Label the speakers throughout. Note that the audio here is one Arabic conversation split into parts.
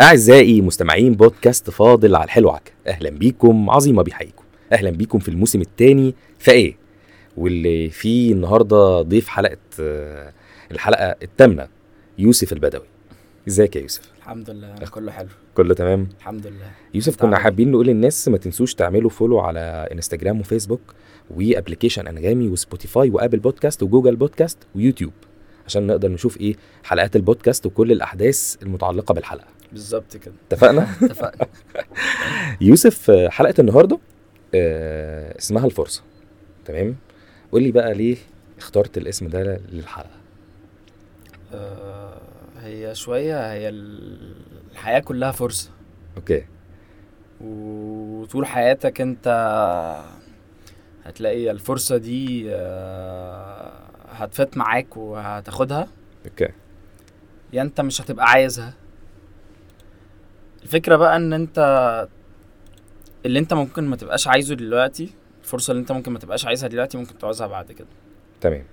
Speaker 1: أعزائي مستمعين بودكاست فاضل على الحلو عكا أهلا بيكم عظيمة بيحييكم أهلا بيكم في الموسم الثاني فإيه واللي فيه النهاردة ضيف حلقة آه، الحلقة الثامنة يوسف البدوي ازيك يا يوسف
Speaker 2: الحمد لله أنا كله حلو
Speaker 1: كله تمام
Speaker 2: الحمد لله
Speaker 1: يوسف كنا
Speaker 2: تعالى.
Speaker 1: حابين نقول للناس ما تنسوش تعملوا فولو على انستجرام وفيسبوك وابلكيشن انغامي وسبوتيفاي وابل بودكاست وجوجل بودكاست ويوتيوب عشان نقدر نشوف ايه حلقات البودكاست وكل الاحداث المتعلقه بالحلقه
Speaker 2: بالظبط كده
Speaker 1: اتفقنا
Speaker 2: اتفقنا
Speaker 1: يوسف آه، حلقه النهارده آه، اسمها الفرصه تمام قول لي بقى ليه اخترت الاسم ده للحلقه
Speaker 2: آه هي شوية هي ال- الحياة كلها فرصة
Speaker 1: اوكي
Speaker 2: وطول حياتك أنت هتلاقي الفرصة دي آه هتفات معاك وهتاخدها
Speaker 1: اوكي
Speaker 2: يا أنت مش هتبقى عايزها الفكرة بقى إن أنت اللي أنت ممكن ما تبقاش عايزه دلوقتي الفرصة اللي أنت ممكن ما تبقاش عايزها دلوقتي ممكن تعوزها بعد كده
Speaker 1: تمام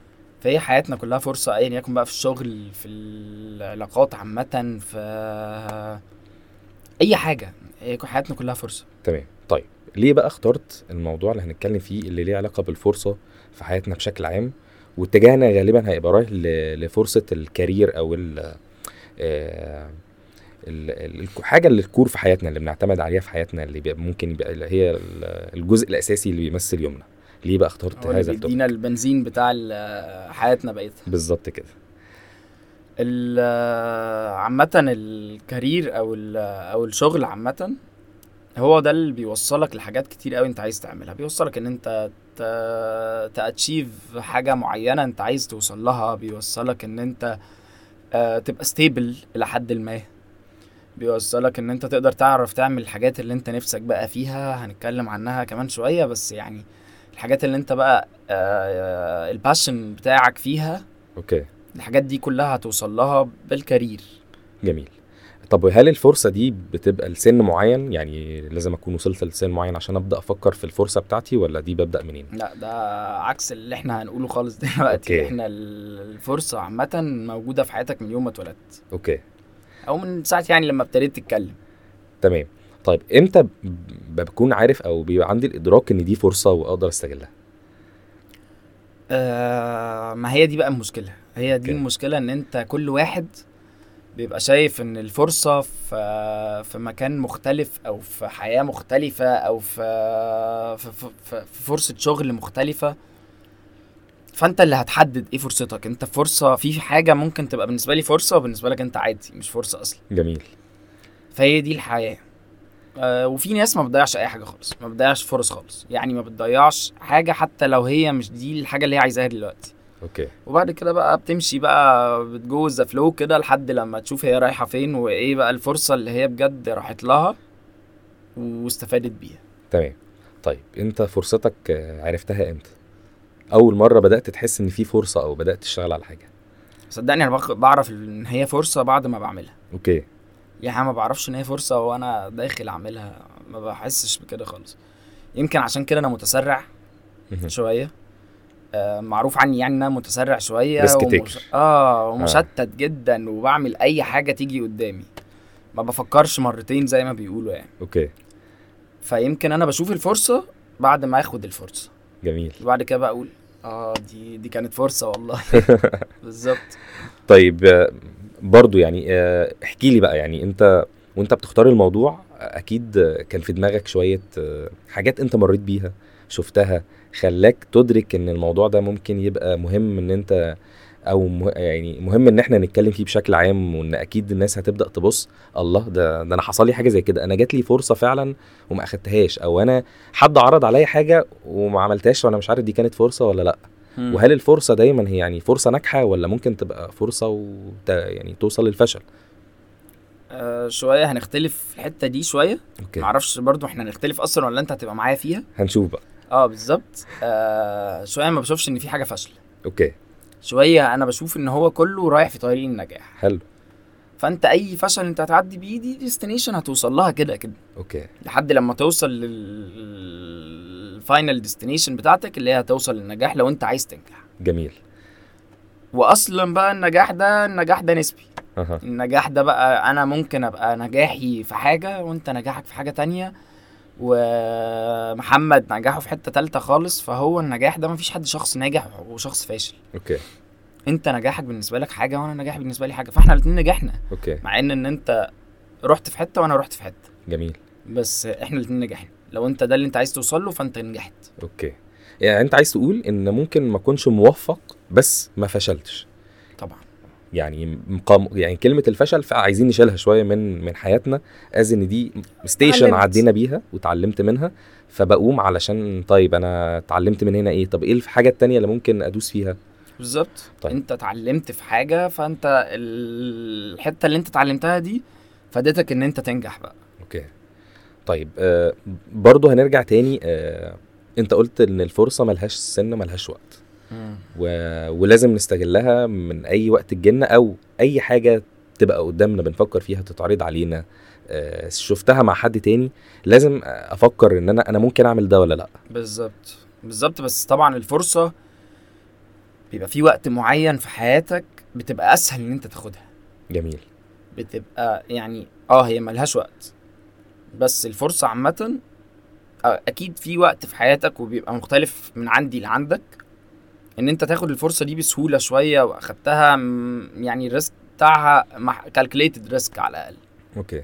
Speaker 2: فهي حياتنا كلها فرصة أيا يكن بقى في الشغل في العلاقات عامة في أي حاجة هي كل- حياتنا كلها فرصة
Speaker 1: تمام طيب ليه بقى اخترت الموضوع اللي هنتكلم فيه اللي ليه علاقه بالفرصه في حياتنا بشكل عام واتجاهنا غالبا هيبقى رايح ل- لفرصه الكارير او ال آه، ال- ال- الحاجه اللي الكور في حياتنا اللي بنعتمد عليها في حياتنا اللي بيبقى- ممكن يبقى اللي هي ال- الجزء الاساسي اللي بيمثل يومنا ليه بقى اخترت
Speaker 2: هو اللي
Speaker 1: هذا التوبيك
Speaker 2: بيدينا البنزين بتاع ال- حياتنا بقيتها
Speaker 1: بالظبط كده
Speaker 2: ال- عامة الكارير أو ال- أو الشغل عامة هو ده اللي بيوصلك لحاجات كتير قوي انت عايز تعملها بيوصلك ان انت تاتشيف حاجه معينه انت عايز توصل لها بيوصلك ان انت آه، تبقى ستيبل الى حد ما بيوصلك ان انت تقدر تعرف تعمل الحاجات اللي انت نفسك بقى فيها هنتكلم عنها كمان شويه بس يعني الحاجات اللي انت بقى الباشن بتاعك فيها
Speaker 1: اوكي
Speaker 2: الحاجات دي كلها هتوصل لها بالكارير
Speaker 1: جميل طب هل الفرصه دي بتبقى لسن معين يعني لازم اكون وصلت لسن معين عشان ابدا افكر في الفرصه بتاعتي ولا دي ببدا منين
Speaker 2: لا ده عكس اللي احنا هنقوله خالص دلوقتي
Speaker 1: أوكي.
Speaker 2: احنا الفرصه عامه موجوده في حياتك من يوم ما اتولدت
Speaker 1: اوكي
Speaker 2: او من ساعه يعني لما ابتديت تتكلم
Speaker 1: تمام طيب امتى ب- بكون عارف او بيبقى عندي الادراك ان دي فرصه واقدر استغلها
Speaker 2: آه ما هي دي بقى المشكله هي دي
Speaker 1: أوكي.
Speaker 2: المشكله ان انت كل واحد بيبقى شايف ان الفرصه في في مكان مختلف او في حياه مختلفه او في في, في, في في فرصه شغل مختلفه فانت اللي هتحدد ايه فرصتك انت فرصه في حاجه ممكن تبقى بالنسبه لي فرصه وبالنسبه لك انت عادي مش فرصه اصلا
Speaker 1: جميل
Speaker 2: فهي دي الحياه آه وفي ناس ما بتضيعش اي حاجه خالص ما بتضيعش فرص خالص يعني ما بتضيعش حاجه حتى لو هي مش دي الحاجه اللي هي عايزاها دلوقتي
Speaker 1: اوكي
Speaker 2: وبعد كده بقى بتمشي بقى بتجو ذا فلو كده لحد لما تشوف هي رايحه فين وايه بقى الفرصه اللي هي بجد راحت لها واستفادت بيها
Speaker 1: تمام طيب انت فرصتك آه، عرفتها امتى اول مره بدات تحس ان في فرصه او بدات تشتغل على حاجه
Speaker 2: صدقني انا بخ- بعرف ان هي فرصه بعد ما بعملها
Speaker 1: اوكي
Speaker 2: يعني ما بعرفش ان هي فرصه وانا داخل اعملها ما بحسش بكده خالص يمكن عشان كده انا متسرع
Speaker 1: مهم.
Speaker 2: شويه آه، معروف عني يعني ان انا متسرع شويه
Speaker 1: Risk
Speaker 2: ومش...
Speaker 1: taker. آه.
Speaker 2: اه ومشتت جدا وبعمل اي حاجه تيجي قدامي ما بفكرش مرتين زي ما بيقولوا يعني
Speaker 1: اوكي
Speaker 2: فيمكن انا بشوف الفرصه بعد ما اخد الفرصه
Speaker 1: جميل
Speaker 2: وبعد كده بقى اقول اه دي دي كانت فرصه والله بالظبط
Speaker 1: طيب آه، برضو يعني آه، احكي لي بقى يعني انت وانت بتختار الموضوع آه، اكيد آه، كان في دماغك شويه آه، حاجات انت مريت بيها شفتها خلاك تدرك ان الموضوع ده ممكن يبقى مهم ان انت او مه... يعني مهم ان احنا نتكلم فيه بشكل عام وان اكيد الناس هتبدا تبص الله ده ده انا حصل لي حاجه زي كده انا جات لي فرصه فعلا وما اخدتهاش او انا حد عرض عليا حاجه وما عملتهاش وانا مش عارف دي كانت فرصه ولا لا وهل الفرصه دايما هي يعني فرصه ناجحه ولا ممكن تبقى فرصه وت... يعني توصل للفشل
Speaker 2: آه شويه هنختلف في الحته دي شويه
Speaker 1: اوكي
Speaker 2: معرفش برضو احنا هنختلف اصلا ولا انت هتبقى معايا فيها
Speaker 1: هنشوف بقى
Speaker 2: اه بالظبط آه شويه ما بشوفش ان في حاجه فاشله
Speaker 1: اوكي
Speaker 2: شويه انا بشوف ان هو كله رايح في طريق النجاح
Speaker 1: حلو
Speaker 2: فانت اي فشل انت هتعدي بيه دي ديستنيشن هتوصل لها كده كده
Speaker 1: اوكي
Speaker 2: لحد لما توصل للفاينل ديستنيشن بتاعتك اللي هي هتوصل للنجاح لو انت عايز تنجح
Speaker 1: جميل
Speaker 2: واصلا بقى النجاح ده النجاح ده نسبي
Speaker 1: أها.
Speaker 2: النجاح ده بقى انا ممكن ابقى نجاحي في حاجه وانت نجاحك في حاجه تانية ومحمد نجاحه في حته تالتة خالص فهو النجاح ده مفيش حد شخص ناجح وشخص فاشل
Speaker 1: اوكي
Speaker 2: انت نجاحك بالنسبه لك حاجه وانا نجاحي بالنسبه لي حاجه فاحنا الاتنين نجحنا
Speaker 1: اوكي
Speaker 2: مع ان ان انت رحت في حته وانا رحت في حته
Speaker 1: جميل
Speaker 2: بس احنا الاتنين نجحنا لو انت ده اللي انت عايز توصل له فانت نجحت
Speaker 1: اوكي يعني انت عايز تقول ان ممكن ما اكونش موفق بس ما فشلتش
Speaker 2: طبعا
Speaker 1: يعني مقام يعني كلمه الفشل عايزين نشيلها شويه من من حياتنا از ان دي ستيشن
Speaker 2: اتعلمت.
Speaker 1: عدينا بيها وتعلمت منها فبقوم علشان طيب انا اتعلمت من هنا ايه طب ايه الحاجه التانية اللي ممكن ادوس فيها
Speaker 2: بالظبط
Speaker 1: طيب.
Speaker 2: طيب. انت اتعلمت في حاجه فانت ال- الحته اللي انت اتعلمتها دي فادتك ان انت تنجح بقى
Speaker 1: اوكي طيب آه برضه هنرجع تاني آه انت قلت ان الفرصه ملهاش سن ملهاش وقت و... ولازم نستغلها من اي وقت تجينا او اي حاجه تبقى قدامنا بنفكر فيها تتعرض علينا آه شفتها مع حد تاني لازم آه، افكر ان انا انا ممكن اعمل ده ولا لا
Speaker 2: بالظبط بالظبط بس طبعا الفرصه بيبقى في وقت معين في حياتك بتبقى اسهل ان انت تاخدها
Speaker 1: جميل
Speaker 2: بتبقى يعني اه هي ملهاش وقت بس الفرصه عامه آه، اكيد في وقت في حياتك وبيبقى مختلف من عندي لعندك ان انت تاخد الفرصه دي بسهوله شويه واخدتها م- يعني الريسك بتاعها كالكوليتد ريسك على الاقل
Speaker 1: اوكي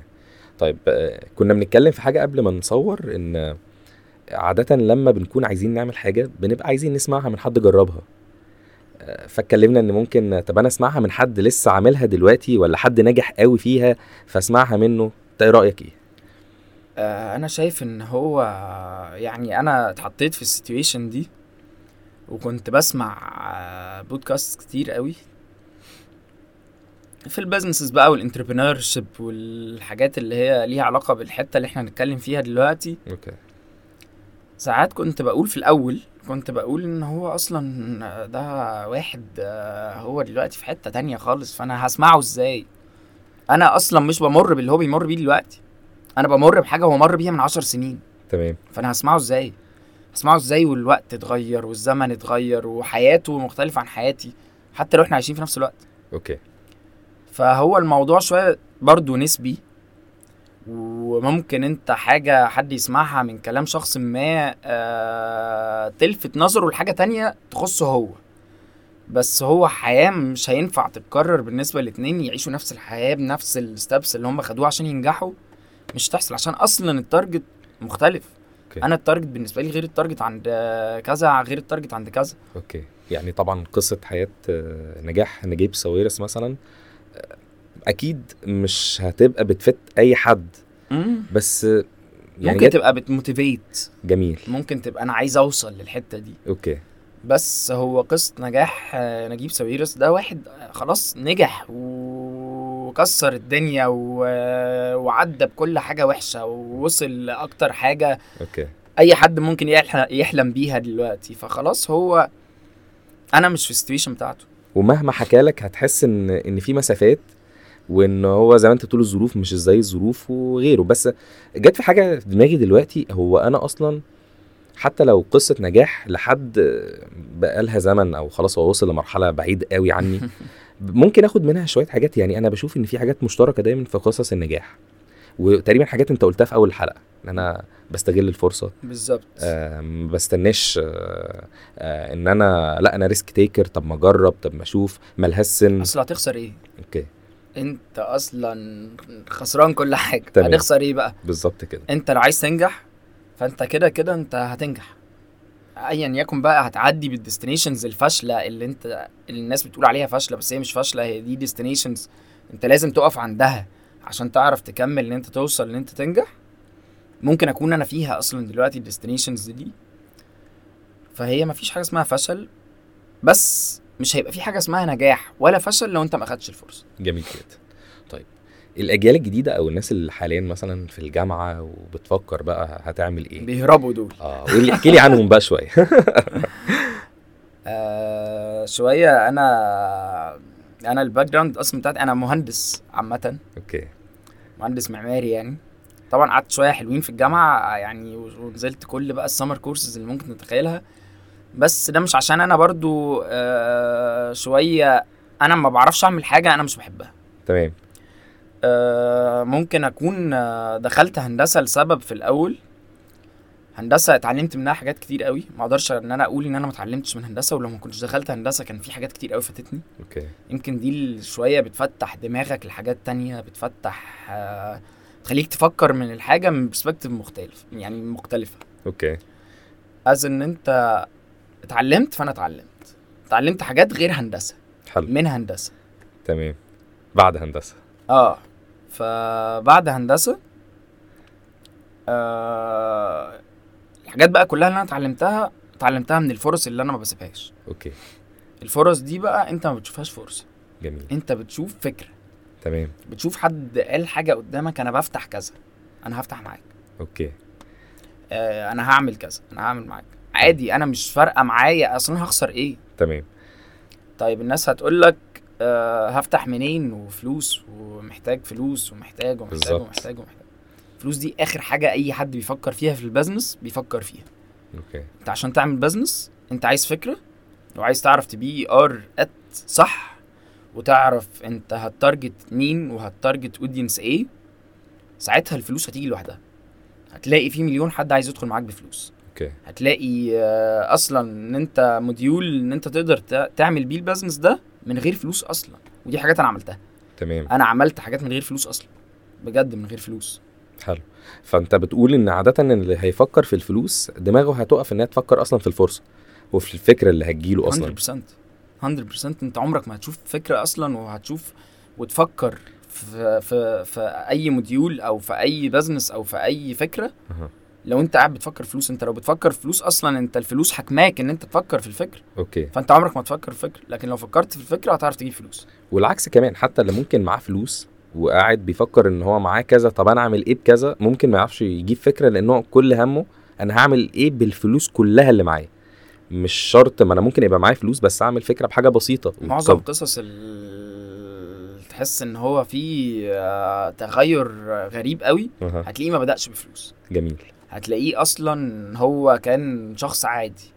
Speaker 1: طيب آه، كنا بنتكلم في حاجه قبل ما نصور ان آه، عاده لما بنكون عايزين نعمل حاجه بنبقى عايزين نسمعها من حد جربها آه، فاتكلمنا ان ممكن آه، طب انا اسمعها من حد لسه عاملها دلوقتي ولا حد ناجح قوي فيها فاسمعها منه إنت ايه رايك ايه
Speaker 2: آه، انا شايف ان هو يعني انا اتحطيت في السيتويشن دي وكنت بسمع آه، بودكاست كتير قوي في البيزنسز بقى والانتربرينور شيب والحاجات اللي هي ليها علاقه بالحته اللي احنا هنتكلم فيها دلوقتي
Speaker 1: اوكي
Speaker 2: ساعات كنت بقول في الاول كنت بقول ان هو اصلا ده واحد آه، هو دلوقتي في حتة تانية خالص فانا هسمعه ازاي انا اصلا مش بمر باللي هو بيمر بيه دلوقتي انا بمر بحاجة هو مر بيها من عشر سنين
Speaker 1: تمام
Speaker 2: فانا هسمعه ازاي هسمعه ازاي والوقت اتغير والزمن اتغير وحياته مختلفة عن حياتي حتى لو احنا عايشين في نفس الوقت
Speaker 1: اوكي
Speaker 2: فهو الموضوع شويه برضو نسبي وممكن انت حاجه حد يسمعها من كلام شخص ما آه، تلفت نظره لحاجه تانية تخصه هو بس هو حياه مش هينفع تتكرر بالنسبه لاتنين يعيشوا نفس الحياه بنفس الستبس اللي هم خدوها عشان ينجحوا مش هتحصل عشان اصلا التارجت مختلف
Speaker 1: أوكي.
Speaker 2: انا التارجت بالنسبه لي غير التارجت عند آه، كذا غير التارجت عند كذا
Speaker 1: اوكي يعني طبعا قصه حياه آه، نجاح نجيب ساويرس مثلا آه، اكيد مش هتبقى بتفت اي حد بس آه، يعني
Speaker 2: ممكن
Speaker 1: جت-
Speaker 2: تبقى بتموتيفيت
Speaker 1: جميل
Speaker 2: ممكن تبقى انا عايز اوصل للحته دي
Speaker 1: اوكي
Speaker 2: بس هو قصة نجاح آه، نجيب ساويرس ده واحد آه، خلاص نجح وكسر الدنيا و... آه، وعدى بكل حاجة وحشة ووصل لأكتر حاجة
Speaker 1: اوكي
Speaker 2: أي حد ممكن يحل- يحلم بيها دلوقتي فخلاص هو أنا مش في السيتويشن بتاعته
Speaker 1: ومهما حكى لك هتحس ان ان في مسافات وان هو زي ما انت بتقول الظروف مش زي الظروف وغيره بس جت في حاجه في دماغي دلوقتي هو انا اصلا حتى لو قصه نجاح لحد بقالها زمن او خلاص هو وصل لمرحله بعيد قوي عني ممكن اخد منها شويه حاجات يعني انا بشوف ان في حاجات مشتركه دايما في قصص النجاح وتقريبا حاجات انت قلتها في اول الحلقه ان انا بستغل الفرصه
Speaker 2: بالظبط
Speaker 1: آه، ما بستناش آه، آه، ان انا لا انا ريسك تيكر طب ما اجرب طب ما اشوف ملهاش سن
Speaker 2: أصل هتخسر إيه؟
Speaker 1: اوكي
Speaker 2: أنت أصلا خسران كل حاجة
Speaker 1: تمام.
Speaker 2: هتخسر إيه بقى؟
Speaker 1: بالظبط كده
Speaker 2: انت لو عايز تنجح فانت كده كده انت هتنجح ايا يكن بقى هتعدي بالديستنيشنز الفاشله اللي انت اللي الناس بتقول عليها فاشله بس هي مش فاشله هي دي ديستنيشنز انت لازم تقف عندها عشان تعرف تكمل ان انت توصل ان انت تنجح ممكن اكون انا فيها اصلا دلوقتي الديستنيشنز دي فهي مفيش حاجه اسمها فشل بس مش هيبقى في حاجه اسمها نجاح ولا فشل لو انت ما خدتش الفرصه
Speaker 1: جميل جدا طيب الاجيال الجديده او الناس اللي حاليا مثلا في الجامعه وبتفكر بقى هتعمل ايه
Speaker 2: بيهربوا دول
Speaker 1: اه قول لي احكي لي عنهم بقى شويه
Speaker 2: آه شويه انا انا الباك جراوند اصلا بتاعتي انا مهندس عامه
Speaker 1: اوكي
Speaker 2: مهندس معماري يعني طبعا قعدت شويه حلوين في الجامعه يعني ونزلت كل بقى السمر كورسز اللي ممكن تتخيلها بس ده مش عشان انا برضو آه شويه انا ما بعرفش اعمل حاجه انا مش بحبها
Speaker 1: تمام
Speaker 2: آه، ممكن اكون آه، دخلت هندسه لسبب في الاول هندسه اتعلمت منها حاجات كتير قوي ما اقدرش ان انا اقول ان انا ما اتعلمتش من هندسه ولو ما كنتش دخلت هندسه كان في حاجات كتير قوي فاتتني
Speaker 1: اوكي
Speaker 2: يمكن دي ال- شويه بتفتح دماغك لحاجات تانية بتفتح آه، تخليك تفكر من الحاجه من برسبكتيف مختلف يعني مختلفه
Speaker 1: اوكي
Speaker 2: از ان انت اتعلمت فانا اتعلمت اتعلمت حاجات غير هندسه
Speaker 1: حلو
Speaker 2: من هندسه
Speaker 1: تمام بعد هندسه
Speaker 2: اه فبعد هندسه آه الحاجات بقى كلها اللي انا اتعلمتها اتعلمتها من الفرص اللي انا ما بسيبهاش
Speaker 1: اوكي
Speaker 2: الفرص دي بقى انت ما بتشوفهاش فرصه
Speaker 1: جميل
Speaker 2: انت بتشوف فكره
Speaker 1: تمام
Speaker 2: بتشوف حد قال حاجه قدامك انا بفتح كذا انا هفتح معاك
Speaker 1: اوكي
Speaker 2: آه انا هعمل كذا انا هعمل معاك عادي انا مش فارقه معايا اصلا هخسر ايه
Speaker 1: تمام
Speaker 2: طيب الناس هتقول لك آه هفتح منين وفلوس ومحتاج فلوس ومحتاج ومحتاج
Speaker 1: بالظبط.
Speaker 2: ومحتاج ومحتاج الفلوس دي اخر حاجه اي حد بيفكر فيها في البزنس بيفكر فيها
Speaker 1: اوكي
Speaker 2: انت عشان تعمل بزنس انت عايز فكره وعايز تعرف تبي ار ات صح وتعرف انت هتارجت مين وهتارجت اودينس ايه ساعتها الفلوس هتيجي لوحدها هتلاقي في مليون حد عايز يدخل معاك بفلوس
Speaker 1: اوكي
Speaker 2: هتلاقي آه، اصلا ان انت موديول ان انت تقدر تع- تعمل بيه البزنس ده من غير فلوس اصلا ودي حاجات انا عملتها
Speaker 1: تمام
Speaker 2: انا عملت حاجات من غير فلوس اصلا بجد من غير فلوس
Speaker 1: حلو فانت بتقول ان عاده إن اللي هيفكر في الفلوس دماغه هتقف انها تفكر اصلا في الفرصه وفي الفكره اللي هتجيله اصلا
Speaker 2: 100% 100% انت عمرك ما هتشوف فكره اصلا وهتشوف وتفكر في في في اي موديول او في اي بزنس او في اي فكره
Speaker 1: أها.
Speaker 2: لو انت قاعد بتفكر في فلوس انت لو بتفكر في فلوس اصلا انت الفلوس حكماك ان انت تفكر في الفكره
Speaker 1: اوكي
Speaker 2: فانت عمرك ما تفكر في الفكره لكن لو فكرت في الفكره هتعرف تجيب فلوس
Speaker 1: والعكس كمان حتى اللي ممكن معاه فلوس وقاعد بيفكر ان هو معاه كذا طب انا اعمل ايه بكذا ممكن ما يعرفش يجيب فكره لانه كل همه انا هعمل ايه بالفلوس كلها اللي معايا مش شرط ما انا ممكن يبقى معايا فلوس بس اعمل فكره بحاجه بسيطه
Speaker 2: معظم
Speaker 1: طب-
Speaker 2: قصص ال... تحس ان هو في آه، تغير غريب قوي
Speaker 1: أها.
Speaker 2: هتلاقيه ما بدأش بفلوس
Speaker 1: جميل
Speaker 2: هتلاقيه اصلا هو كان شخص عادي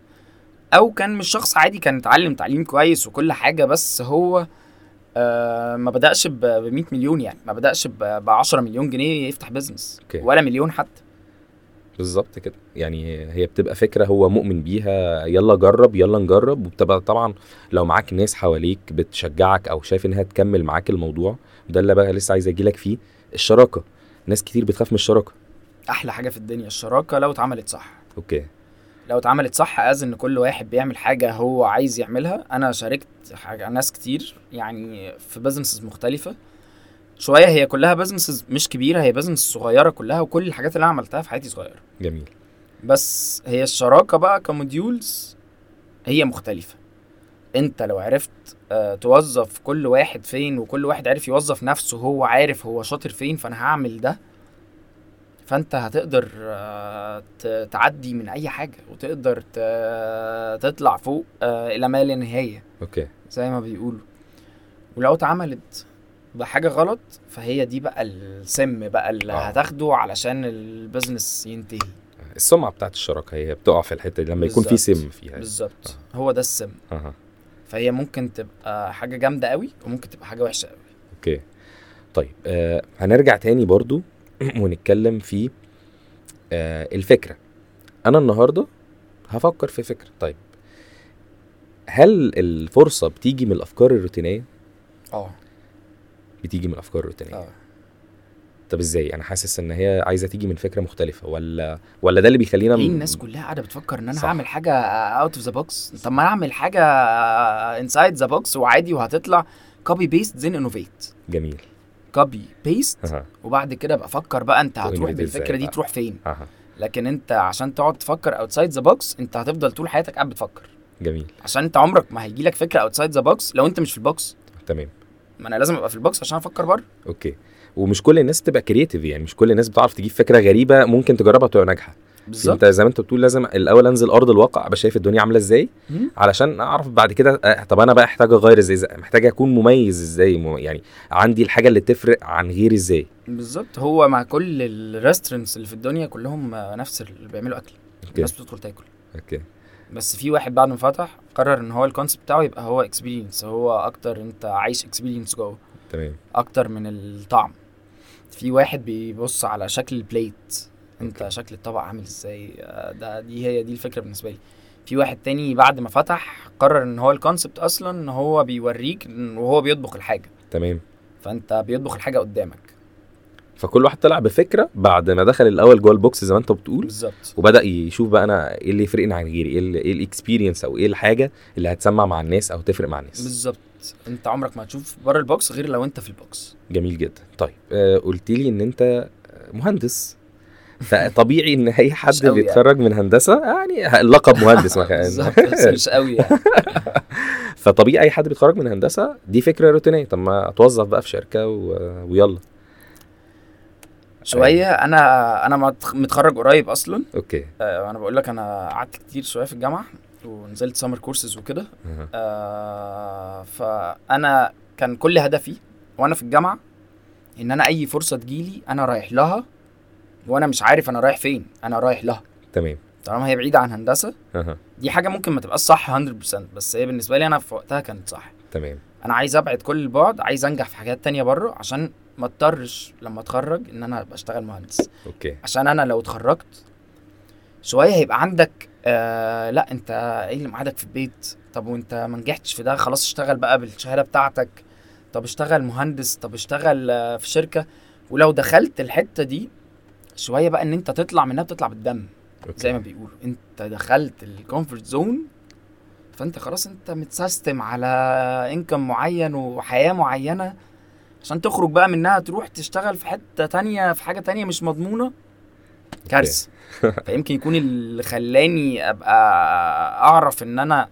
Speaker 2: او كان مش شخص عادي كان اتعلم تعليم كويس وكل حاجه بس هو آه ما بدأش ب 100 مليون يعني ما بدأش ب 10 مليون جنيه يفتح بيزنس
Speaker 1: أوكي.
Speaker 2: ولا مليون حتى
Speaker 1: بالظبط كده يعني هي بتبقى فكره هو مؤمن بيها يلا جرب يلا نجرب وبتبقى طبعا لو معاك ناس حواليك بتشجعك او شايف انها تكمل معاك الموضوع وده اللي بقى لسه عايز اجيلك فيه الشراكه ناس كتير بتخاف من الشراكه
Speaker 2: احلى حاجه في الدنيا الشراكه لو اتعملت صح
Speaker 1: اوكي
Speaker 2: لو اتعملت صح از ان كل واحد بيعمل حاجه هو عايز يعملها انا شاركت حاجة ناس كتير يعني في بزنسز مختلفه شويه هي كلها بزنسز مش كبيره هي بزنس صغيره كلها وكل الحاجات اللي انا عملتها في حياتي صغيره
Speaker 1: جميل
Speaker 2: بس هي الشراكه بقى كموديولز هي مختلفه انت لو عرفت آه، توظف كل واحد فين وكل واحد عارف يوظف نفسه هو عارف هو شاطر فين فانا هعمل ده فانت هتقدر آه، ت- تعدي من اي حاجه وتقدر ت- تطلع فوق آه، الى ما لا نهايه
Speaker 1: اوكي
Speaker 2: زي ما بيقولوا ولو اتعملت بحاجه غلط فهي دي بقى السم بقى اللي
Speaker 1: آه.
Speaker 2: هتاخده علشان البزنس ينتهي
Speaker 1: السمعه بتاعت الشراكه هي بتقع في الحته دي لما يكون في
Speaker 2: بالظبط.
Speaker 1: سم فيها
Speaker 2: بالظبط هو ده السم
Speaker 1: اها
Speaker 2: فهي ممكن تبقى حاجه جامده قوي وممكن تبقى حاجه وحشه قوي
Speaker 1: اوكي طيب آه هنرجع تاني برضو ونتكلم في آه الفكره انا النهارده هفكر في فكره طيب هل الفرصه بتيجي من الافكار الروتينيه
Speaker 2: اه
Speaker 1: بتيجي من الافكار الروتينيه
Speaker 2: اه
Speaker 1: طب ازاي انا حاسس ان هي عايزه تيجي من فكره مختلفه ولا ولا ده اللي بيخلينا
Speaker 2: ليه
Speaker 1: م-
Speaker 2: الناس كلها قاعده بتفكر ان انا
Speaker 1: صح.
Speaker 2: هعمل حاجه اوت اوف ذا بوكس طب ما انا اعمل حاجه انسايد ذا بوكس وعادي وهتطلع كوبي بيست زين انوفيت
Speaker 1: جميل
Speaker 2: كوبي بيست
Speaker 1: اها
Speaker 2: وبعد كده بقى فكر بقى انت هتروح
Speaker 1: وإنوفيت
Speaker 2: بالفكره
Speaker 1: إزاي
Speaker 2: دي
Speaker 1: بقى؟
Speaker 2: تروح فين
Speaker 1: اها
Speaker 2: لكن انت عشان تقعد تفكر اوتسايد ذا بوكس انت هتفضل طول حياتك قاعد بتفكر
Speaker 1: جميل
Speaker 2: عشان انت عمرك ما هيجي لك فكره اوتسايد ذا بوكس لو انت مش في البوكس
Speaker 1: تمام
Speaker 2: ما انا لازم ابقى في البوكس عشان افكر بره
Speaker 1: اوكي ومش كل الناس بتبقى كرييتيف يعني مش كل الناس بتعرف تجيب فكره غريبه ممكن تجربها وتبقى ناجحه
Speaker 2: بالظبط
Speaker 1: انت زي ما انت بتقول لازم الاول انزل ارض الواقع ابقى شايف الدنيا عامله ازاي
Speaker 2: مم.
Speaker 1: علشان اعرف بعد كده آه، طب انا بقى محتاج اغير ازاي ازاي- محتاج اكون مميز ازاي مو- يعني عندي الحاجه اللي تفرق عن غيري ازاي
Speaker 2: بالظبط هو مع كل الريستورنتس اللي في الدنيا كلهم آه، نفس اللي بيعملوا اكل
Speaker 1: اوكي
Speaker 2: الناس بتدخل تاكل
Speaker 1: اوكي
Speaker 2: بس في واحد بعد ما فتح قرر ان هو الكونسيبت بتاعه يبقى هو اكسبيرينس هو اكتر انت عايش اكسبيرينس جوه
Speaker 1: تمام
Speaker 2: اكتر من الطعم في واحد بيبص على شكل البليت انت شكل الطبق عامل ازاي آه، ده دي هي دي الفكره بالنسبه لي في واحد تاني بعد ما فتح قرر ان هو الكونسبت اصلا ان هو بيوريك إن وهو بيطبخ الحاجه
Speaker 1: تمام
Speaker 2: فانت بيطبخ الحاجه قدامك
Speaker 1: فكل واحد طلع بفكره بعد ما دخل الاول جوه البوكس زي ما انت بتقول
Speaker 2: بالظبط
Speaker 1: وبدا يشوف بقى انا ايه اللي يفرقني عن غيري ايه ال- ايه الاكسبيرينس او ايه الحاجه اللي هتسمع مع الناس او تفرق مع الناس
Speaker 2: بالظبط انت عمرك ما هتشوف بره البوكس غير لو انت في البوكس
Speaker 1: جميل جدا طيب آه قلت لي ان انت مهندس فطبيعي ان اي حد
Speaker 2: قوي
Speaker 1: بيتخرج من هندسه يعني لقب مهندس ما كان-
Speaker 2: يعني. بالظبط بس مش قوي يعني
Speaker 1: فطبيعي اي حد بيتخرج من هندسه دي فكره روتينيه طب ما اتوظف بقى في شركه و... ويلا
Speaker 2: شويه انا انا متخ- متخرج قريب اصلا
Speaker 1: اوكي
Speaker 2: آه، انا بقول لك انا قعدت كتير شويه في الجامعه ونزلت سمر كورسز وكده
Speaker 1: أها.
Speaker 2: آه، فانا كان كل هدفي وانا في الجامعه ان انا اي فرصه تجيلي انا رايح لها وانا مش عارف انا رايح فين انا رايح لها
Speaker 1: تمام
Speaker 2: طالما هي بعيده عن هندسه
Speaker 1: أها.
Speaker 2: دي حاجه ممكن ما تبقاش صح 100% بس هي بالنسبه لي انا في وقتها كانت صح
Speaker 1: تمام
Speaker 2: انا عايز ابعد كل البعد عايز انجح في حاجات تانية بره عشان ما اضطرش لما اتخرج ان انا ابقى اشتغل مهندس
Speaker 1: اوكي
Speaker 2: عشان انا لو اتخرجت شويه هيبقى عندك آه لا انت ايه اللي معادك في البيت طب وانت ما نجحتش في ده خلاص اشتغل بقى بالشهاده بتاعتك طب اشتغل مهندس طب اشتغل آه في شركه ولو دخلت الحته دي شويه بقى ان انت تطلع منها بتطلع بالدم
Speaker 1: اوكي
Speaker 2: زي ما بيقولوا انت دخلت الكومفورت زون فانت خلاص انت متسيستم على انكم معين وحياه معينه عشان تخرج بقى منها تروح تشتغل في حته تانية في حاجه تانية مش مضمونه كارثه فيمكن يكون اللي خلاني ابقى اعرف ان انا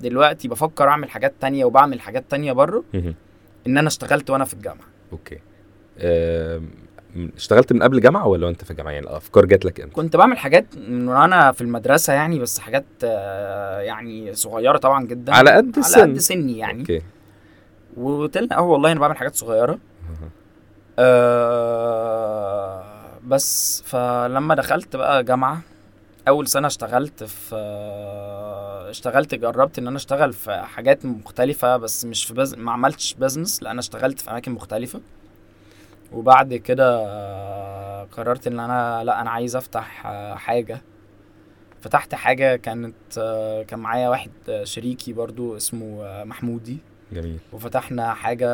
Speaker 2: دلوقتي بفكر اعمل حاجات تانية وبعمل حاجات تانية بره
Speaker 1: مهم.
Speaker 2: ان انا اشتغلت وانا في الجامعه
Speaker 1: اوكي أم، اشتغلت من قبل جامعه ولا وانت في الجامعه يعني الافكار جات لك امتى
Speaker 2: كنت بعمل حاجات من وانا في المدرسه يعني بس حاجات آه، يعني صغيره طبعا جدا
Speaker 1: على قد
Speaker 2: على قد
Speaker 1: السن
Speaker 2: سني يعني
Speaker 1: اوكي
Speaker 2: وطلع اه والله انا بعمل حاجات صغيره
Speaker 1: أها.
Speaker 2: آه بس فلما دخلت بقى جامعه اول سنه اشتغلت في آه، اشتغلت جربت ان انا اشتغل في حاجات مختلفه بس مش في بز... ما عملتش بزنس لا انا اشتغلت في اماكن مختلفه وبعد كده آه، قررت ان انا لا انا عايز افتح آه، حاجه فتحت حاجه كانت آه، كان معايا واحد آه، شريكي برضو اسمه آه، محمودي
Speaker 1: جميل
Speaker 2: وفتحنا حاجه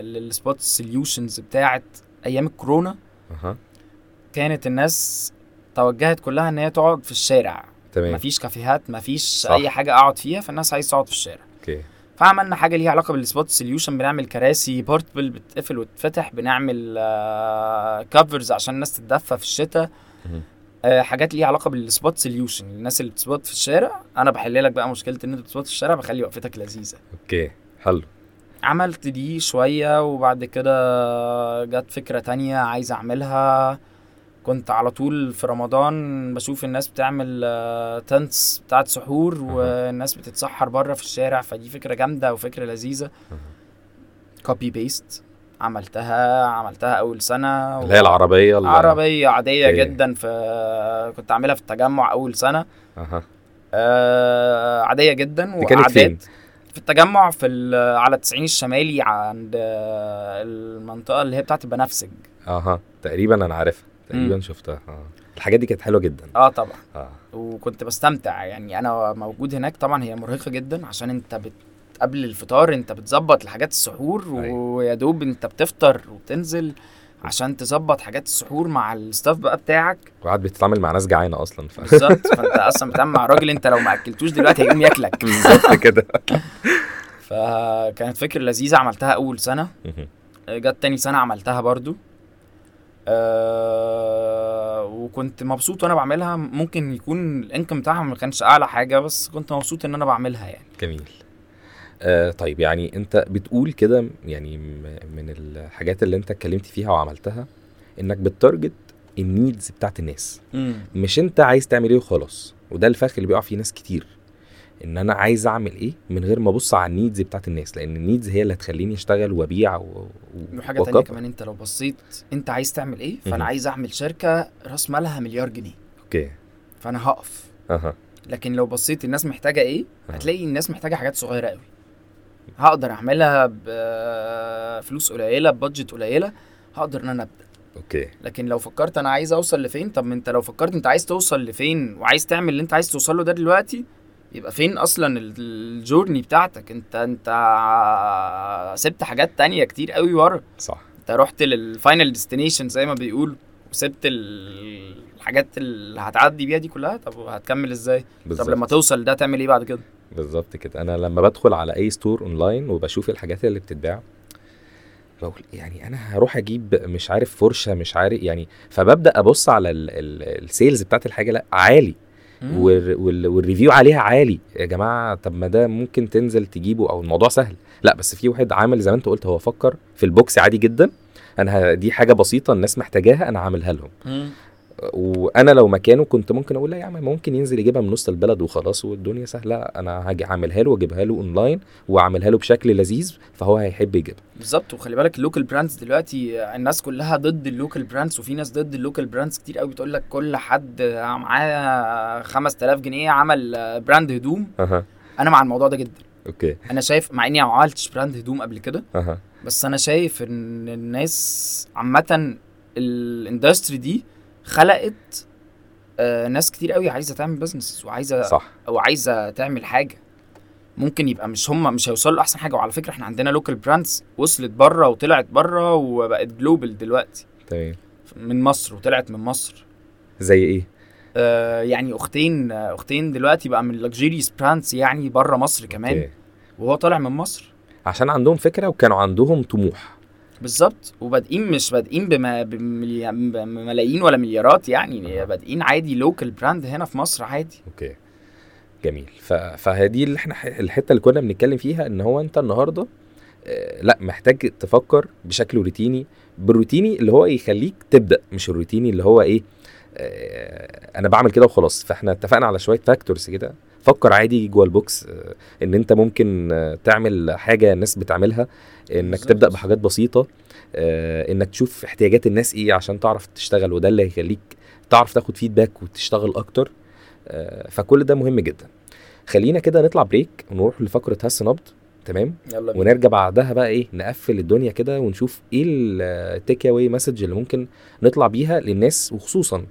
Speaker 2: للسبوت سوليوشنز بتاعت ايام الكورونا
Speaker 1: اها
Speaker 2: كانت الناس توجهت كلها ان هي تقعد في الشارع
Speaker 1: تمام
Speaker 2: مفيش كافيهات مفيش
Speaker 1: إيه. صح.
Speaker 2: اي حاجه اقعد فيها فالناس عايز تقعد في الشارع
Speaker 1: اوكي
Speaker 2: فعملنا حاجه ليها علاقه بالسبوت سوليوشن بنعمل كراسي بورتبل بتتقفل وتتفتح بنعمل كفرز عشان الناس تتدفى في الشتاء
Speaker 1: مهم.
Speaker 2: آه، حاجات ليها علاقه بالسبوت سوليوشن الناس اللي بتسبوت في الشارع انا بحل لك بقى مشكله ان انت بتسبوت في الشارع بخلي وقفتك لذيذه
Speaker 1: اوكي حلو
Speaker 2: عملت دي شوية وبعد كده جت فكرة تانية عايز أعملها كنت على طول في رمضان بشوف الناس بتعمل تنس بتاعت سحور والناس بتتسحر بره في الشارع فدي فكرة جامدة وفكرة لذيذة كوبي بيست عملتها عملتها أول سنة
Speaker 1: اللي هي العربيه اللي-
Speaker 2: عربية عادية
Speaker 1: أوكي.
Speaker 2: جدا في كنت عاملها في التجمع أول سنة
Speaker 1: اها
Speaker 2: آه، عادية جدا
Speaker 1: دي كانت
Speaker 2: وقعدات
Speaker 1: فين؟
Speaker 2: في التجمع في ال- على 90 الشمالي عند آه، المنطقه اللي هي بتاعت البنفسج
Speaker 1: اها تقريبا انا عارفها تقريبا
Speaker 2: مم.
Speaker 1: شفتها اه الحاجات دي كانت حلوه جدا
Speaker 2: اه طبعا
Speaker 1: اه
Speaker 2: وكنت بستمتع يعني انا موجود هناك طبعا هي مرهقه جدا عشان انت بت... قبل الفطار انت بتظبط لحاجات السحور
Speaker 1: أيوة.
Speaker 2: ويا دوب انت بتفطر وبتنزل عشان تظبط حاجات السحور مع الستاف بقى بتاعك
Speaker 1: وقعد بتتعامل مع ناس جعانه اصلا ف...
Speaker 2: بالظبط فانت اصلا بتعمل مع راجل انت لو ما اكلتوش دلوقتي هيقوم ياكلك
Speaker 1: بالظبط كده
Speaker 2: فكانت فكره لذيذه عملتها اول سنه
Speaker 1: مهم.
Speaker 2: جت تاني سنة عملتها برضو أه وكنت مبسوط وانا بعملها ممكن يكون الانكم بتاعها ما كانش اعلى حاجة بس كنت مبسوط ان انا بعملها يعني
Speaker 1: جميل آه طيب يعني انت بتقول كده يعني م- من الحاجات اللي انت اتكلمت فيها وعملتها انك بتتارجت النيدز بتاعت الناس مش انت عايز تعمل ايه وخلاص وده الفخ اللي بيقع فيه ناس كتير ان انا عايز اعمل ايه من غير ما ابص على النيدز بتاعت الناس لان النيدز هي اللي هتخليني اشتغل وابيع و... و...
Speaker 2: وحاجة تانية
Speaker 1: وأكبر.
Speaker 2: كمان انت لو بصيت انت عايز تعمل ايه
Speaker 1: مهم.
Speaker 2: فانا عايز اعمل شركة راس مالها مليار جنيه
Speaker 1: اوكي
Speaker 2: فانا هقف
Speaker 1: اها
Speaker 2: لكن لو بصيت الناس محتاجة ايه
Speaker 1: آه.
Speaker 2: هتلاقي الناس محتاجة حاجات صغيرة قوي هقدر اعملها بفلوس قليله ببادجت قليله هقدر ان انا ابدا
Speaker 1: اوكي
Speaker 2: لكن لو فكرت انا عايز اوصل لفين طب ما انت لو فكرت انت عايز توصل لفين وعايز تعمل اللي انت عايز توصل له ده دلوقتي يبقى فين اصلا ال- الجورني بتاعتك انت انت ع- سبت حاجات تانية كتير قوي ورا
Speaker 1: صح
Speaker 2: انت رحت للفاينل ديستنيشن زي ما بيقولوا وسبت ال- الحاجات اللي هتعدي بيها دي كلها طب هتكمل ازاي طب لما
Speaker 1: بالظبط
Speaker 2: توصل ده تعمل ايه بعد كده
Speaker 1: بالظبط كده انا لما بدخل على اي ستور اونلاين وبشوف الحاجات اللي بتتباع بقول يعني انا هروح اجيب مش عارف فرشه مش عارف يعني فببدا ابص على السيلز بتاعت الحاجه لا عالي والر- وال- والريفيو عليها عالي يا جماعه طب ما ده ممكن تنزل تجيبه او الموضوع سهل لا بس في واحد عامل زي ما انت قلت هو فكر في البوكس عادي جدا انا ه- دي حاجه بسيطه الناس محتاجاها انا عاملها لهم
Speaker 2: مم.
Speaker 1: وانا لو مكانه كنت ممكن اقول لا يا عم ممكن ينزل يجيبها من نص البلد وخلاص والدنيا سهله انا هاجي اعملها له واجيبها له اونلاين واعملها له بشكل لذيذ فهو هيحب يجيبها
Speaker 2: بالظبط وخلي بالك اللوكال براندز دلوقتي الناس كلها ضد اللوكال براندز وفي ناس ضد اللوكال براندز كتير قوي بتقول لك كل حد معاه 5000 جنيه عمل براند هدوم
Speaker 1: اها
Speaker 2: انا مع الموضوع ده جدا
Speaker 1: اوكي
Speaker 2: انا شايف مع اني ما عملتش براند هدوم قبل كده
Speaker 1: اها
Speaker 2: بس انا شايف ان الناس عامه الاندستري دي خلقت آه، ناس كتير قوي عايزه تعمل بزنس وعايزه
Speaker 1: صح
Speaker 2: او عايزه تعمل حاجه ممكن يبقى مش هم مش هيوصلوا لاحسن حاجه وعلى فكره احنا عندنا لوكال براندز وصلت بره وطلعت بره وبقت جلوبال دلوقتي
Speaker 1: تمام
Speaker 2: من مصر وطلعت من مصر
Speaker 1: زي ايه
Speaker 2: آه يعني اختين آه، اختين دلوقتي بقى من luxurious براندز يعني بره مصر كمان
Speaker 1: أوكي.
Speaker 2: وهو طالع من مصر
Speaker 1: عشان عندهم فكره وكانوا عندهم طموح
Speaker 2: بالظبط وبادئين مش بادئين بما- بمليا- بملايين ولا مليارات يعني
Speaker 1: أها.
Speaker 2: بادئين عادي لوكال براند هنا في مصر عادي
Speaker 1: اوكي جميل ف... فهدي اللي احنا ح- الحته اللي كنا بنتكلم فيها ان هو انت النهارده آه، لا محتاج تفكر بشكل روتيني بالروتيني اللي هو يخليك تبدا مش الروتيني اللي هو ايه آه، انا بعمل كده وخلاص فاحنا اتفقنا على شويه فاكتورز كده فكر عادي جوه البوكس آه، ان انت ممكن آه، تعمل حاجه الناس بتعملها انك
Speaker 2: بالظبط.
Speaker 1: تبدا بحاجات بسيطه آه، انك تشوف احتياجات الناس ايه عشان تعرف تشتغل وده اللي هيخليك تعرف تاخد فيدباك وتشتغل اكتر آه، فكل ده مهم جدا خلينا كده نطلع بريك ونروح لفقره هس نبض تمام
Speaker 2: يلا بينا
Speaker 1: طيب. ونرجع بعدها بقى ايه نقفل الدنيا كده ونشوف ايه التيك اواي مسج اللي ممكن نطلع بيها للناس وخصوصا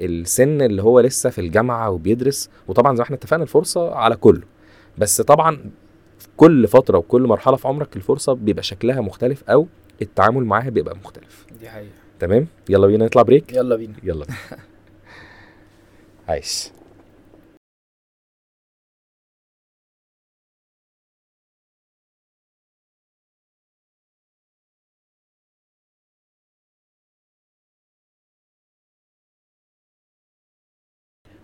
Speaker 1: السن اللي هو لسه في الجامعه وبيدرس وطبعا زي ما احنا اتفقنا الفرصه على كله بس طبعا كل فتره وكل مرحله في عمرك الفرصه بيبقى شكلها مختلف او التعامل معاها بيبقى مختلف
Speaker 2: دي حقيقة
Speaker 1: تمام يلا بينا نطلع بريك
Speaker 2: يلا بينا
Speaker 1: يلا عايش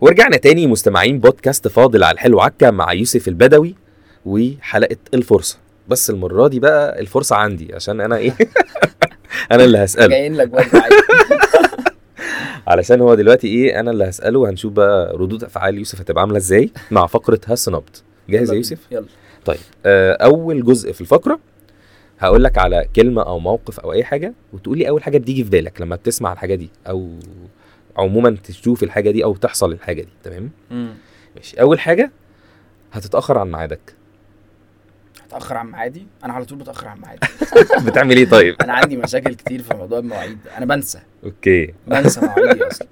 Speaker 1: ورجعنا تاني مستمعين بودكاست فاضل على الحلو عكا مع يوسف البدوي وحلقة الفرصة بس المرة دي بقى الفرصة عندي عشان أنا إيه أنا اللي هسأله
Speaker 2: جايين لك برضه عادي
Speaker 1: علشان هو دلوقتي ايه انا اللي هساله هنشوف بقى ردود افعال يوسف هتبقى عامله ازاي مع فقره هس نبض جاهز يا
Speaker 2: يلا بينا.
Speaker 1: يوسف
Speaker 2: يلا
Speaker 1: آه، اول جزء في الفقره هقول لك على كلمه او موقف او اي حاجه وتقول لي اول حاجه بتيجي في بالك لما بتسمع الحاجه دي او عموما تشوف الحاجه دي او تحصل الحاجه دي تمام
Speaker 2: مم.
Speaker 1: ماشي اول حاجه هتتاخر عن ميعادك
Speaker 2: اتاخر عن ميعادي انا على طول بتاخر عن ميعادي
Speaker 1: بتعمل ايه طيب
Speaker 2: انا عندي مشاكل كتير في موضوع المواعيد ده. انا بنسى
Speaker 1: اوكي
Speaker 2: بنسى مواعيدي اصلا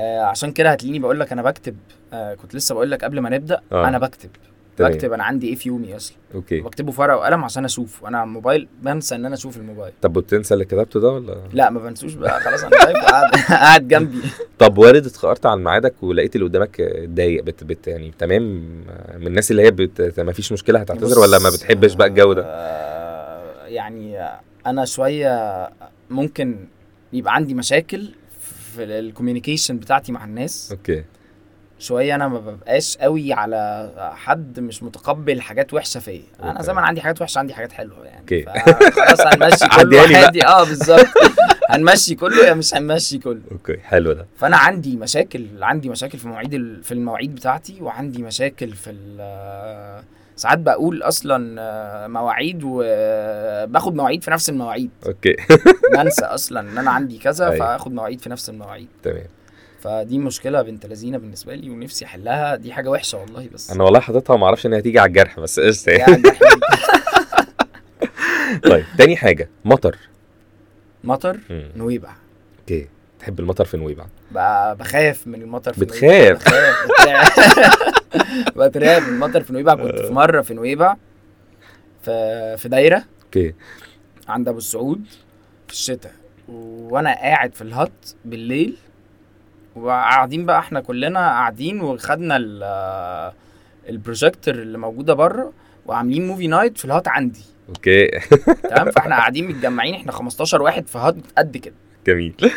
Speaker 2: آه عشان كده هتلاقيني بقول لك انا بكتب آه كنت لسه بقول لك قبل ما نبدا
Speaker 1: آه.
Speaker 2: انا بكتب
Speaker 1: تمام.
Speaker 2: بكتب انا عندي ايه في يومي اصلا
Speaker 1: اوكي
Speaker 2: بكتبه ورقه وقلم عشان اشوف وانا على الموبايل بنسى ان انا اشوف الموبايل
Speaker 1: طب بتنسى اللي كتبته ده ولا
Speaker 2: لا ما بنسوش بقى خلاص انا شايف قاعد قاعد جنبي
Speaker 1: طب وارد اتاخرت عن ميعادك ولقيت اللي قدامك اتضايق بت, بت يعني تمام آه، من الناس اللي هي بت... ما فيش مشكله هتعتذر ولا ما
Speaker 2: بص،
Speaker 1: بتحبش بقى الجو ده
Speaker 2: آه، يعني انا شويه ممكن يبقى عندي مشاكل في الكوميونيكيشن بتاعتي مع الناس
Speaker 1: اوكي
Speaker 2: شويه انا ما ببقاش قوي على حد مش متقبل حاجات وحشه فيا انا
Speaker 1: أوكي.
Speaker 2: زمان عندي حاجات وحشه عندي حاجات حلوه يعني
Speaker 1: أوكي.
Speaker 2: خلاص هنمشي كله
Speaker 1: عديها لي بقى.
Speaker 2: هادي اه بالظبط هنمشي كله يا مش هنمشي كله
Speaker 1: اوكي حلو ده
Speaker 2: فانا عندي مشاكل عندي مشاكل في مواعيد ال- في المواعيد بتاعتي وعندي مشاكل في ال- ساعات بقول اصلا آه، مواعيد وباخد مواعيد في نفس المواعيد
Speaker 1: اوكي
Speaker 2: بنسى اصلا ان انا عندي كذا
Speaker 1: أيوة.
Speaker 2: فاخد مواعيد في نفس المواعيد
Speaker 1: تمام
Speaker 2: فدي مشكله بنت لذينه بالنسبه لي ونفسي احلها دي حاجه وحشه والله بس
Speaker 1: انا والله حاططها ما اعرفش ان هي هتيجي على الجرح بس قشطه يعني.
Speaker 2: يعني
Speaker 1: طيب تاني حاجه مطر
Speaker 2: مطر
Speaker 1: مم.
Speaker 2: نويبع
Speaker 1: اوكي تحب المطر في نويبع
Speaker 2: ب- بخاف من المطر في
Speaker 1: بتخاف؟
Speaker 2: نويبع. بخاف بترعب. بترعب من المطر في نويبع كنت في مره في نويبع في في دايره
Speaker 1: اوكي
Speaker 2: عند ابو السعود في الشتاء وانا قاعد في الهط بالليل وقاعدين بقى احنا كلنا قاعدين وخدنا ال- البروجيكتور اللي موجوده بره وعاملين موفي نايت في الهط عندي
Speaker 1: اوكي
Speaker 2: تمام فاحنا قاعدين متجمعين احنا 15 واحد في هط قد كده
Speaker 1: جميل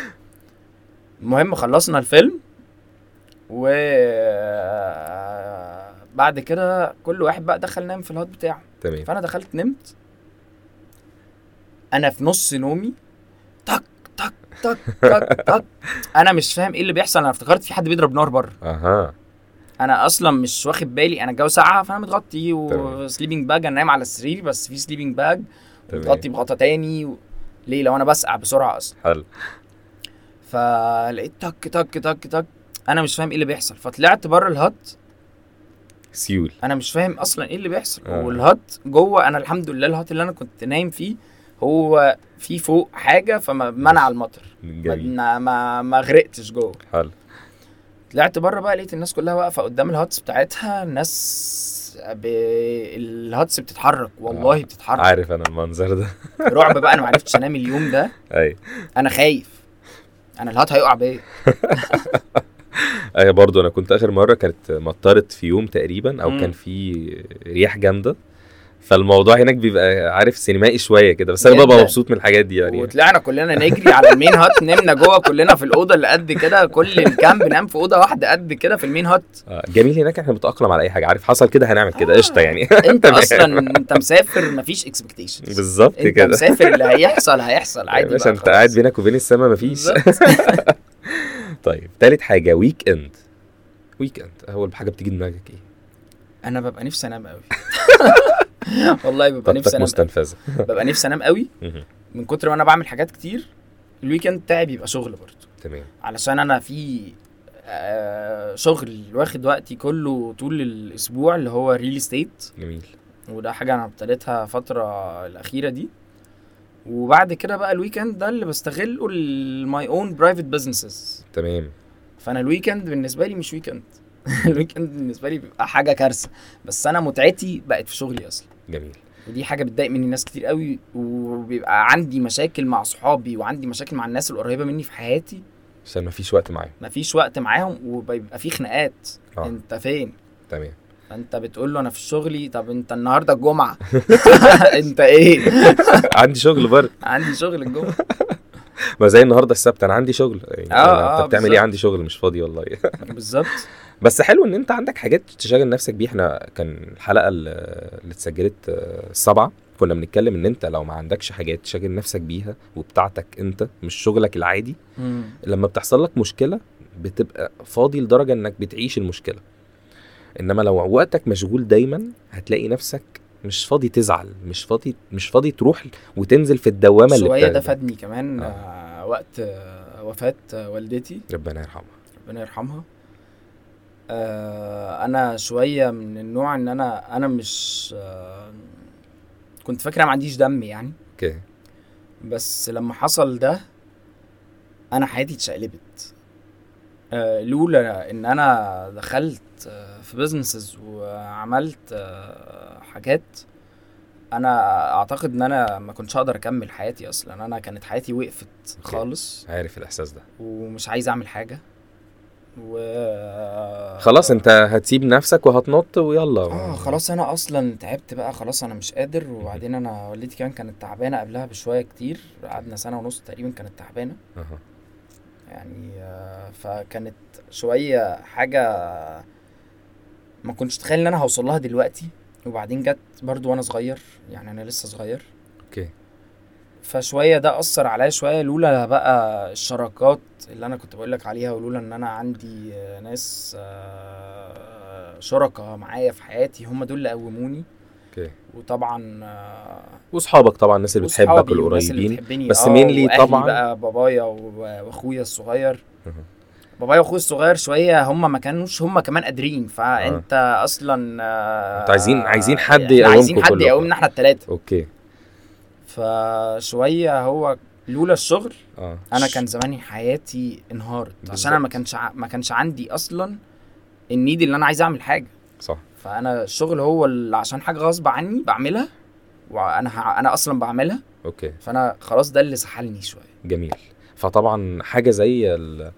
Speaker 2: المهم خلصنا الفيلم و بعد كده كل واحد بقى دخل نام في الهات بتاعه
Speaker 1: تمام
Speaker 2: فانا دخلت نمت انا في نص نومي تك تك تك تك تك انا مش فاهم ايه اللي بيحصل انا افتكرت في حد بيضرب نار بره
Speaker 1: اها
Speaker 2: انا اصلا مش واخد بالي انا الجو ساقعه فانا متغطي
Speaker 1: تمام.
Speaker 2: وسليبنج باج انا نايم على السرير بس في سليبنج باج
Speaker 1: تمام.
Speaker 2: متغطي بغطا تاني و... ليه لو انا بسقع بسرعه اصلا
Speaker 1: حلو
Speaker 2: فلقيت تك تك تك تك انا مش فاهم ايه اللي بيحصل فطلعت بره الهت
Speaker 1: سيول
Speaker 2: انا مش فاهم اصلا ايه اللي بيحصل
Speaker 1: آه.
Speaker 2: والهت جوه انا الحمد لله الهت اللي انا كنت نايم فيه هو في فوق حاجه فمنع المطر
Speaker 1: جميل
Speaker 2: ما ما ما غرقتش جوه
Speaker 1: حلو
Speaker 2: طلعت بره بقى لقيت الناس كلها واقفه قدام الهاتس بتاعتها الناس ب... الهاتس بتتحرك والله
Speaker 1: آه.
Speaker 2: بتتحرك
Speaker 1: عارف انا المنظر ده
Speaker 2: رعب بقى انا ما عرفتش انام اليوم ده
Speaker 1: اي
Speaker 2: انا خايف انا الهات هيقع بيا
Speaker 1: ايوه برضو انا كنت اخر مره كانت مطرت في يوم تقريبا او
Speaker 2: مم.
Speaker 1: كان في رياح جامده فالموضوع هناك بيبقى عارف سينمائي شويه كده بس انا ببقى
Speaker 2: جدا.
Speaker 1: مبسوط من الحاجات دي يعني
Speaker 2: وطلعنا كلنا نجري على المين هات نمنا جوه كلنا في الاوضه اللي قد كده كل الكامب نام في اوضه واحده قد كده في المين هات
Speaker 1: آه، جميل هناك احنا بنتاقلم على اي حاجه عارف حصل كده هنعمل كده
Speaker 2: آه.
Speaker 1: قشطه يعني
Speaker 2: انت
Speaker 1: تمام.
Speaker 2: اصلا انت مسافر مفيش اكسبكتيشنز
Speaker 1: بالظبط
Speaker 2: انت
Speaker 1: كده
Speaker 2: مسافر اللي هيحصل هيحصل
Speaker 1: يا
Speaker 2: عادي
Speaker 1: باشا
Speaker 2: بقى
Speaker 1: انت قاعد بينك وبين السما مفيش طيب تالت حاجه ويك اند ويك اند اول حاجه بتيجي دماغك ايه؟
Speaker 2: انا ببقى نفسي انام قوي والله ببقى نفسي
Speaker 1: طاقتك
Speaker 2: انام
Speaker 1: مستنفذه
Speaker 2: ببقى نفسي انام قوي
Speaker 1: مهم.
Speaker 2: من كتر ما انا بعمل حاجات كتير الويكند بتاعي بيبقى شغل برضه
Speaker 1: تمام
Speaker 2: علشان انا في آه، شغل واخد وقتي كله طول الاسبوع اللي هو ريل استيت
Speaker 1: جميل
Speaker 2: وده حاجة أنا ابتديتها فترة الأخيرة دي وبعد كده بقى الويكند ده اللي بستغله لماي اون برايفت بزنسز
Speaker 1: تمام
Speaker 2: فأنا الويكند بالنسبة لي مش ويكند الويكند بالنسبة لي بيبقى حاجة كارثة بس أنا متعتي بقت في شغلي أصلا
Speaker 1: جميل
Speaker 2: ودي حاجة بتضايق مني ناس كتير قوي وبيبقى عندي مشاكل مع صحابي وعندي مشاكل مع الناس القريبة مني في حياتي
Speaker 1: عشان مفيش وقت معايا
Speaker 2: مفيش وقت معاهم وبيبقى في خناقات
Speaker 1: آه.
Speaker 2: انت فين
Speaker 1: تمام
Speaker 2: فانت بتقول له انا في شغلي طب انت النهارده الجمعه انت ايه
Speaker 1: عندي شغل برضه
Speaker 2: عندي شغل الجمعه
Speaker 1: ما زي النهارده السبت انا عندي شغل يعني
Speaker 2: اه،
Speaker 1: أنا-
Speaker 2: اه،
Speaker 1: انت بتعمل ايه
Speaker 2: بالظبط.
Speaker 1: عندي شغل مش فاضي والله
Speaker 2: بالظبط
Speaker 1: بس حلو ان انت عندك حاجات تشغل نفسك بيها احنا كان الحلقه اللي اللي اتسجلت آه، السبعه كنا بنتكلم ان انت لو ما عندكش حاجات تشغل نفسك بيها وبتاعتك انت مش شغلك العادي لما بتحصل لك مشكله بتبقى فاضي لدرجه انك بتعيش المشكله انما لو وقتك مشغول دايما هتلاقي نفسك مش فاضي تزعل مش فاضي مش فاضي تروح وتنزل في الدوامه اللي
Speaker 2: شويه ده
Speaker 1: بتاخدك.
Speaker 2: فادني كمان
Speaker 1: آه.
Speaker 2: آه. وقت آه وفاه آه، والدتي
Speaker 1: ربنا يرحمها
Speaker 2: ربنا يرحمها آه انا شويه من النوع ان انا انا مش آه كنت فاكر أنا ما عنديش دم يعني
Speaker 1: اوكي
Speaker 2: بس لما حصل ده انا حياتي اتشقلبت آه، لولا ان انا دخلت آه، في بيزنسز وعملت آه، حاجات انا اعتقد ان انا ما كنتش هقدر اكمل حياتي اصلا انا كانت حياتي وقفت
Speaker 1: أوكي.
Speaker 2: خالص
Speaker 1: عارف الاحساس ده
Speaker 2: ومش عايز اعمل حاجه و
Speaker 1: خلاص انت هتسيب نفسك وهتنط ويلا
Speaker 2: اه خلاص انا اصلا تعبت بقى خلاص انا مش قادر وبعدين انا والدتي كمان كانت تعبانه قبلها بشويه كتير قعدنا سنه ونص تقريبا كانت تعبانه
Speaker 1: أها.
Speaker 2: يعني آه، فكانت شوية حاجة ما كنتش اتخيل ان انا هوصل لها دلوقتي وبعدين جت برضو وانا صغير يعني انا لسه صغير
Speaker 1: اوكي
Speaker 2: فشوية ده أثر عليا شوية لولا بقى الشراكات اللي أنا كنت بقولك عليها ولولا إن أنا عندي آه، ناس آه، شركاء معايا في حياتي هم دول اللي قوموني
Speaker 1: اوكي
Speaker 2: وطبعا آه،
Speaker 1: واصحابك طبعا الناس اللي بتحبك
Speaker 2: وصحابي والناس اللي
Speaker 1: والقريبين
Speaker 2: بتحبني
Speaker 1: بس
Speaker 2: آه،
Speaker 1: mainly
Speaker 2: وأهلي
Speaker 1: طبعاً.
Speaker 2: بقى بابايا و- واخويا الصغير
Speaker 1: أها.
Speaker 2: بابايا واخويا الصغير شويه هم ما كانوش هم كمان قادرين فانت اصلا آه،
Speaker 1: انتوا عايزين- عايزين حد
Speaker 2: إحنا عايزين
Speaker 1: يقومكوا
Speaker 2: حد
Speaker 1: كلكم.
Speaker 2: يقومنا احنا الثلاثه
Speaker 1: اوكي
Speaker 2: فشويه هو لولا الشغل
Speaker 1: اه
Speaker 2: انا كان زماني حياتي انهارت عشان انا ما
Speaker 1: بالظبط.
Speaker 2: كانش ع- ما كانش عندي اصلا النيد اللي انا عايز اعمل حاجه
Speaker 1: صح
Speaker 2: فانا الشغل هو اللي عشان حاجه غصب عني بعملها وانا ه... انا اصلا بعملها
Speaker 1: اوكي
Speaker 2: فانا خلاص ده اللي سحلني شويه
Speaker 1: جميل فطبعا حاجه زي ال...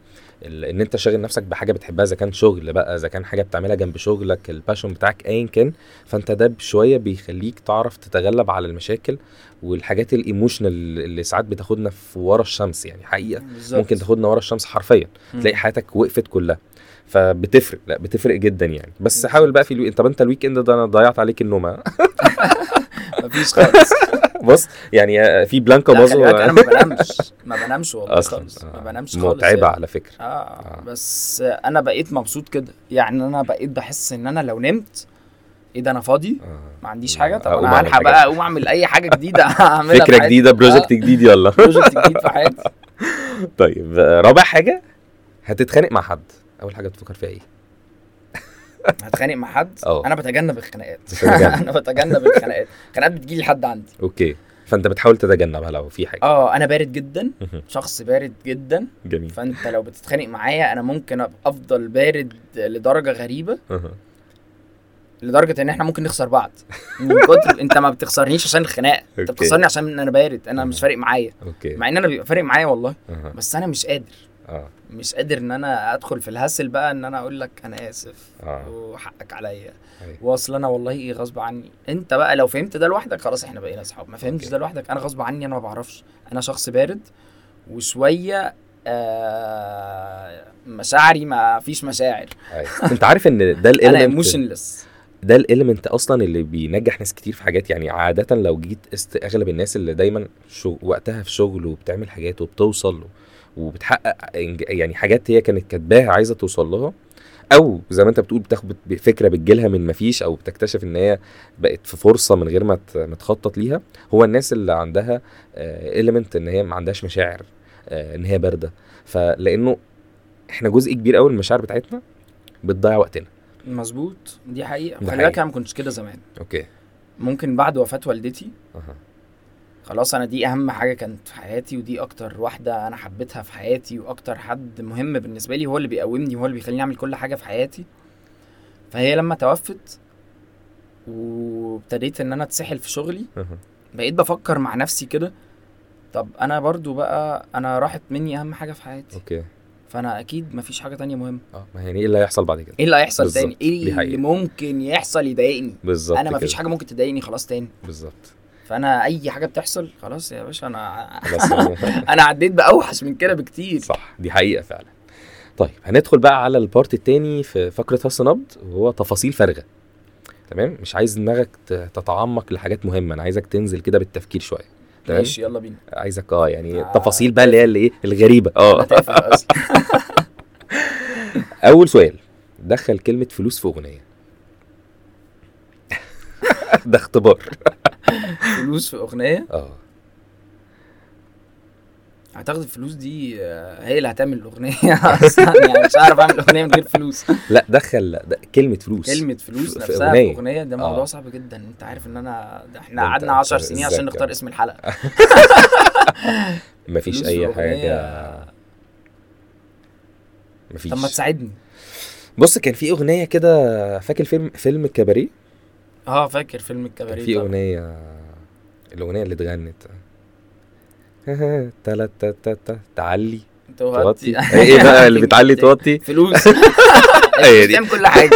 Speaker 1: ال... ان انت شاغل نفسك بحاجه بتحبها اذا كان شغل بقى اذا كان حاجه بتعملها جنب شغلك الباشون بتاعك ايا كان فانت ده شويه بيخليك تعرف تتغلب على المشاكل والحاجات الايموشنال اللي ساعات بتاخدنا في ورا الشمس يعني حقيقه
Speaker 2: بالظبط
Speaker 1: ممكن تاخدنا ورا الشمس حرفيا تلاقي حياتك وقفت كلها فبتفرق لا بتفرق جدا يعني بس
Speaker 2: بالظبط.
Speaker 1: حاول بقى في الوي... طب انت الويك اند ده انا ضيعت عليك النوم
Speaker 2: مفيش خالص
Speaker 1: بص يعني في بلانكا
Speaker 2: لا،
Speaker 1: بازو
Speaker 2: خلي بالك انا ما بنامش ما بنامش والله خالص
Speaker 1: آه،
Speaker 2: ما بنامش خالص
Speaker 1: متعبه
Speaker 2: يعني.
Speaker 1: على فكره
Speaker 2: آه.
Speaker 1: آه.
Speaker 2: بس انا بقيت مبسوط كده يعني انا بقيت بحس ان انا لو نمت ايه ده انا فاضي
Speaker 1: آه.
Speaker 2: ما عنديش حاجه طب
Speaker 1: أقوم
Speaker 2: انا
Speaker 1: أعمل
Speaker 2: هلحق
Speaker 1: حاجة.
Speaker 2: بقى اقوم اعمل اي حاجه جديده هعملها في
Speaker 1: فكره
Speaker 2: حياتي.
Speaker 1: جديده بروجكت
Speaker 2: آه،
Speaker 1: جديد يلا
Speaker 2: بروجكت جديد في حياتي
Speaker 1: طيب آه، رابع حاجه هتتخانق مع حد اول حاجه بتفكر فيها ايه
Speaker 2: هتخانق مع حد
Speaker 1: أه.
Speaker 2: انا بتجنب الخناقات
Speaker 1: بتتجنب.
Speaker 2: انا بتجنب الخناقات الخناقات بتجيلي لحد عندي
Speaker 1: اوكي فانت بتحاول تتجنبها لو في حاجه
Speaker 2: اه انا بارد جدا
Speaker 1: أه. مهم.
Speaker 2: شخص بارد جدا
Speaker 1: جميل
Speaker 2: فانت لو بتتخانق معايا انا ممكن ابقى افضل بارد لدرجه غريبه
Speaker 1: مهم.
Speaker 2: لدرجه ان احنا ممكن نخسر بعض من كتر انت ما بتخسرنيش عشان الخناقه انت
Speaker 1: أوكي.
Speaker 2: بتخسرني عشان انا بارد انا مش فارق معايا
Speaker 1: اوكي
Speaker 2: مع ان انا بيبقى فارق معايا والله
Speaker 1: مهم.
Speaker 2: بس انا مش قادر
Speaker 1: اه
Speaker 2: مش قادر ان انا ادخل في الهسل بقى ان انا اقول لك انا اسف
Speaker 1: اه
Speaker 2: وحقك عليا
Speaker 1: أيوة.
Speaker 2: واصل انا والله ايه غصب عني انت بقى لو فهمت ده لوحدك خلاص احنا بقينا اصحاب ما فهمتش
Speaker 1: أوكي.
Speaker 2: ده لوحدك انا غصب عني انا ما بعرفش انا شخص بارد وشويه آه مشاعري ما فيش مشاعر
Speaker 1: أيوة. انت عارف ان ده
Speaker 2: انا
Speaker 1: الاليمنت
Speaker 2: ايموشنلس
Speaker 1: ده الاليمنت اصلا اللي بينجح ناس كتير في حاجات يعني عاده لو جيت است اغلب الناس اللي دايما شو وقتها في شغل وبتعمل حاجات وبتوصل وبتحقق إنج- يعني حاجات هي كانت كاتباها عايزه توصل لها او زي ما انت بتقول بتاخد فكره بتجيلها من ما فيش او بتكتشف ان هي بقت في فرصه من غير ما ت- ما تخطط ليها هو الناس اللي عندها اليمنت ان هي ما عندهاش مشاعر آه، ان هي بارده فلانه احنا جزء كبير قوي من المشاعر بتاعتنا بتضيع وقتنا
Speaker 2: مظبوط دي حقيقه
Speaker 1: ده
Speaker 2: خلي بالك
Speaker 1: حقيقة.
Speaker 2: انا ما كنتش كده زمان
Speaker 1: اوكي
Speaker 2: ممكن بعد وفاه والدتي
Speaker 1: أها.
Speaker 2: خلاص انا دي اهم حاجه كانت في حياتي ودي اكتر واحده انا حبيتها في حياتي واكتر حد مهم بالنسبه لي هو اللي بيقومني هو اللي بيخليني اعمل كل حاجه في حياتي فهي لما توفت وابتديت ان انا اتسحل في شغلي
Speaker 1: أها.
Speaker 2: بقيت بفكر مع نفسي كده طب انا برضو بقى انا راحت مني اهم حاجه في حياتي
Speaker 1: اوكي
Speaker 2: فانا اكيد مفيش حاجه تانية مهمه
Speaker 1: اه ما يعني ايه اللي هيحصل بعد كده
Speaker 2: ايه اللي هيحصل
Speaker 1: بالظبط.
Speaker 2: تاني ايه
Speaker 1: دي
Speaker 2: اللي
Speaker 1: حقيقة.
Speaker 2: ممكن يحصل يضايقني
Speaker 1: بالظبط
Speaker 2: انا مفيش
Speaker 1: كده.
Speaker 2: حاجه ممكن تضايقني خلاص تاني
Speaker 1: بالظبط
Speaker 2: فانا اي حاجه بتحصل خلاص يا باشا انا
Speaker 1: خلاص يعني.
Speaker 2: انا عديت باوحش من كده بكتير
Speaker 1: صح دي حقيقه فعلا طيب هندخل بقى على البارت التاني في فقره هس نبض وهو تفاصيل فارغه تمام مش عايز دماغك ت- تتعمق لحاجات مهمه انا عايزك تنزل كده بالتفكير شويه تمام
Speaker 2: ماشي يلا بينا
Speaker 1: عايزك اه يعني
Speaker 2: آه.
Speaker 1: تفاصيل بقى اللي هي اللي ايه الغريبه اه
Speaker 2: هتقفل أصلاً.
Speaker 1: اول سؤال دخل كلمه فلوس في اغنيه ده اختبار
Speaker 2: فلوس في اغنيه
Speaker 1: اه
Speaker 2: اعتقد الفلوس دي آه، هي اللي هتعمل الاغنيه اصلا يعني مش هعرف اعمل اغنيه من غير فلوس
Speaker 1: لا دخل لا، ده كلمه فلوس
Speaker 2: كلمه فلوس
Speaker 1: في
Speaker 2: نفسها في
Speaker 1: أغنية.
Speaker 2: اغنيه ده موضوع
Speaker 1: آه.
Speaker 2: صعب جدا انت عارف ان انا ده احنا
Speaker 1: ده أنت-
Speaker 2: قعدنا 10
Speaker 1: أنت
Speaker 2: سنين
Speaker 1: إزاي
Speaker 2: عشان نختار
Speaker 1: كده؟
Speaker 2: اسم الحلقه
Speaker 1: مفيش
Speaker 2: فلوس
Speaker 1: اي
Speaker 2: في أغنية.
Speaker 1: حاجه مفيش
Speaker 2: طب ما تساعدني
Speaker 1: بص كان في اغنيه كده فاكر فيلم فيلم الكباريه
Speaker 2: اه فاكر فيلم
Speaker 1: كان
Speaker 2: الكباريه
Speaker 1: في
Speaker 2: طبعاً.
Speaker 1: اغنيه الاغنيه اللي اتغنت تلات تا- تا- تعلي توطي
Speaker 2: توطي
Speaker 1: ايه بقى اللي بتعلي توطي
Speaker 2: فلوس
Speaker 1: هي
Speaker 2: الفلوس
Speaker 1: دي.
Speaker 2: بتعمل كل حاجه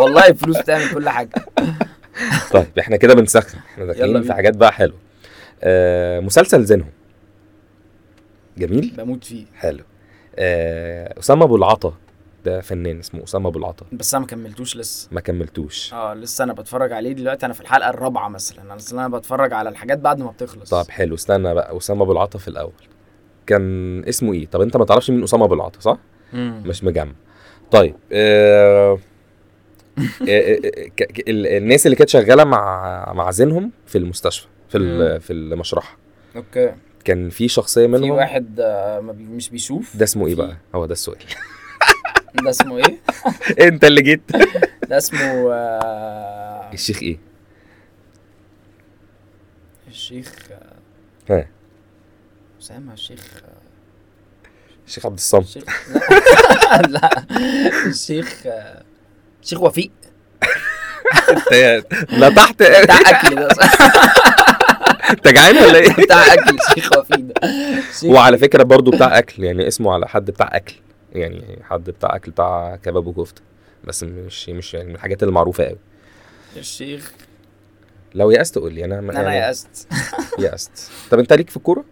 Speaker 2: والله الفلوس بتعمل كل حاجه
Speaker 1: طيب احنا كده بنسخن احنا
Speaker 2: يلا
Speaker 1: داخلين في
Speaker 2: بينا.
Speaker 1: حاجات بقى حلوه آه مسلسل زينهم جميل
Speaker 2: بموت فيه
Speaker 1: حلو آه اسامه ابو العطا ده فنان اسمه اسامه ابو العطا
Speaker 2: بس انا ما كملتوش لسه
Speaker 1: ما كملتوش
Speaker 2: اه لسه انا بتفرج عليه دلوقتي انا في الحلقه الرابعه مثلا انا اصل انا بتفرج على الحاجات بعد ما بتخلص
Speaker 1: طب طيب، حلو استنى بقى اسامه ابو العطا في الاول كان اسمه ايه طب انت ما تعرفش مين اسامه ابو العطا صح
Speaker 2: مم.
Speaker 1: مش مجمع طيب آه... آه، آه، آه، ك- ك- ال- الناس اللي كانت شغاله مع مع زينهم في المستشفى في ال-
Speaker 2: مم.
Speaker 1: في المشرحه
Speaker 2: اوكي
Speaker 1: كان في شخصيه منهم
Speaker 2: في واحد آه، ما بي... مش بيشوف
Speaker 1: ده اسمه ايه
Speaker 2: في-
Speaker 1: بقى هو ده السؤال
Speaker 2: ده اسمه ايه
Speaker 1: انت اللي جيت
Speaker 2: ده اسمه آه،
Speaker 1: إيه؟ الشيخ ايه
Speaker 2: الشيخ آه،
Speaker 1: ها.
Speaker 2: اسامه الشيخ
Speaker 1: الشيخ عبد الصمد
Speaker 2: الشيخ لا لا الشيخ آه، الشيخ وفيق
Speaker 1: لا تحت
Speaker 2: بتاع اكل ده
Speaker 1: انت جعان ولا ايه؟
Speaker 2: بتاع اكل الشيخ وفيق ده الشيخ-
Speaker 1: وعلى فكره برضو بتاع اكل يعني اسمه على حد بتاع اكل يعني حد بتاع اكل بتاع كباب وكفته بس مش مش يعني من الحاجات المعروفه قوي
Speaker 2: الشيخ
Speaker 1: لو يأست قول لي انا
Speaker 2: انا
Speaker 1: يعني
Speaker 2: يأست
Speaker 1: يأست طب انت ليك في الكوره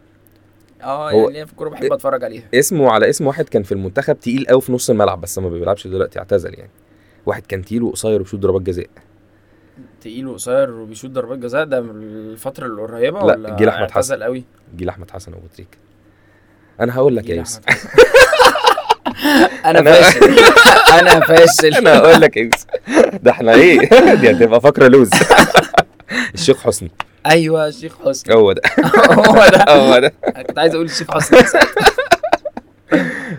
Speaker 2: اه
Speaker 1: هو-
Speaker 2: يعني ليا في الكوره بحب اتفرج عليها
Speaker 1: اسمه على اسم واحد كان في المنتخب تقيل قوي في نص الملعب بس ما بيلعبش دلوقتي اعتزل يعني واحد كان تقيل وقصير وبيشوط ضربات جزاء
Speaker 2: تقيل وقصير وبيشوط ضربات جزاء ده من الفتره القريبه
Speaker 1: لا،
Speaker 2: ولا
Speaker 1: جيل أحمد حسن.
Speaker 2: اعتزل قوي
Speaker 1: جيل احمد حسن ابو تريكه انا هقول لك إيه، يا
Speaker 2: جيل
Speaker 1: يوسف
Speaker 2: أحمد حسن. انا
Speaker 1: أنا-
Speaker 2: فاشل انا فاشل
Speaker 1: انا هقول لك يا يوسف ده احنا ايه دي هتبقى فقره لوز الشيخ حسني
Speaker 2: ايوه الشيخ حسني
Speaker 1: هو ده
Speaker 2: هو ده
Speaker 1: هو ده
Speaker 2: أنا كنت عايز اقول الشيخ حسني بس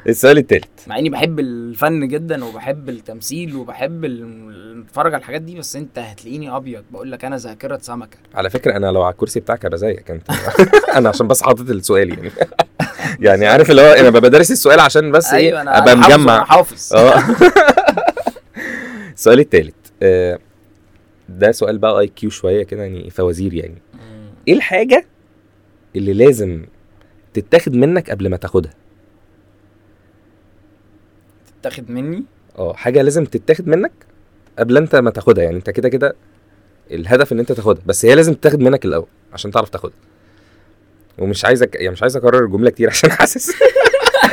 Speaker 1: السؤال التالت
Speaker 2: مع اني بحب الفن جدا وبحب التمثيل وبحب ال- اتفرج على الحاجات دي بس انت هتلاقيني ابيض بقول لك انا ذاكره سمكه
Speaker 1: على فكره انا لو على الكرسي بتاعك هبقى زيك انت انا عشان بس حاطط السؤال يعني يعني عارف اللي هو انا ببقى دارس السؤال عشان بس ايه
Speaker 2: ايوه انا
Speaker 1: ابقى
Speaker 2: أنا حافظ
Speaker 1: مجمع
Speaker 2: وأنا حافظ
Speaker 1: اه السؤال التالت آه، ده سؤال بقى اي كيو شويه كده يعني فوازير يعني
Speaker 2: مم.
Speaker 1: ايه الحاجه اللي لازم تتاخد منك قبل ما تاخدها
Speaker 2: تتاخد مني
Speaker 1: اه حاجه لازم تتاخد منك قبل انت ما تاخدها يعني انت كده كده الهدف ان انت تاخدها بس هي لازم تتاخد منك الاول عشان تعرف تاخدها ومش عايزك يعني مش عايز اكرر الجمله كتير عشان حاسس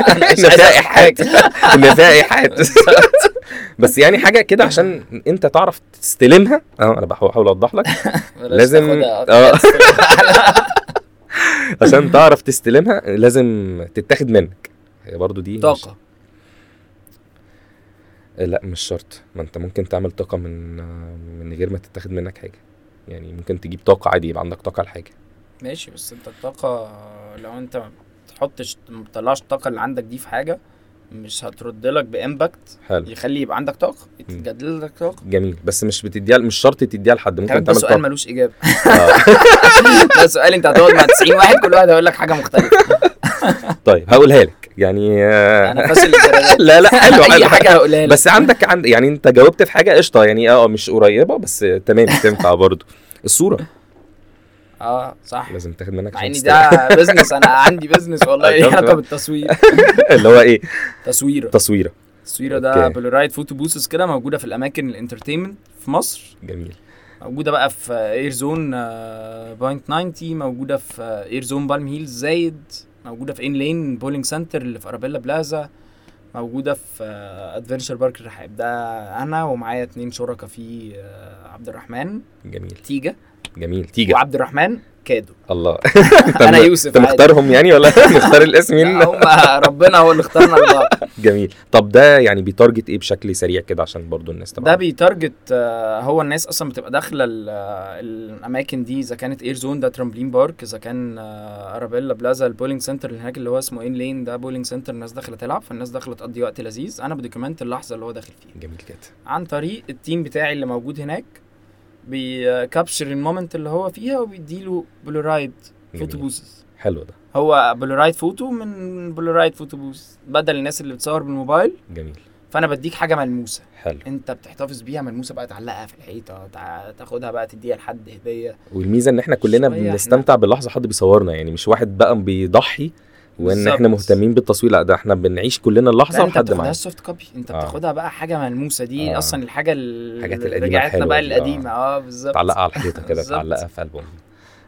Speaker 2: أنا مش
Speaker 1: ان
Speaker 2: عايز
Speaker 1: فيها
Speaker 2: أقول
Speaker 1: ايحاءات
Speaker 2: حاجة.
Speaker 1: ان فيها ايحاءات بس يعني حاجه كده عشان انت تعرف تستلمها اه انا بحاول أحاول اوضح لك
Speaker 2: بلاش
Speaker 1: لازم-
Speaker 2: تاخدها.
Speaker 1: آه. عشان تعرف تستلمها لازم تتاخد منك هي برضو دي مش-
Speaker 2: طاقه
Speaker 1: آه، لا مش شرط ما انت ممكن تعمل طاقه من آه، من غير ما تتاخد منك حاجه يعني ممكن تجيب طاقه عادي يبقى عندك طاقه لحاجه
Speaker 2: ماشي بس انت الطاقه لو انت ما بتحطش ما بتطلعش الطاقه اللي عندك دي في حاجه مش هترد لك بامباكت
Speaker 1: حلو
Speaker 2: يخلي يبقى عندك طاقه يتجدد لك طاقه
Speaker 1: جميل بس مش بتديها مش شرط تديها لحد ممكن
Speaker 2: كمان ده
Speaker 1: تعمل
Speaker 2: سؤال
Speaker 1: طاقه
Speaker 2: ملوش اجابه
Speaker 1: آه.
Speaker 2: ده سؤال انت هتقعد مع 90 واحد كل واحد هيقول لك حاجه مختلفه
Speaker 1: طيب هقولها لك يعني آه،
Speaker 2: انا فاشل للدرجة دي.
Speaker 1: لا لا حلو
Speaker 2: اي
Speaker 1: حلو
Speaker 2: حاجه هقولها لك
Speaker 1: أيوة، بس عندك عند يعني انت جاوبت في حاجه قشطه يعني اه مش قريبه بس تمام تنفع برضو الصوره
Speaker 2: اه صح
Speaker 1: لازم تاخد منك
Speaker 2: مع
Speaker 1: عشان
Speaker 2: ان
Speaker 1: تستلم.
Speaker 2: ده بزنس انا عندي بزنس والله ليه
Speaker 1: شفت
Speaker 2: علاقه
Speaker 1: بقى؟
Speaker 2: بالتصوير
Speaker 1: اللي هو ايه
Speaker 2: تصويره
Speaker 1: تصويره
Speaker 2: التصويره ده
Speaker 1: أوكي.
Speaker 2: بلورايد فوتو بوسز كده موجوده في الاماكن الانترتينمنت في مصر
Speaker 1: جميل
Speaker 2: موجوده بقى في اير زون آه، بوينت 90 موجوده في آه، اير زون بالم هيلز زايد موجوده في ان لين بولينج سنتر اللي في ارابيلا بلازا موجوده في آه، ادفنشر بارك الرحاب ده انا ومعايا اتنين شركاء فيه آه، عبد الرحمن
Speaker 1: جميل
Speaker 2: تيجا
Speaker 1: جميل تيجا
Speaker 2: وعبد الرحمن كادو
Speaker 1: الله
Speaker 2: انا يوسف
Speaker 1: انت مختارهم يعني ولا مختار الاسم
Speaker 2: لا،
Speaker 1: مين
Speaker 2: هم ربنا هو اللي اختارنا لبعض
Speaker 1: جميل طب ده يعني بيتارجت ايه بشكل سريع كده عشان برضو الناس تبقى
Speaker 2: ده بيتارجت آه، هو الناس اصلا بتبقى داخله ال- آه، الاماكن دي اذا كانت اير زون ده ترامبلين بارك اذا كان آه، ارابيلا بلازا البولينج سنتر اللي هناك اللي هو اسمه ان لين ده بولينج سنتر الناس داخله تلعب فالناس داخله تقضي وقت لذيذ انا بدوكيمنت اللحظه اللي هو داخل فيها
Speaker 1: جميل كده
Speaker 2: عن طريق التيم بتاعي اللي موجود هناك بيكابشر المومنت اللي هو فيها وبيديله بلورايد
Speaker 1: جميل.
Speaker 2: فوتو بوسز
Speaker 1: حلو ده
Speaker 2: هو بلورايد فوتو من بلورايد فوتو بوز بدل الناس اللي بتصور بالموبايل
Speaker 1: جميل
Speaker 2: فانا بديك حاجه ملموسه
Speaker 1: حلو
Speaker 2: انت بتحتفظ بيها ملموسه بقى تعلقها في الحيطه تع- تاخدها بقى تديها لحد هديه
Speaker 1: والميزه ان احنا كلنا
Speaker 2: شوية احنا-
Speaker 1: بنستمتع باللحظه حد بيصورنا يعني مش واحد بقى بيضحي وان احنا
Speaker 2: بالظبط. يعني
Speaker 1: مهتمين بالتصوير لا ده احنا بنعيش كلنا
Speaker 2: لا
Speaker 1: اللحظه
Speaker 2: انت
Speaker 1: وحد
Speaker 2: بتاخدها
Speaker 1: معانا
Speaker 2: سوفت كوبي انت
Speaker 1: آه.
Speaker 2: بتاخدها بقى حاجه ملموسه دي
Speaker 1: آه.
Speaker 2: اصلا الحاجه اللي
Speaker 1: الحاجات القديمة
Speaker 2: رجعتنا
Speaker 1: الحلوة
Speaker 2: بقى
Speaker 1: دي، آه.
Speaker 2: القديمه اه بالظبط
Speaker 1: تعلقها على الحيطه كده
Speaker 2: بالظبط.
Speaker 1: تعلقها في البوم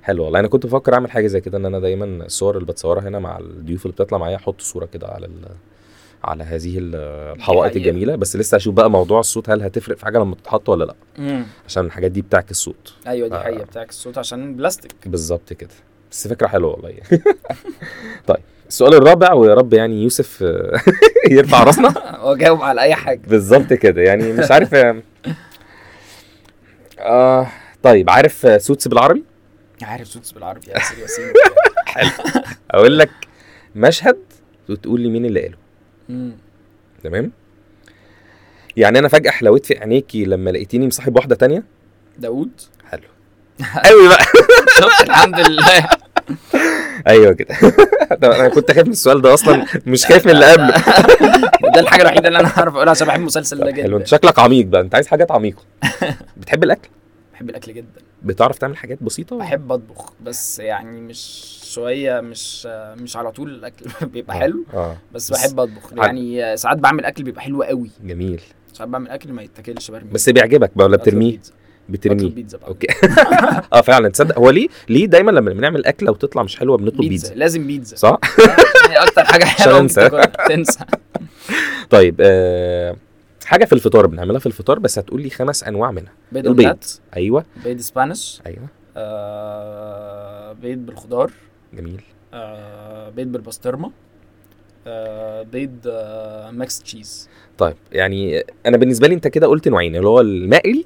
Speaker 1: حلو والله انا كنت بفكر اعمل حاجه زي كده ان انا دايما الصور اللي بتصورها هنا مع الضيوف اللي بتطلع معايا احط صوره كده على ال... على هذه ال- الحوائط
Speaker 2: حقيقة.
Speaker 1: الجميله بس لسه هشوف بقى موضوع الصوت هل هتفرق في حاجه لما تتحط ولا لا
Speaker 2: مم.
Speaker 1: عشان الحاجات دي بتعكس الصوت
Speaker 2: ايوه دي
Speaker 1: آه.
Speaker 2: حقيقه بتعكس الصوت عشان بلاستيك
Speaker 1: بالظبط كده بس فكره حلوه والله طيب السؤال الرابع ويا رب يعني يوسف آه، يرفع راسنا
Speaker 2: واجاوب على اي حاجه
Speaker 1: بالظبط كده يعني مش عارف آه، آه طيب عارف آه، سوتس بالعربي
Speaker 2: عارف صوت بالعربي يا ياسر ياسين
Speaker 1: اقول لك مشهد وتقول لي مين اللي قاله
Speaker 2: مم.
Speaker 1: تمام يعني انا فجاه حلوت في عينيكي لما لقيتيني مصاحب واحده تانية
Speaker 2: داوود
Speaker 1: حلو قوي بقى
Speaker 2: شفت الحمد لله
Speaker 1: ايوه كده طب انا كنت خايف من السؤال ده اصلا مش خايف من اللي قبله
Speaker 2: ده الحاجه الوحيده اللي انا هعرف اقولها عشان بحب المسلسل ده
Speaker 1: حلو
Speaker 2: جدا
Speaker 1: انت شكلك عميق بقى انت عايز حاجات عميقه بتحب الاكل
Speaker 2: بحب الاكل جدا
Speaker 1: بتعرف تعمل حاجات بسيطه
Speaker 2: بحب اطبخ بس يعني مش شويه مش مش على طول الاكل بيبقى
Speaker 1: آه،
Speaker 2: حلو
Speaker 1: اه
Speaker 2: بس
Speaker 1: بس
Speaker 2: بحب اطبخ
Speaker 1: عاد-
Speaker 2: يعني ساعات بعمل اكل بيبقى حلو قوي
Speaker 1: جميل
Speaker 2: ساعات بعمل اكل ما يتاكلش برميه
Speaker 1: بس بيعجبك بقى ولا
Speaker 2: بطلب
Speaker 1: بترميه
Speaker 2: بيتزا. بطلب
Speaker 1: بترميه
Speaker 2: بيتزا بقى
Speaker 1: اوكي اه فعلا تصدق هو ليه ليه دايما لما بنعمل اكله وتطلع مش حلوه بنطلب
Speaker 2: بيتزا
Speaker 1: بيتزا
Speaker 2: لازم بيتزا
Speaker 1: صح
Speaker 2: يعني اكتر حاجه حلوه
Speaker 1: أنسى.
Speaker 2: ممكن تاكلها. تنسى
Speaker 1: طيب آه حاجه في الفطار بنعملها في الفطار بس هتقول لي خمس انواع منها
Speaker 2: بيض
Speaker 1: البيض.
Speaker 2: اومليت
Speaker 1: ايوه
Speaker 2: بيض سبانيش
Speaker 1: ايوه
Speaker 2: آه بيض بالخضار
Speaker 1: جميل
Speaker 2: آه بيض بالبسطرمه آه بيض آه ماكس تشيز
Speaker 1: طيب يعني انا بالنسبه لي انت كده قلت نوعين اللي هو المقلي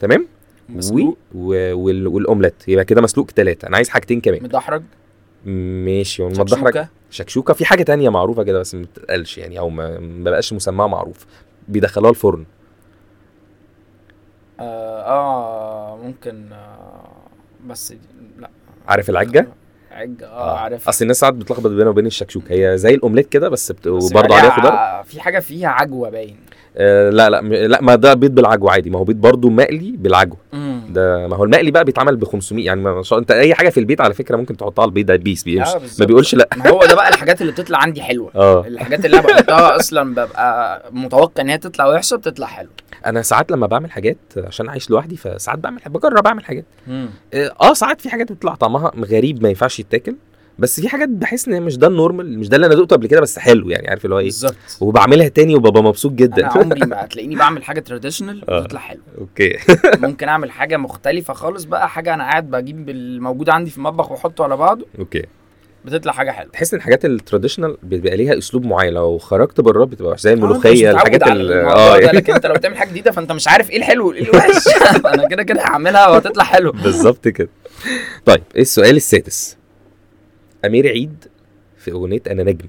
Speaker 1: تمام
Speaker 2: مسلوق
Speaker 1: و... وال... والاومليت يبقى كده مسلوق ثلاثه انا عايز حاجتين كمان
Speaker 2: مدحرج
Speaker 1: ماشي والمدحرج
Speaker 2: شكشوكه
Speaker 1: شكشوكه في حاجه تانية معروفه كده بس ما بتتقالش يعني او ما ما بقاش مسماها معروف بيدخلوها الفرن
Speaker 2: آه, اه ممكن آه بس دي- لا
Speaker 1: عارف العجه
Speaker 2: عجه
Speaker 1: آه.
Speaker 2: اه عارف
Speaker 1: اصل الناس ساعات بتلخبط بينها وبين الشكشوكه هي زي الاومليت كده بس بت...
Speaker 2: بس
Speaker 1: وبرضه عليها خضار
Speaker 2: في حاجه فيها عجوه باين
Speaker 1: آه لا لا م- لا ما ده بيض بالعجوه عادي ما هو بيض برضه مقلي بالعجوه
Speaker 2: مم.
Speaker 1: ده ما هو المقلي بقى بيتعمل ب 500 يعني ما شاء انت اي حاجه في البيت على فكره ممكن تحطها على البيض ده بيس بيمشي
Speaker 2: آه،
Speaker 1: ما
Speaker 2: بالظبط.
Speaker 1: بيقولش لا
Speaker 2: ما هو ده بقى الحاجات اللي بتطلع عندي حلوه
Speaker 1: اه
Speaker 2: الحاجات اللي انا بحطها اصلا ببقى متوقع ان هي تطلع وحشه بتطلع حلوه
Speaker 1: انا ساعات لما بعمل حاجات عشان عايش لوحدي فساعات بعمل بجرب اعمل حاجات
Speaker 2: مم.
Speaker 1: اه آه، ساعات في حاجات بتطلع طعمها غريب ما ينفعش يتاكل بس في حاجات بحس ان هي مش ده النورمال مش ده اللي انا دقته قبل كده بس حلو يعني عارف اللي هو ايه
Speaker 2: بالظبط
Speaker 1: وبعملها تاني وببقى مبسوط جدا
Speaker 2: انا عمري ما هتلاقيني بعمل حاجه تراديشنال
Speaker 1: آه.
Speaker 2: بتطلع حلوه
Speaker 1: اوكي
Speaker 2: ممكن اعمل حاجه مختلفه خالص بقى حاجه انا قاعد بجيب الموجود عندي في المطبخ واحطه على بعضه
Speaker 1: اوكي
Speaker 2: بتطلع حاجه حلوه
Speaker 1: تحس ان الحاجات التراديشنال بيبقى ليها اسلوب معين لو خرجت بره بتبقى زي
Speaker 2: آه، أنت مش
Speaker 1: الملوخيه
Speaker 2: متعود
Speaker 1: الحاجات
Speaker 2: على
Speaker 1: ال-
Speaker 2: الموضوع
Speaker 1: اه
Speaker 2: ده،
Speaker 1: يعني.
Speaker 2: لكن انت لو بتعمل حاجه جديده فانت مش عارف ايه الحلو وايه الوحش انا كده كده هعملها وهتطلع حلو
Speaker 1: بالظبط كده طيب السؤال السادس امير عيد في اغنيه انا نجم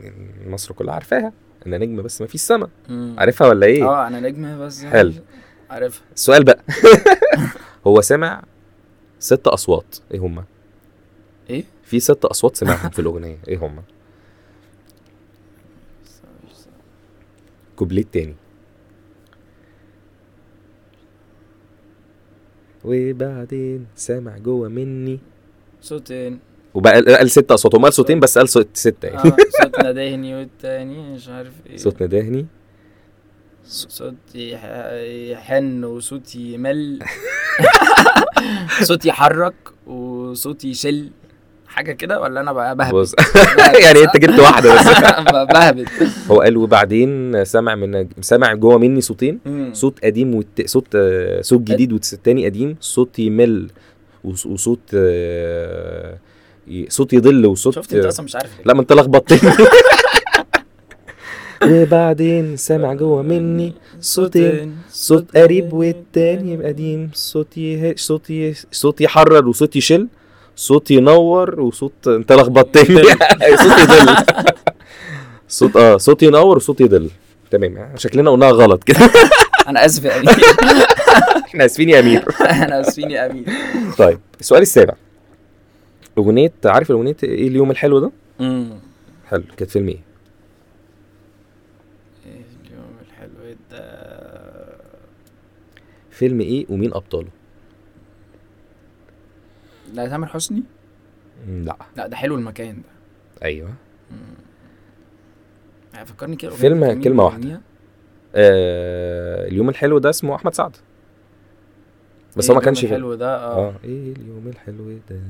Speaker 1: يعني مصر كلها عارفاها انا نجم بس ما فيش سما عارفها ولا ايه
Speaker 2: اه انا نجم بس
Speaker 1: حلو.
Speaker 2: عارف
Speaker 1: السؤال بقى هو سمع ست اصوات ايه هما
Speaker 2: ايه
Speaker 1: في ست اصوات سمعهم في الاغنيه ايه هما كوبليه تاني وبعدين سامع جوه مني
Speaker 2: صوتين
Speaker 1: وبقى قال ست اصوات هم قال صوتين بس قال صوت ستة يعني
Speaker 2: اه صوت نادهني والتاني مش عارف ايه
Speaker 1: صوت نداهني
Speaker 2: صوتي يح- يحن وصوتي يمل صوتي يحرك وصوتي يشل حاجه كده ولا انا بقى بهبد
Speaker 1: بص يعني انت جبت واحده بس
Speaker 2: ب- بهبد
Speaker 1: هو قال وبعدين سامع من سامع جوه مني صوتين
Speaker 2: مم.
Speaker 1: صوت قديم والت... صوت آه، صوت جديد والتاني قديم صوت يمل وص- وصوت آه، ي- صوت يضل وصوت
Speaker 2: شفت انت اصلا مش عارف ليه.
Speaker 1: لا ما انت لخبطتني وبعدين سامع جوه مني صوتين صوت قريب والتاني قديم صوت يه... صوت يه... صوت يحرر وصوت يشل صوت ينور وصوت انت لخبطتني صوت يضل صوت اه صوت ينور وصوت يضل تمام شكلنا قلناها غلط كده
Speaker 2: انا اسف يا امير
Speaker 1: احنا اسفين يا امير
Speaker 2: انا اسفين يا امير
Speaker 1: طيب السؤال السابع اغنيه عارف الاغنيه ايه اليوم الحلو ده
Speaker 2: مم.
Speaker 1: حلو كانت فيلم ايه
Speaker 2: إيه اليوم الحلو ده
Speaker 1: فيلم ايه ومين ابطاله
Speaker 2: لا تامر حسني
Speaker 1: مم، لا
Speaker 2: لا ده حلو المكان ده
Speaker 1: ايوه
Speaker 2: مم. يعني فكرني كده الأغنية
Speaker 1: فيلم
Speaker 2: كان مين
Speaker 1: كلمة
Speaker 2: بيغنيها؟
Speaker 1: آه اليوم الحلو ده اسمه احمد سعد بس
Speaker 2: إيه
Speaker 1: هو ما
Speaker 2: اليوم
Speaker 1: كانش في-
Speaker 2: الحلو ده اه
Speaker 1: اه ايه اليوم الحلو ده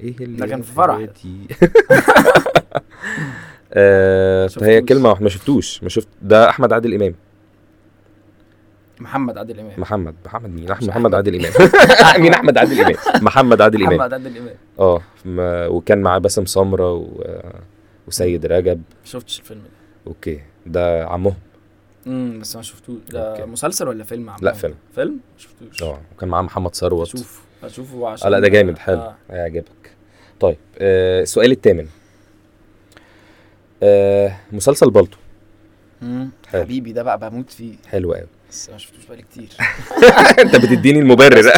Speaker 1: ايه اللي
Speaker 2: كان في فرح.
Speaker 1: آه فهي
Speaker 2: شفتوش.
Speaker 1: كلمه واحده ما شفتوش ما شفت ده احمد عادل امام
Speaker 2: محمد عادل امام
Speaker 1: محمد محمد مين
Speaker 2: مش
Speaker 1: احمد
Speaker 2: أحمد.
Speaker 1: محمد عادل امام مين احمد عادل امام محمد عادل امام
Speaker 2: محمد عادل امام
Speaker 1: اه ما- وكان معاه باسم سمره و... وسيد رجب
Speaker 2: ما شفتش الفيلم ده
Speaker 1: اوكي ده عمهم
Speaker 2: امم بس ما شفتوش ده
Speaker 1: أوكي.
Speaker 2: مسلسل ولا فيلم عم
Speaker 1: لا فيلم
Speaker 2: فيلم ما شفتوش
Speaker 1: اه وكان معاه محمد ثروت
Speaker 2: اشوف اشوفه عشان
Speaker 1: اه لا ده جامد حلو
Speaker 2: آه.
Speaker 1: هيعجبك طيب آه، السؤال الثامن آه، مسلسل بالطو
Speaker 2: مم.
Speaker 1: حلو.
Speaker 2: حبيبي ده بقى بموت فيه
Speaker 1: حلو قوي
Speaker 2: بس ما شفتوش بقالي كتير
Speaker 1: انت بتديني المبرر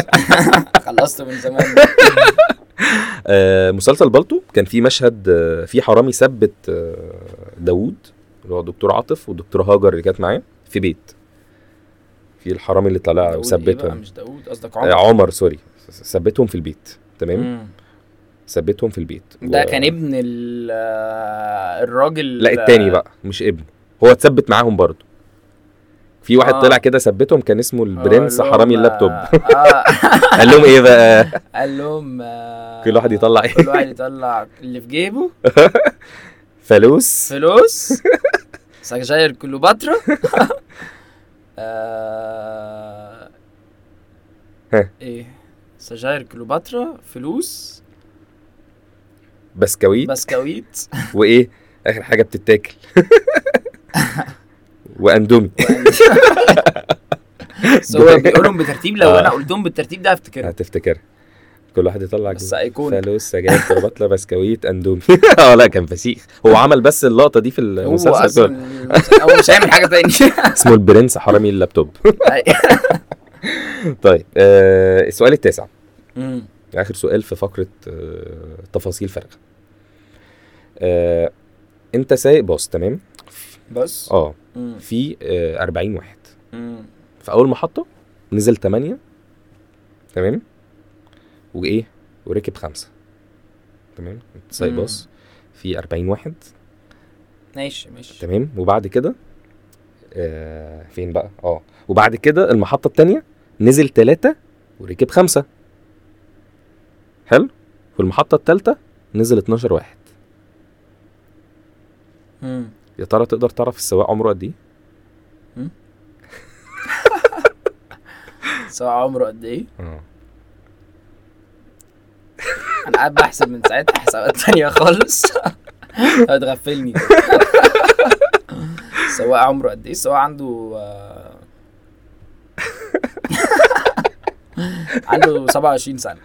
Speaker 2: خلصته من زمان
Speaker 1: آه، مسلسل بالطو كان في مشهد آه، في حرامي ثبت آه، داوود اللي هو دكتور عاطف والدكتور هاجر اللي كانت معاه في بيت في الحرامي اللي طلع
Speaker 2: داوود إيه بقى؟
Speaker 1: وثبتهم
Speaker 2: مش داوود قصدك
Speaker 1: عمر,
Speaker 2: عمر
Speaker 1: آه، عمر سوري ثبتهم في البيت تمام
Speaker 2: مم.
Speaker 1: ثبتهم في البيت
Speaker 2: ده
Speaker 1: و-
Speaker 2: كان ابن ال- آه، الراجل
Speaker 1: لا التاني بقى مش ابنه هو اتثبت معاهم برضه في واحد
Speaker 2: آه.
Speaker 1: طلع كده ثبتهم كان اسمه البرنس
Speaker 2: قال لهم،
Speaker 1: حرامي
Speaker 2: آه،
Speaker 1: اللابتوب
Speaker 2: آه،
Speaker 1: قال لهم ايه بقى
Speaker 2: قال لهم آه،
Speaker 1: كل واحد يطلع ايه
Speaker 2: كل واحد يطلع اللي في جيبه
Speaker 1: فلوس
Speaker 2: فلوس سجاير كليوباترا آه،
Speaker 1: ها.
Speaker 2: ايه سجاير كليوباترا فلوس
Speaker 1: بسكويت
Speaker 2: بسكويت
Speaker 1: وايه اخر حاجه بتتاكل واندومي
Speaker 2: بس هو بيقولهم بترتيب لو
Speaker 1: آه.
Speaker 2: انا قلتهم بالترتيب ده هفتكرها
Speaker 1: هتفتكرها كل واحد يطلع
Speaker 2: بس
Speaker 1: جنيه.
Speaker 2: ايقونه
Speaker 1: فلوس سجاير كرباتله بسكويت اندومي اه لا كان فسيخ هو عمل بس اللقطه دي في
Speaker 2: هو
Speaker 1: المسلسل
Speaker 2: اصلا
Speaker 1: كله.
Speaker 2: هو مش هيعمل حاجه تاني
Speaker 1: اسمه البرنس حرامي اللابتوب طيب آه السؤال التاسع
Speaker 2: مم.
Speaker 1: اخر سؤال في فقره آه تفاصيل فارغه آه انت سايق باص تمام
Speaker 2: بس
Speaker 1: اه
Speaker 2: مم.
Speaker 1: في آه 40 واحد
Speaker 2: مم.
Speaker 1: في اول محطه نزل 8 تمام وايه وركب خمسه تمام انت سايق
Speaker 2: مم.
Speaker 1: باص في 40 واحد
Speaker 2: ماشي ماشي
Speaker 1: تمام وبعد كده آه فين بقى اه وبعد كده المحطه الثانيه نزل ثلاثة وركب خمسة حلو والمحطه الثالثه نزل 12 واحد
Speaker 2: مم.
Speaker 1: يا ترى تقدر تعرف السواق عمره قد ايه
Speaker 2: سواء عمره قد ايه
Speaker 1: اه
Speaker 2: انا قاعد بحسب من ساعتها حسابات تانية خالص هتغفلني سواء عمره قد ايه سواء عنده آه، عنده 27 سنة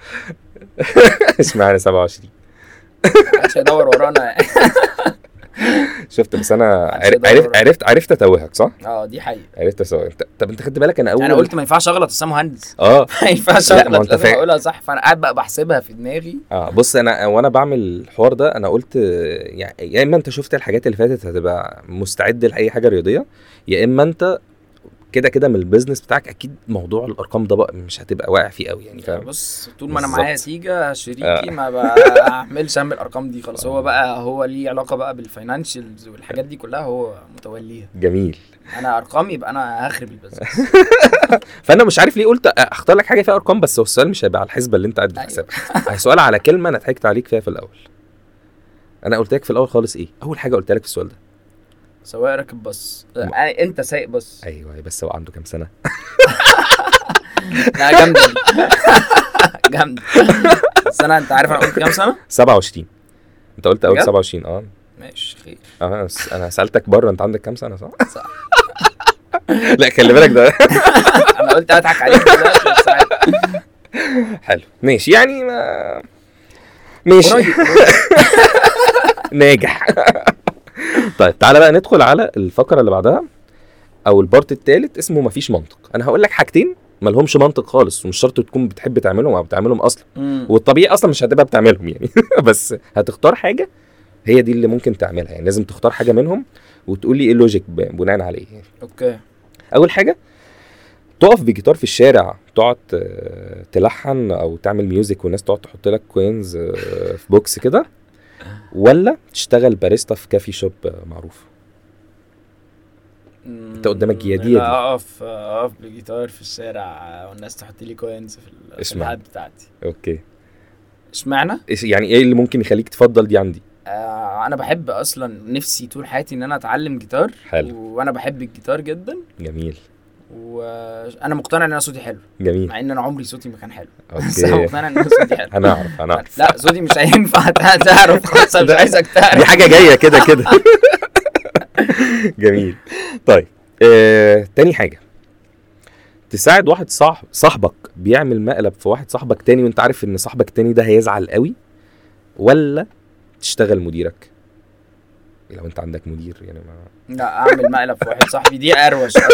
Speaker 1: اشمعنى 27
Speaker 2: محدش هيدور ورانا
Speaker 1: شفت بس انا
Speaker 2: عشان
Speaker 1: عرفت
Speaker 2: ده
Speaker 1: عرفت
Speaker 2: ضروري.
Speaker 1: عرفت, عرفت اتوهك صح
Speaker 2: اه دي حقيقة
Speaker 1: عرفت اسوق انت طب انت خدت بالك انا اول
Speaker 2: انا قلت ما ينفعش اغلط بس أنا مهندس
Speaker 1: اه
Speaker 2: ما ينفعش
Speaker 1: لا، ما
Speaker 2: اغلط
Speaker 1: أنت
Speaker 2: لازم
Speaker 1: فاهم.
Speaker 2: اقولها صح فانا قاعد بقى بحسبها في دماغي
Speaker 1: اه بص انا وانا بعمل الحوار ده انا قلت آه، يعني يا اما انت شفت الحاجات اللي فاتت هتبقى مستعد لاي حاجه رياضيه يا اما انت كده كده من البيزنس بتاعك اكيد موضوع الارقام ده بقى مش هتبقى واقع فيه قوي يعني فاهم
Speaker 2: بص طول ما انا
Speaker 1: بالظبط.
Speaker 2: معايا تيجا شريكي
Speaker 1: آه.
Speaker 2: ما بعملش اعمل الارقام دي خلاص هو بقى هو ليه علاقه بقى بالفاينانشلز والحاجات دي كلها هو متوليها
Speaker 1: جميل
Speaker 2: انا ارقام يبقى انا هخرب البزنس
Speaker 1: فانا مش عارف ليه قلت اختار لك حاجه فيها ارقام بس هو السؤال مش هيبقى على الحسبه اللي انت قاعد
Speaker 2: أيوة.
Speaker 1: بتحسبها سؤال على كلمه انا ضحكت عليك فيها في الاول انا قلت لك في الاول خالص ايه اول حاجه قلت لك في السؤال ده
Speaker 2: سواق راكب بص آه، انت سايق بص
Speaker 1: ايوه بس هو عنده كام سنه
Speaker 2: لا جامد جامد بس انا انت عارف انا قلت كام سنه
Speaker 1: 27 انت قلت اول
Speaker 2: بجد؟
Speaker 1: 27 اه
Speaker 2: ماشي خير
Speaker 1: اه انا س- انا سالتك بره انت عندك كام سنه صح؟
Speaker 2: صح.
Speaker 1: لا خلي بالك ده
Speaker 2: انا قلت اضحك عليك دلوقتي بس عادي.
Speaker 1: حلو ماشي يعني ما ماشي
Speaker 2: قريب قريب.
Speaker 1: ناجح طيب تعالى بقى ندخل على الفقره اللي بعدها او البارت الثالث اسمه مفيش منطق انا هقول لك حاجتين مالهمش منطق خالص ومش شرط تكون بتحب تعملهم او بتعملهم اصلا
Speaker 2: مم.
Speaker 1: والطبيعي اصلا مش هتبقى بتعملهم يعني بس هتختار حاجه هي دي اللي ممكن تعملها يعني لازم تختار حاجه منهم وتقول لي ايه اللوجيك ب- بناء على ايه
Speaker 2: اوكي
Speaker 1: اول حاجه تقف بجيتار في الشارع تقعد آه، تلحن او تعمل ميوزك والناس تقعد تحط لك كوينز آه، في بوكس كده ولا تشتغل باريستا في كافي شوب آه، معروف
Speaker 2: انت
Speaker 1: قدامك يا دي يا دي.
Speaker 2: اقف اقف بالجيتار في الشارع والناس تحط لي كوينز في ال- في
Speaker 1: اشمعنى؟
Speaker 2: الحد بتاعتي
Speaker 1: اوكي
Speaker 2: اشمعنى؟
Speaker 1: إيش- يعني ايه اللي ممكن يخليك تفضل دي عندي
Speaker 2: آه انا بحب اصلا نفسي طول حياتي ان انا اتعلم جيتار
Speaker 1: حلو.
Speaker 2: وانا بحب الجيتار جدا
Speaker 1: جميل
Speaker 2: وانا مقتنع ان انا صوتي حلو
Speaker 1: جميل
Speaker 2: مع ان انا عمري صوتي ما كان حلو بس انا
Speaker 1: اوكي
Speaker 2: مقتنع ان انا صوتي حلو
Speaker 1: انا اعرف انا اعرف
Speaker 2: لا صوتي مش هينفع تعرف خلاص أنا مش
Speaker 1: ده-
Speaker 2: عايزك
Speaker 1: دي
Speaker 2: تعرف
Speaker 1: حاجه جايه كده كده جميل طيب آه، تاني حاجه تساعد واحد صاحب صاحبك بيعمل مقلب في واحد صاحبك تاني وانت عارف ان صاحبك تاني ده هيزعل قوي ولا تشتغل مديرك لو انت عندك مدير يعني ما
Speaker 2: لا اعمل مقلب في واحد صاحبي دي اروش أصلاً.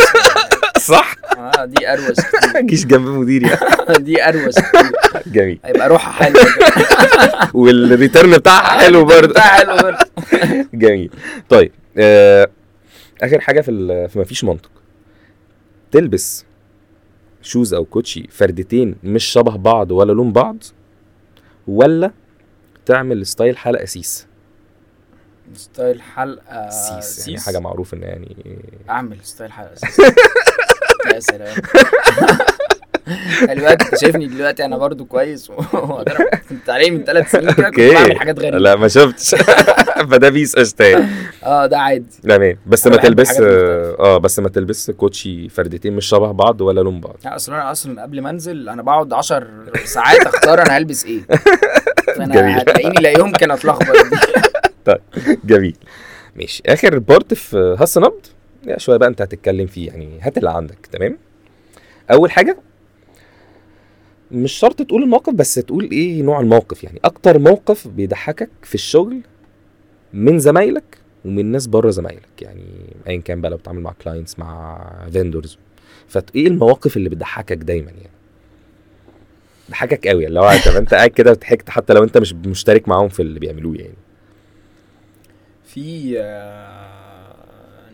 Speaker 1: صح
Speaker 2: اه دي اروش كتير.
Speaker 1: جيش جنب مديري
Speaker 2: دي اروش كتير.
Speaker 1: جميل
Speaker 2: هيبقى روحها حلوه
Speaker 1: والريتيرن بتاعها حلو برضه
Speaker 2: حلو برضه
Speaker 1: جميل طيب آه اخر حاجه في ال- في مفيش منطق تلبس شوز او كوتشي فردتين مش شبه بعض ولا لون بعض ولا تعمل ستايل حلقه سيس
Speaker 2: ستايل حلقه
Speaker 1: سيس يعني حاجه معروف ان يعني
Speaker 2: اعمل ستايل حلقه سيس. يا سلام دلوقتي انت شايفني دلوقتي انا برضو كويس وأقدر أعمل- كنت عليه من ثلاث سنين كده كنت
Speaker 1: اوكي
Speaker 2: بعمل حاجات غريبه
Speaker 1: لا ما شفتش فده بيس اشتاق
Speaker 2: اه ده عادي
Speaker 1: تمام بس
Speaker 2: أنا
Speaker 1: ما
Speaker 2: بحب
Speaker 1: تلبس
Speaker 2: الحاجات المختلفة.
Speaker 1: اه بس ما تلبس كوتشي فردتين مش شبه بعض ولا لون بعض
Speaker 2: لا اصلا انا اصلا قبل ما انزل انا بقعد 10 ساعات اختار انا هلبس ايه
Speaker 1: جميل.
Speaker 2: فانا هتلاقيني لا يمكن اتلخبط
Speaker 1: جميل ماشي اخر بارت في هس نبض يعني شويه بقى انت هتتكلم فيه يعني هات اللي عندك تمام اول حاجه مش شرط تقول الموقف بس تقول ايه نوع الموقف يعني اكتر موقف بيضحكك في الشغل من زمايلك ومن ناس بره زمايلك يعني ايا كان بقى لو بتتعامل مع كلاينتس مع فيندورز فايه المواقف اللي بتضحكك دايما يعني ضحكك قوي اللي هو طب انت قاعد كده وضحكت حتى لو انت مش مشترك معاهم في اللي بيعملوه يعني
Speaker 2: في آه،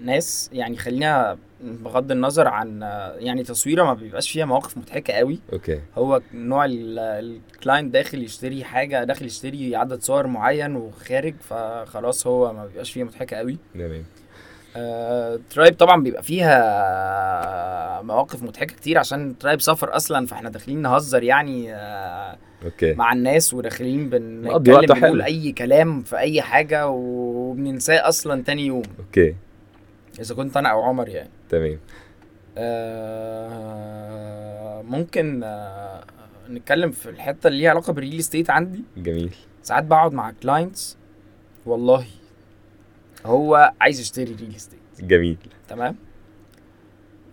Speaker 2: ناس يعني خلينا بغض النظر عن آه، يعني تصويره ما بيبقاش فيها مواقف مضحكه قوي
Speaker 1: اوكي
Speaker 2: هو نوع ال- آه، الكلاينت داخل يشتري حاجه داخل يشتري عدد صور معين وخارج فخلاص هو ما بيبقاش فيها مضحكه قوي
Speaker 1: تمام
Speaker 2: آه، ترايب طبعا بيبقى فيها مواقف مضحكه كتير عشان ترايب سفر اصلا فاحنا داخلين نهزر يعني آه،
Speaker 1: اوكي
Speaker 2: مع الناس وداخلين بن-
Speaker 1: نقضي وقت
Speaker 2: بنتكلم بنقول
Speaker 1: حلو.
Speaker 2: اي كلام في اي حاجه وبننساه اصلا تاني يوم
Speaker 1: اوكي
Speaker 2: اذا كنت انا او عمر يعني
Speaker 1: تمام
Speaker 2: آه، ممكن آه، نتكلم في الحته اللي ليها علاقه بالريل استيت عندي
Speaker 1: جميل
Speaker 2: ساعات بقعد مع كلاينتس والله هو عايز يشتري ريل استيت
Speaker 1: جميل
Speaker 2: تمام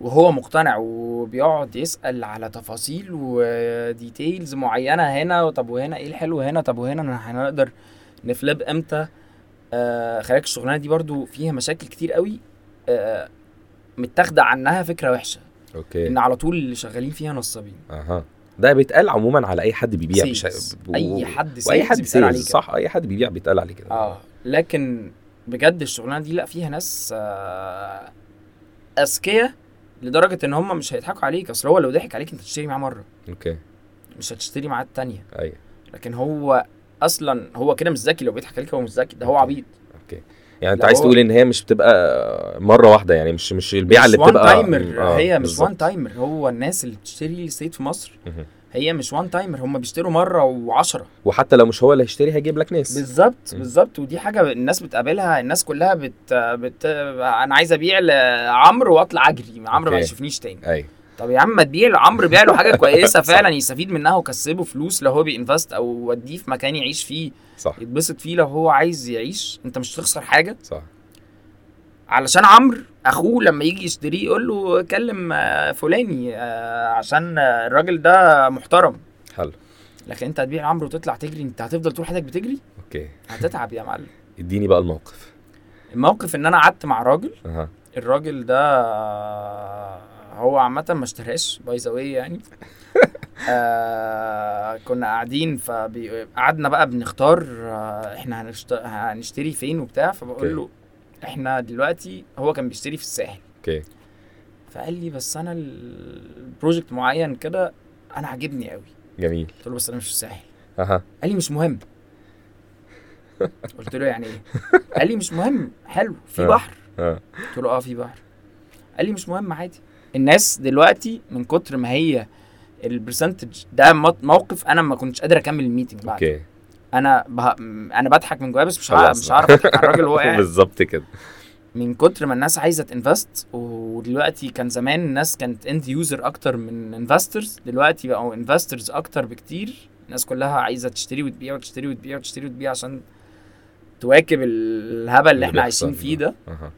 Speaker 2: وهو مقتنع وبيقعد يسأل على تفاصيل وديتيلز معينة هنا طب وهنا ايه الحلو هنا طب وهنا أنا هنقدر نفلاب امتى آه خلي بالك الشغلانة دي برضو فيها مشاكل كتير قوي آه متاخدة عنها فكرة وحشة
Speaker 1: اوكي
Speaker 2: ان على طول اللي شغالين فيها نصابين
Speaker 1: اها ده بيتقال عموما على اي حد بيبيع مش
Speaker 2: Sales. اي حد سيلز
Speaker 1: واي حد
Speaker 2: بيتقال عليه
Speaker 1: سيلز
Speaker 2: كده.
Speaker 1: صح اي حد بيبيع بيتقال عليه كده
Speaker 2: اه لكن بجد الشغلانه دي لا فيها ناس آه اذكياء لدرجه ان هم مش هيضحكوا عليك اصل هو لو ضحك عليك انت هتشتري معاه مره
Speaker 1: اوكي
Speaker 2: مش هتشتري معاه التانيه
Speaker 1: ايوه
Speaker 2: لكن هو اصلا هو كده مش ذكي لو بيضحك عليك هو مش ذكي ده هو عبيط
Speaker 1: يعني انت
Speaker 2: لا
Speaker 1: عايز
Speaker 2: هو-
Speaker 1: تقول ان هي مش بتبقى مره واحده يعني مش مش البيعه اللي
Speaker 2: مش وان
Speaker 1: بتبقى
Speaker 2: تايمر
Speaker 1: آه،
Speaker 2: هي مش
Speaker 1: بالظبط.
Speaker 2: وان تايمر هو الناس اللي بتشتري ريل استيت في مصر
Speaker 1: مهم.
Speaker 2: هي مش وان تايمر هم بيشتروا مره وعشرة
Speaker 1: وحتى لو مش هو اللي هيشتري هيجيب لك ناس
Speaker 2: بالظبط
Speaker 1: مم.
Speaker 2: بالظبط ودي حاجه الناس بتقابلها الناس كلها بت, بت... انا عايز ابيع لعمرو واطلع اجري عمرو ما
Speaker 1: أوكي.
Speaker 2: يشوفنيش تاني
Speaker 1: ايوه
Speaker 2: طب يا عم ما تبيع لعمرو بيع له حاجه كويسه فعلا يستفيد منها وكسبه فلوس لو هو بينفست او وديه في مكان يعيش فيه
Speaker 1: صح
Speaker 2: يتبسط فيه لو هو عايز يعيش انت مش هتخسر حاجه
Speaker 1: صح
Speaker 2: علشان عمرو اخوه لما يجي يشتريه يقول له كلم آه، فلاني آه، عشان آه، الراجل ده محترم
Speaker 1: حلو
Speaker 2: لكن انت هتبيع لعمرو وتطلع تجري انت هتفضل طول حياتك بتجري
Speaker 1: اوكي
Speaker 2: هتتعب يا معلم
Speaker 1: اديني بقى الموقف
Speaker 2: الموقف ان انا قعدت مع راجل
Speaker 1: اها
Speaker 2: الراجل ده هو عامة ما اشتراش باي ذا واي يعني آه كنا قاعدين فقعدنا بقى بنختار آه احنا هنشت... هنشتري فين وبتاع فبقول له احنا دلوقتي هو كان بيشتري في الساحل
Speaker 1: اوكي
Speaker 2: فقال لي بس انا البروجكت معين كده انا عاجبني قوي
Speaker 1: جميل
Speaker 2: قلت له بس انا مش في الساحل
Speaker 1: اها
Speaker 2: قال لي مش مهم قلت له يعني ايه قال لي مش مهم حلو في
Speaker 1: آه.
Speaker 2: بحر
Speaker 1: اه
Speaker 2: قلت له اه في بحر قال لي مش مهم عادي الناس دلوقتي من كتر ما هي البرسنتج ده مط- موقف انا ما كنتش قادر اكمل الميتنج بعد
Speaker 1: اوكي
Speaker 2: انا بها... م- انا بضحك من جوايا بس مش هعرف
Speaker 1: خلاص
Speaker 2: مش
Speaker 1: بقى.
Speaker 2: هعرف اضحك على الراجل وهو قاعد
Speaker 1: بالظبط كده
Speaker 2: من كتر ما الناس عايزه تنفست ودلوقتي كان زمان الناس كانت اند يوزر اكتر من انفسترز دلوقتي بقوا انفسترز اكتر بكتير الناس كلها عايزه تشتري وتبيع وتشتري وتبيع وتشتري وتبيع عشان تواكب الهبل اللي,
Speaker 1: اللي
Speaker 2: احنا
Speaker 1: بيحصل
Speaker 2: عايشين فيه ده
Speaker 1: اها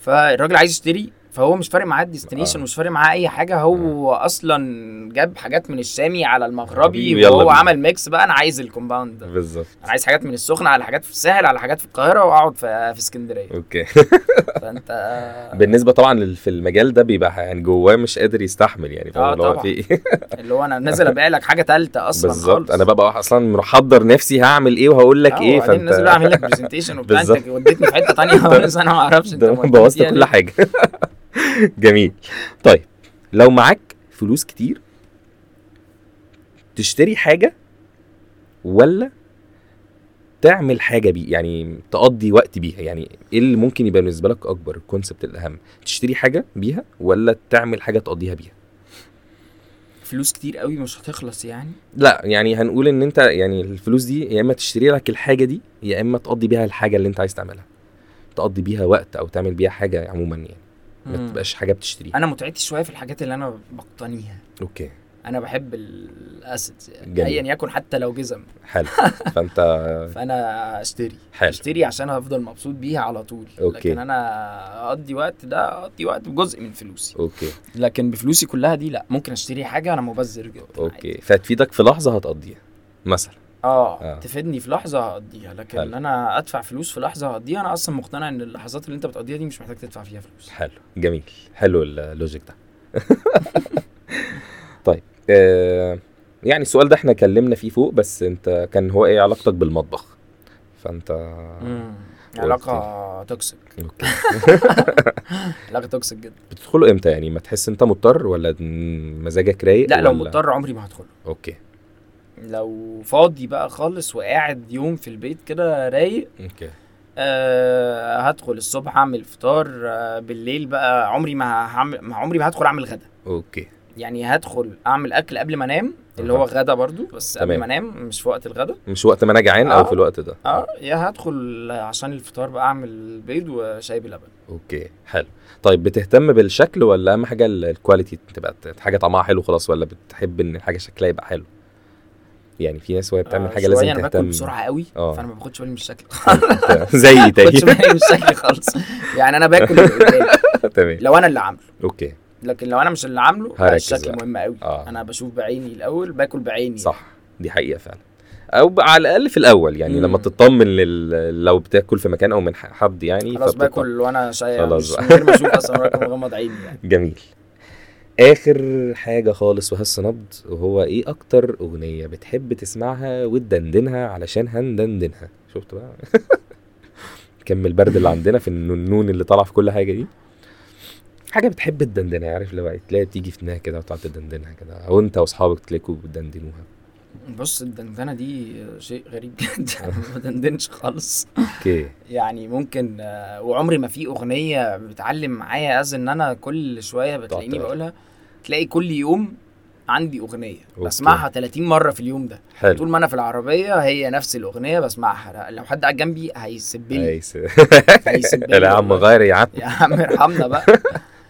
Speaker 2: فالراجل عايز يشتري فهو مش فارق معاه الديستنيشن
Speaker 1: آه.
Speaker 2: مش فارق معاه اي حاجه هو اصلا جاب حاجات من الشامي على
Speaker 1: حبيبي،
Speaker 2: المغربي
Speaker 1: يلا
Speaker 2: وهو
Speaker 1: بينا.
Speaker 2: عمل ميكس بقى انا عايز الكومباوند ده
Speaker 1: بالظبط
Speaker 2: انا عايز حاجات من السخنه على حاجات في الساحل على حاجات في القاهره واقعد في في اسكندريه
Speaker 1: اوكي
Speaker 2: فانت
Speaker 1: بالنسبه طبعا لل- في المجال ده بيبقى يعني جواه مش قادر يستحمل يعني فاهم
Speaker 2: آه،
Speaker 1: اللي هو
Speaker 2: طبعا.
Speaker 1: في إيه؟
Speaker 2: اللي هو انا نازل ابيع لك حاجه ثالثه اصلا
Speaker 1: بالظبط
Speaker 2: خالص
Speaker 1: انا ببقى اصلا محضر نفسي هعمل ايه وهقول لك ايه
Speaker 2: فانت الناس
Speaker 1: فانت
Speaker 2: اللي عامل لك برزنتيشن وبتاع انت
Speaker 1: بالظبط.
Speaker 2: وديتني في حته ثانيه خالص انا ما اعرفش انت
Speaker 1: ده
Speaker 2: موديني
Speaker 1: بوظت
Speaker 2: يعني.
Speaker 1: كل حاجه جميل طيب لو معاك فلوس كتير تشتري حاجه ولا تعمل حاجه بيه يعني تقضي وقت بيها يعني ايه اللي ممكن يبقى بالنسبه لك اكبر الكونسبت الاهم تشتري حاجه بيها ولا تعمل حاجه تقضيها بيها
Speaker 2: فلوس كتير قوي مش هتخلص يعني
Speaker 1: لا يعني هنقول ان انت يعني الفلوس دي يا اما تشتري لك الحاجه دي يا اما تقضي بيها الحاجه اللي انت عايز تعملها تقضي بيها وقت او تعمل بيها حاجه عموما يعني ما
Speaker 2: مم.
Speaker 1: تبقاش حاجه بتشتريها
Speaker 2: انا متعتي شويه في الحاجات اللي انا بقتنيها
Speaker 1: اوكي
Speaker 2: انا بحب الاسيتس يعني
Speaker 1: جميل.
Speaker 2: ايا يكن حتى لو جزم
Speaker 1: حلو فانت
Speaker 2: فانا اشتري
Speaker 1: حلو
Speaker 2: اشتري عشان هفضل مبسوط بيها على طول
Speaker 1: أوكي.
Speaker 2: لكن انا اقضي وقت ده اقضي وقت بجزء من فلوسي
Speaker 1: اوكي
Speaker 2: لكن بفلوسي كلها دي لا ممكن اشتري حاجه انا مبذر جدا عادي.
Speaker 1: اوكي فهتفيدك في لحظه هتقضيها مثلا
Speaker 2: آه,
Speaker 1: آه.
Speaker 2: تفيدني في لحظه هقضيها لكن
Speaker 1: حلو.
Speaker 2: ان انا ادفع فلوس في لحظه هقضيها انا اصلا مقتنع ان اللحظات اللي انت بتقضيها دي مش محتاج تدفع فيها فلوس
Speaker 1: حلو جميل حلو اللوجيك ده طيب آه يعني السؤال ده احنا اتكلمنا فيه فوق بس انت كان هو ايه علاقتك بالمطبخ فانت
Speaker 2: مم.
Speaker 1: قلت
Speaker 2: علاقه توكسيك
Speaker 1: اوكي
Speaker 2: علاقه توكسيك جدا
Speaker 1: بتدخله امتى يعني ما تحس انت مضطر ولا مزاجك رايق
Speaker 2: لا لو
Speaker 1: ولا-
Speaker 2: مضطر عمري ما هدخله
Speaker 1: اوكي
Speaker 2: لو فاضي بقى خالص وقاعد يوم في البيت كده رايق
Speaker 1: اوكي
Speaker 2: آه هدخل الصبح اعمل فطار آه بالليل بقى عمري ما هعمل ما عمري ما هدخل اعمل غدا
Speaker 1: اوكي
Speaker 2: يعني هدخل اعمل اكل قبل ما انام اللي
Speaker 1: أها.
Speaker 2: هو غدا برضو بس قبل
Speaker 1: تمام.
Speaker 2: ما انام مش في وقت الغدا
Speaker 1: مش وقت ما انا جعان
Speaker 2: آه.
Speaker 1: او في الوقت ده
Speaker 2: اه يا هدخل عشان الفطار بقى اعمل بيض وشاي بلبن
Speaker 1: اوكي حلو طيب بتهتم بالشكل ولا اهم حاجه ال- الكواليتي تبقى ت- حاجه طعمها حلو خلاص ولا بتحب ان الحاجه شكلها يبقى حلو يعني في ناس وهي بتعمل
Speaker 2: آه،
Speaker 1: حاجه لازم
Speaker 2: شوية انا باكل
Speaker 1: تهتم
Speaker 2: بسرعه قوي
Speaker 1: آه.
Speaker 2: فانا ما باخدش بالي من الشكل
Speaker 1: زي
Speaker 2: ما باخدش
Speaker 1: تاني
Speaker 2: بالي من الشكل خالص يعني انا باكل اللي قدامي.
Speaker 1: تمام
Speaker 2: لو انا اللي عامله
Speaker 1: اوكي
Speaker 2: لكن لو انا مش اللي عامله لا،
Speaker 1: هركز
Speaker 2: الشكل
Speaker 1: بقى.
Speaker 2: مهم قوي
Speaker 1: آه.
Speaker 2: انا بشوف بعيني الاول باكل بعيني
Speaker 1: صح دي حقيقه فعلا او ب- على الاقل في الاول يعني لما
Speaker 2: مم.
Speaker 1: تطمن لل... لو بتاكل في مكان او من ح- حد يعني
Speaker 2: خلاص
Speaker 1: فبتطمن.
Speaker 2: باكل وانا شايف
Speaker 1: خلاص
Speaker 2: مش
Speaker 1: بقى.
Speaker 2: من غير ما اشوف اصلا وراك مغمض عيني يعني
Speaker 1: جميل اخر حاجه خالص وهس نبض وهو ايه اكتر اغنيه بتحب تسمعها وتدندنها علشان هندندنها شفت بقى كم البرد اللي عندنا في النون اللي طالع في كل حاجه دي حاجه بتحب تدندنها عارف اللي هو إيه؟ تلاقي بتيجي في دماغك كده وتقعد تدندنها كده او انت واصحابك تلاقوا بتدندنوها
Speaker 2: بص الدندنه دي شيء غريب جدا ما بدندنش خالص
Speaker 1: اوكي
Speaker 2: يعني ممكن آه، وعمري ما في اغنيه بتعلم معايا از ان انا كل شويه بتلاقيني
Speaker 1: تعتبر.
Speaker 2: بقولها تلاقي كل يوم عندي اغنيه
Speaker 1: أوكي.
Speaker 2: بسمعها 30 مره في اليوم ده
Speaker 1: حلو
Speaker 2: طول ما انا في العربيه هي نفس الاغنيه بسمعها لو حد قاعد جنبي هيسب لي
Speaker 1: كويس
Speaker 2: هيسب لي
Speaker 1: لا يا عم
Speaker 2: والله.
Speaker 1: غير يا عم
Speaker 2: يا عم ارحمنا بقى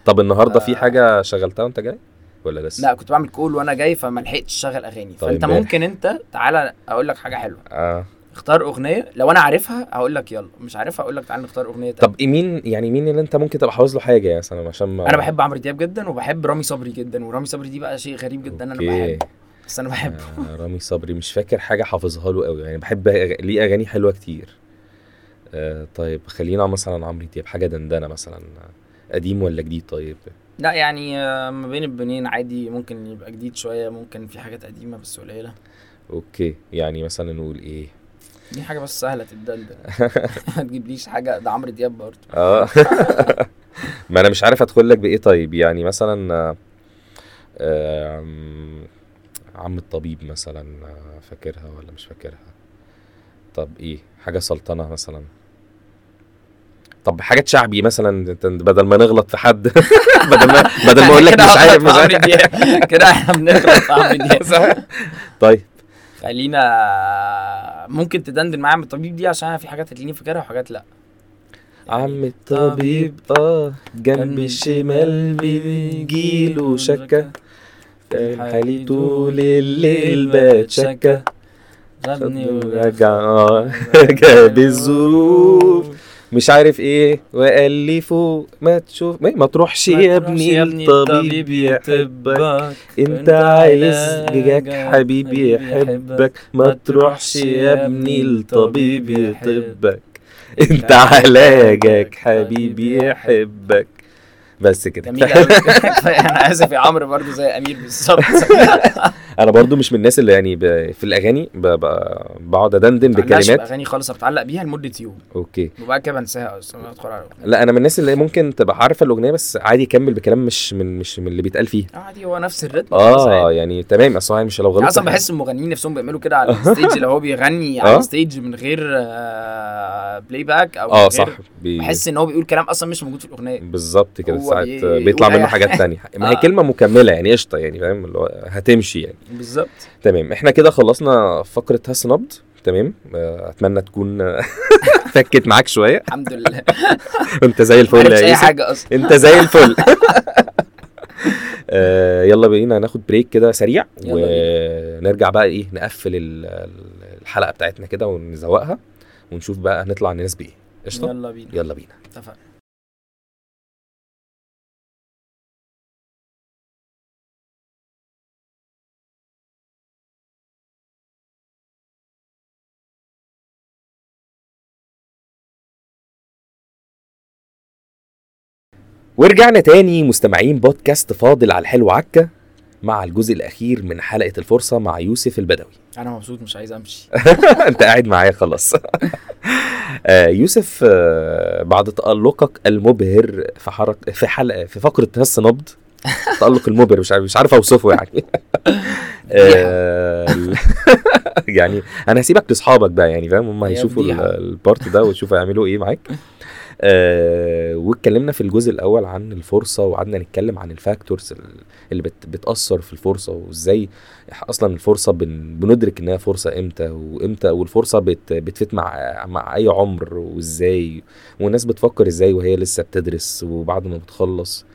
Speaker 1: طب النهارده في
Speaker 2: آه.
Speaker 1: حاجه شغلتها وانت جاي ولا لسه
Speaker 2: لا كنت بعمل كول وانا جاي فما لحقتش اشغل اغاني
Speaker 1: طيب
Speaker 2: فانت
Speaker 1: ماشي.
Speaker 2: ممكن انت تعالى اقول لك حاجه حلوه
Speaker 1: اه
Speaker 2: اختار اغنيه لو انا عارفها هقول لك يلا مش عارفها اقول لك تعالى نختار اغنيه تانية.
Speaker 1: طب إيه مين يعني مين اللي انت ممكن تبقى حافظ له حاجه يعني مثلا عشان ما
Speaker 2: انا بحب عمرو دياب جدا وبحب رامي صبري جدا ورامي صبري دي بقى شيء غريب جدا انا
Speaker 1: أوكي.
Speaker 2: بحبه بس انا بحبه
Speaker 1: آه رامي صبري مش فاكر حاجه حافظها له قوي يعني بحب أغ- ليه اغاني حلوه كتير آه طيب خلينا مثلا عمرو دياب حاجه دندنه مثلا قديم ولا جديد طيب
Speaker 2: لا يعني آه، ما بين البنين عادي ممكن يبقى جديد شويه ممكن في حاجات قديمه بس قليله
Speaker 1: اوكي يعني مثلا نقول ايه
Speaker 2: دي حاجه بس سهله تتدندن ما تجيبليش حاجه ده عمرو دياب برضه
Speaker 1: اه ما انا مش عارف ادخل لك بايه طيب يعني مثلا آه، آم، عم الطبيب مثلا آه، فاكرها ولا مش فاكرها طب ايه حاجه سلطنه مثلا طب حاجات شعبي مثلا انت بدل ما نغلط في حد بدل ما بدل ما اقول لك
Speaker 2: يعني كده
Speaker 1: مش عارف
Speaker 2: هغلط
Speaker 1: مش
Speaker 2: في عمرو
Speaker 1: عارف
Speaker 2: دياب كده احنا بنغلط في عمرو دياب
Speaker 1: طيب
Speaker 2: خلينا ممكن تدندن معايا من الطبيب دي عشان أنا في حاجات هتلاقيني فاكرها وحاجات لا
Speaker 1: عم الطبيب اه جنب الشمال بيجيله شكه حالي طول الليل بتشكى غابني ورجع. آه، جاب الظروف. مش عارف ايه وقال لي فوق ما تشوف ما, ما تروحش يا ابني الطبيب يحبك انت عايز جاك حبيبي يحبك ما تروحش يا ابني الطبيب يطبك انت عليا جاك حبيبي يحبك بس كده
Speaker 2: جميل قوي انا اسف يا عمرو برضو زي امير بالظبط
Speaker 1: انا برضو مش من الناس اللي يعني ب... في الاغاني ب... ب... بقعد ادندن
Speaker 2: ما عندهاش
Speaker 1: بكلمات
Speaker 2: اغاني خالص بتعلق بيها لمده يوم
Speaker 1: اوكي
Speaker 2: وبعد كده بنساها اصلا ما بدخل على
Speaker 1: لا انا من الناس اللي ممكن تبقى عارفه الاغنيه بس عادي يكمل بكلام مش من مش من اللي بيتقال فيه
Speaker 2: عادي هو نفس الريتم خلاص عادي.
Speaker 1: اه يعني تمام اصل هو مش لو غلطت
Speaker 2: انا اصلا آه، بحس المغنيين نفسهم بيعملوا كده على الستيج لو هو بيغني
Speaker 1: آه.
Speaker 2: على الستيج من غير آه، بلاي باك او من
Speaker 1: اه
Speaker 2: غير-
Speaker 1: صح بي-
Speaker 2: بحس ان هو بيقول كلام اصلا مش موجود في الاغنيه
Speaker 1: بالظبط كده
Speaker 2: هو
Speaker 1: ساعات
Speaker 2: بي-
Speaker 1: بيطلع
Speaker 2: بيقول
Speaker 1: منه
Speaker 2: أي
Speaker 1: حاجات تانية ما هي
Speaker 2: آه.
Speaker 1: كلمة مكملة يعني قشطة يعني فاهم اللي هو هتمشي يعني
Speaker 2: بالظبط
Speaker 1: تمام احنا كده خلصنا فقرة هس نبض تمام آه، اتمنى تكون آه، فكت معاك شوية
Speaker 2: الحمد لله
Speaker 1: انت زي
Speaker 2: ما
Speaker 1: الفل
Speaker 2: عرفتش
Speaker 1: يا
Speaker 2: اي
Speaker 1: يوسف
Speaker 2: حاجه اصلا
Speaker 1: انت زي الفل آه، يلا بينا ناخد بريك كده سريع
Speaker 2: يلا
Speaker 1: ونرجع بقى ايه نقفل ال- ال- الحلقة بتاعتنا كده ونزوقها ونشوف بقى هنطلع للناس بايه قشطة
Speaker 2: يلا بينا
Speaker 1: يلا بينا
Speaker 2: اتفقنا
Speaker 1: ورجعنا تاني مستمعين بودكاست فاضل على الحلو عكا مع الجزء الاخير من حلقه الفرصه مع يوسف البدوي
Speaker 2: انا مبسوط مش عايز امشي
Speaker 1: انت قاعد معايا خلاص آه، يوسف آه، بعد تالقك المبهر في حرق في حلقه في فقره هس نبض تالق المبهر مش عارف مش عارف اوصفه يعني آه، ال- يعني انا هسيبك لاصحابك بقى يعني فاهم هم
Speaker 2: هي
Speaker 1: هيشوفوا ال-
Speaker 2: فضيحة.
Speaker 1: البارت ده ويشوفوا هيعملوا ايه معاك آه، واتكلمنا في الجزء الاول عن الفرصه وقعدنا نتكلم عن الفاكتورز ال- اللي بت بتاثر في الفرصه وازاي اصلا الفرصه بن بندرك انها فرصه امتى وامتى والفرصه بت بتفت مع مع اي عمر وازاي والناس بتفكر ازاي وهي لسه بتدرس وبعد ما بتخلص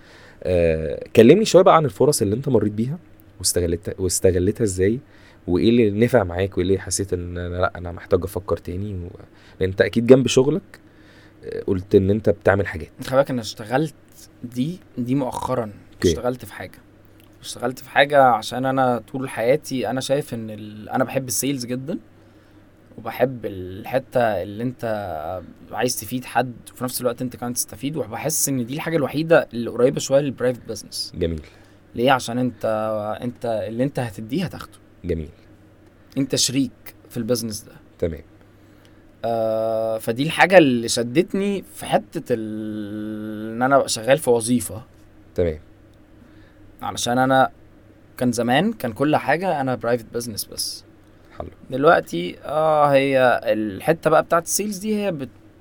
Speaker 1: آه، كلمني شويه بقى عن الفرص اللي انت مريت بيها واستغلتها واستغلتها ازاي وايه اللي نفع معاك وايه اللي حسيت ان انا لا انا محتاج افكر تاني و... لان انت اكيد جنب شغلك آه، قلت ان انت بتعمل حاجات
Speaker 2: خلي بالك انا اشتغلت دي دي مؤخرا
Speaker 1: اوكي.
Speaker 2: اشتغلت في حاجه اشتغلت في حاجه عشان انا طول حياتي انا شايف ان ال... انا بحب السيلز جدا وبحب الحته اللي انت عايز تفيد حد وفي نفس الوقت انت كمان تستفيد وبحس ان دي الحاجه الوحيده اللي قريبه شويه للبرايفت بزنس
Speaker 1: جميل
Speaker 2: ليه عشان انت انت اللي انت هتديه هتاخده
Speaker 1: جميل
Speaker 2: انت شريك في البزنس ده
Speaker 1: تمام
Speaker 2: آه، فدي الحاجه اللي شدتني في حته ال... ان انا ابقى شغال في وظيفه
Speaker 1: تمام
Speaker 2: علشان انا كان زمان كان كل حاجه انا برايفت بزنس بس
Speaker 1: حلو
Speaker 2: دلوقتي اه هي الحته بقى بتاعت السيلز دي هي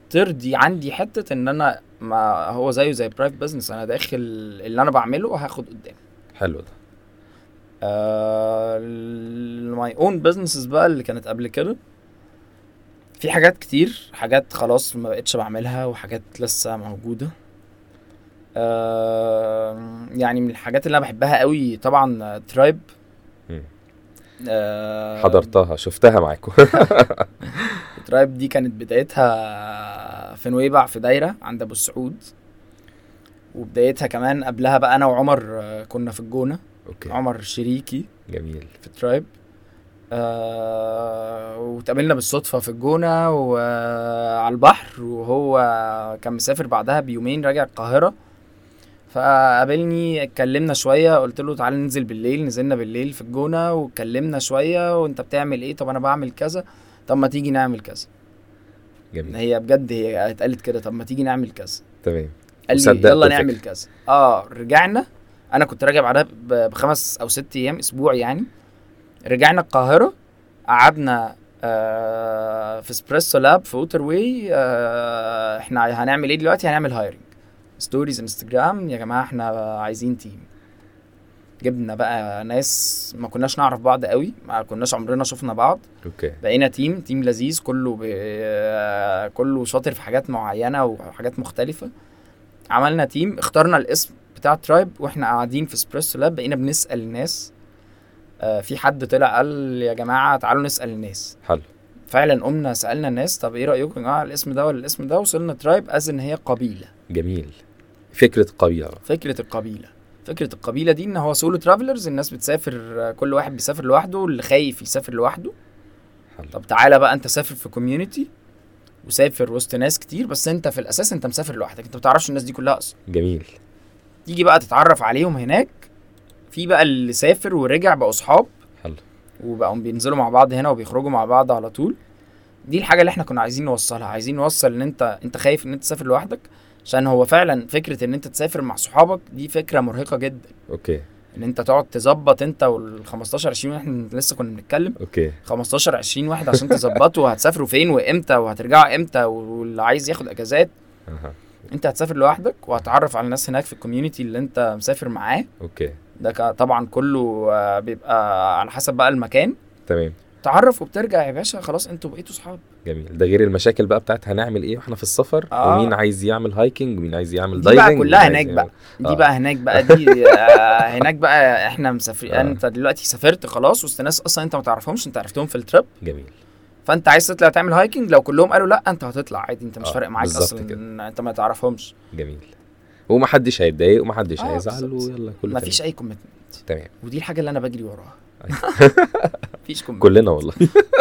Speaker 2: بترضي عندي حته ان انا ما هو زيه زي برايفت بزنس انا داخل اللي انا بعمله هاخد قدام
Speaker 1: حلو ده
Speaker 2: آه، ماي اون بزنسز بقى اللي كانت قبل كده في حاجات كتير حاجات خلاص ما بقتش بعملها وحاجات لسه موجوده آه يعني من الحاجات اللي انا بحبها قوي طبعا ترايب
Speaker 1: مم.
Speaker 2: آه
Speaker 1: حضرتها شفتها معاكم
Speaker 2: ترايب دي كانت بدايتها في نويبع في دايره عند ابو السعود وبدايتها كمان قبلها بقى انا وعمر آه، كنا في الجونه
Speaker 1: اوكي
Speaker 2: عمر شريكي
Speaker 1: جميل
Speaker 2: في ترايب آه واتقابلنا بالصدفه في الجونه وعلى البحر وهو كان مسافر بعدها بيومين راجع القاهره فقابلني اتكلمنا شويه قلت له تعالى ننزل بالليل نزلنا بالليل في الجونه واتكلمنا شويه وانت بتعمل ايه طب انا بعمل كذا طب ما تيجي نعمل كذا
Speaker 1: جميل
Speaker 2: هي بجد هي اتقالت كده طب ما تيجي نعمل كذا
Speaker 1: تمام
Speaker 2: قال
Speaker 1: وصدقت
Speaker 2: لي يلا
Speaker 1: الفكرة.
Speaker 2: نعمل كذا اه رجعنا انا كنت راجع بعدها ب- بخمس او ست ايام اسبوع يعني رجعنا القاهره قعدنا آه في اسبريسو لاب في ووتر واي آه احنا هنعمل ايه دلوقتي هنعمل هايرنج ستوريز انستجرام يا جماعه احنا عايزين تيم جبنا بقى ناس ما كناش نعرف بعض قوي ما كناش عمرنا شفنا بعض
Speaker 1: اوكي
Speaker 2: بقينا تيم تيم لذيذ كله ب... آه، كله شاطر في حاجات معينه وحاجات مختلفه عملنا تيم اخترنا الاسم بتاع ترايب واحنا قاعدين في اسبريسو لاب بقينا بنسال الناس آه، في حد طلع قال يا جماعه تعالوا نسال الناس
Speaker 1: حلو
Speaker 2: فعلا قمنا سالنا الناس طب ايه رايكم يا جماعه الاسم ده ولا الاسم ده وصلنا ترايب از ان هي قبيله
Speaker 1: جميل فكره قبيله
Speaker 2: فكره القبيله فكره القبيله دي ان هو سولو ترافلرز الناس بتسافر كل واحد بيسافر لوحده اللي خايف يسافر لوحده
Speaker 1: حلو.
Speaker 2: طب تعالى بقى انت سافر في كوميونتي وسافر وسط ناس كتير بس انت في الاساس انت مسافر لوحدك انت ما بتعرفش الناس دي كلها اصلا
Speaker 1: جميل
Speaker 2: تيجي بقى تتعرف عليهم هناك في بقى اللي سافر ورجع بقوا اصحاب
Speaker 1: حلو.
Speaker 2: وبقوا بينزلوا مع بعض هنا وبيخرجوا مع بعض على طول دي الحاجه اللي احنا كنا عايزين نوصلها عايزين نوصل ان انت انت خايف ان انت تسافر لوحدك عشان هو فعلا فكره ان انت تسافر مع صحابك دي فكره مرهقه جدا
Speaker 1: اوكي
Speaker 2: ان انت تقعد تظبط انت وال 15 20 احنا لسه كنا بنتكلم
Speaker 1: اوكي
Speaker 2: 15 20 واحد عشان تظبطوا هتسافروا فين وامتى وهترجعوا امتى واللي عايز ياخد اجازات
Speaker 1: اها
Speaker 2: انت هتسافر لوحدك وهتعرف على الناس هناك في الكوميونتي اللي انت مسافر معاه
Speaker 1: اوكي
Speaker 2: ده كا- طبعا كله آه، بيبقى على حسب بقى المكان
Speaker 1: تمام
Speaker 2: تعرف وبترجع يا باشا خلاص انتوا بقيتوا صحاب
Speaker 1: جميل ده غير المشاكل بقى بتاعت هنعمل ايه واحنا في السفر
Speaker 2: آه.
Speaker 1: ومين عايز يعمل هايكنج ومين عايز يعمل
Speaker 2: دي بقى
Speaker 1: دايفنج
Speaker 2: كلها
Speaker 1: ومين عايز
Speaker 2: هناك بقى.
Speaker 1: يعمل-
Speaker 2: دي
Speaker 1: آه.
Speaker 2: بقى هناك بقى دي آه، هناك بقى احنا مسافرين
Speaker 1: آه.
Speaker 2: انت دلوقتي سافرت خلاص وسط ناس اصلا انت ما تعرفهمش انت عرفتهم في التريب
Speaker 1: جميل
Speaker 2: فانت عايز تطلع تعمل هايكنج لو كلهم قالوا لا انت هتطلع عادي انت مش
Speaker 1: آه،
Speaker 2: فارق معاك
Speaker 1: بالظبط
Speaker 2: اصلا
Speaker 1: كده.
Speaker 2: إن انت ما تعرفهمش
Speaker 1: جميل ومحدش هيتضايق ومحدش
Speaker 2: آه،
Speaker 1: هيزعل
Speaker 2: بالظبط.
Speaker 1: ويلا كله
Speaker 2: ما فيش اي كوميتمنت
Speaker 1: تمام
Speaker 2: ودي الحاجه اللي انا بجري وراها مفيش كوميتمنت
Speaker 1: كلنا والله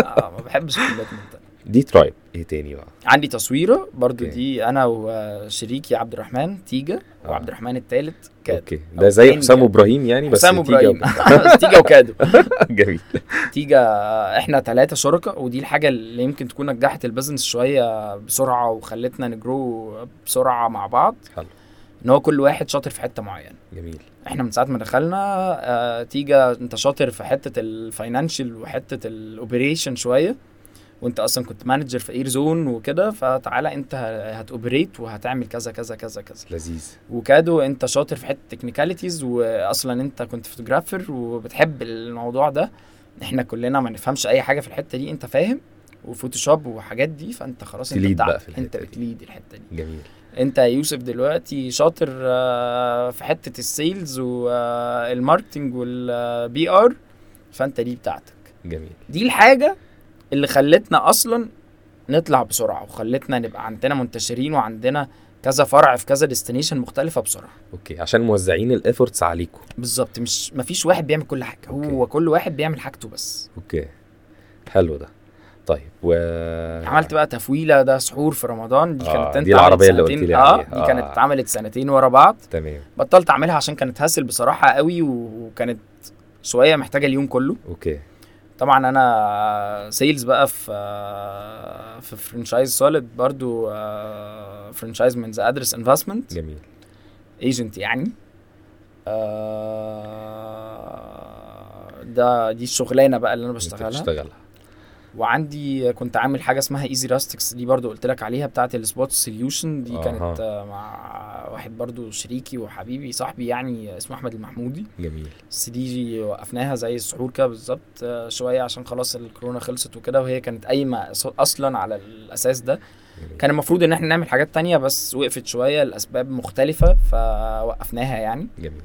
Speaker 2: اه ما بحبش الكوميتمنت
Speaker 1: دي ترايب ايه تاني بقى
Speaker 2: عندي تصويره برضو
Speaker 1: اوكي.
Speaker 2: دي انا وشريكي عبد الرحمن تيجا
Speaker 1: آه.
Speaker 2: وعبد الرحمن الثالث كادو
Speaker 1: اوكي ده زي
Speaker 2: تاني
Speaker 1: حسام
Speaker 2: يعني.
Speaker 1: وابراهيم يعني بس
Speaker 2: حسام
Speaker 1: تيجا
Speaker 2: ابراهيم تيجا وكادو
Speaker 1: و- جميل
Speaker 2: تيجا احنا ثلاثه شركاء ودي الحاجه اللي يمكن تكون نجحت البيزنس شويه بسرعه وخلتنا نجرو بسرعه مع بعض
Speaker 1: حلو.
Speaker 2: ان هو كل واحد شاطر في حته معينه
Speaker 1: جميل
Speaker 2: احنا من ساعه ما دخلنا آه، تيجا انت شاطر في حته الفاينانشال وحته الاوبريشن شويه وانت اصلا كنت مانجر في اير زون وكده فتعالى انت هتوبريت وهتعمل كذا كذا كذا كذا
Speaker 1: لذيذ
Speaker 2: وكادو انت شاطر في حته تكنيكاليتيز واصلا انت كنت فوتوغرافر وبتحب الموضوع ده احنا كلنا ما نفهمش اي حاجه في الحته دي انت فاهم وفوتوشوب وحاجات دي فانت خلاص انت
Speaker 1: تليد
Speaker 2: بتاعك.
Speaker 1: بقى في الحتة
Speaker 2: انت
Speaker 1: دي.
Speaker 2: بتليد الحته دي
Speaker 1: جميل
Speaker 2: انت يا يوسف دلوقتي شاطر آه، في حته السيلز والماركتنج والبي ار فانت دي بتاعتك
Speaker 1: جميل
Speaker 2: دي الحاجه اللي خلتنا اصلا نطلع بسرعه وخلتنا نبقى عندنا منتشرين وعندنا كذا فرع في كذا ديستنيشن مختلفه بسرعه
Speaker 1: اوكي عشان موزعين الافورتس عليكم
Speaker 2: بالظبط مش مفيش واحد بيعمل كل حاجه
Speaker 1: أوكي.
Speaker 2: هو كل واحد بيعمل حاجته بس
Speaker 1: اوكي حلو ده طيب و
Speaker 2: عملت بقى تفويله ده سحور في رمضان دي
Speaker 1: آه،
Speaker 2: كانت
Speaker 1: دي
Speaker 2: انت
Speaker 1: العربية اللي قلت
Speaker 2: قلت
Speaker 1: لي
Speaker 2: اه
Speaker 1: عليها.
Speaker 2: دي كانت
Speaker 1: آه.
Speaker 2: اتعملت سنتين ورا بعض
Speaker 1: تمام
Speaker 2: بطلت اعملها عشان كانت هاسل بصراحه قوي و- وكانت شويه محتاجه اليوم كله
Speaker 1: اوكي
Speaker 2: طبعا انا سيلز بقى في آه، في فرنشايز سوليد برضو آه، فرنشايز من ذا ادرس انفستمنت
Speaker 1: جميل
Speaker 2: ايجنت يعني آه، ده دي الشغلانه بقى اللي انا
Speaker 1: أنت
Speaker 2: بشتغلها
Speaker 1: بتشتغلها
Speaker 2: وعندي كنت عامل حاجه اسمها ايزي راستكس دي برضو قلت لك عليها بتاعه السبوت سوليوشن دي
Speaker 1: أها.
Speaker 2: كانت آه، مع واحد برضو شريكي وحبيبي صاحبي يعني اسمه احمد المحمودي
Speaker 1: جميل
Speaker 2: بس دي وقفناها زي السحور كده بالظبط آه، شويه عشان خلاص الكورونا خلصت وكده وهي كانت قايمه أص- اصلا على الاساس ده
Speaker 1: جميل
Speaker 2: كان المفروض ان احنا نعمل حاجات تانية بس وقفت شويه لاسباب مختلفه فوقفناها يعني
Speaker 1: جميل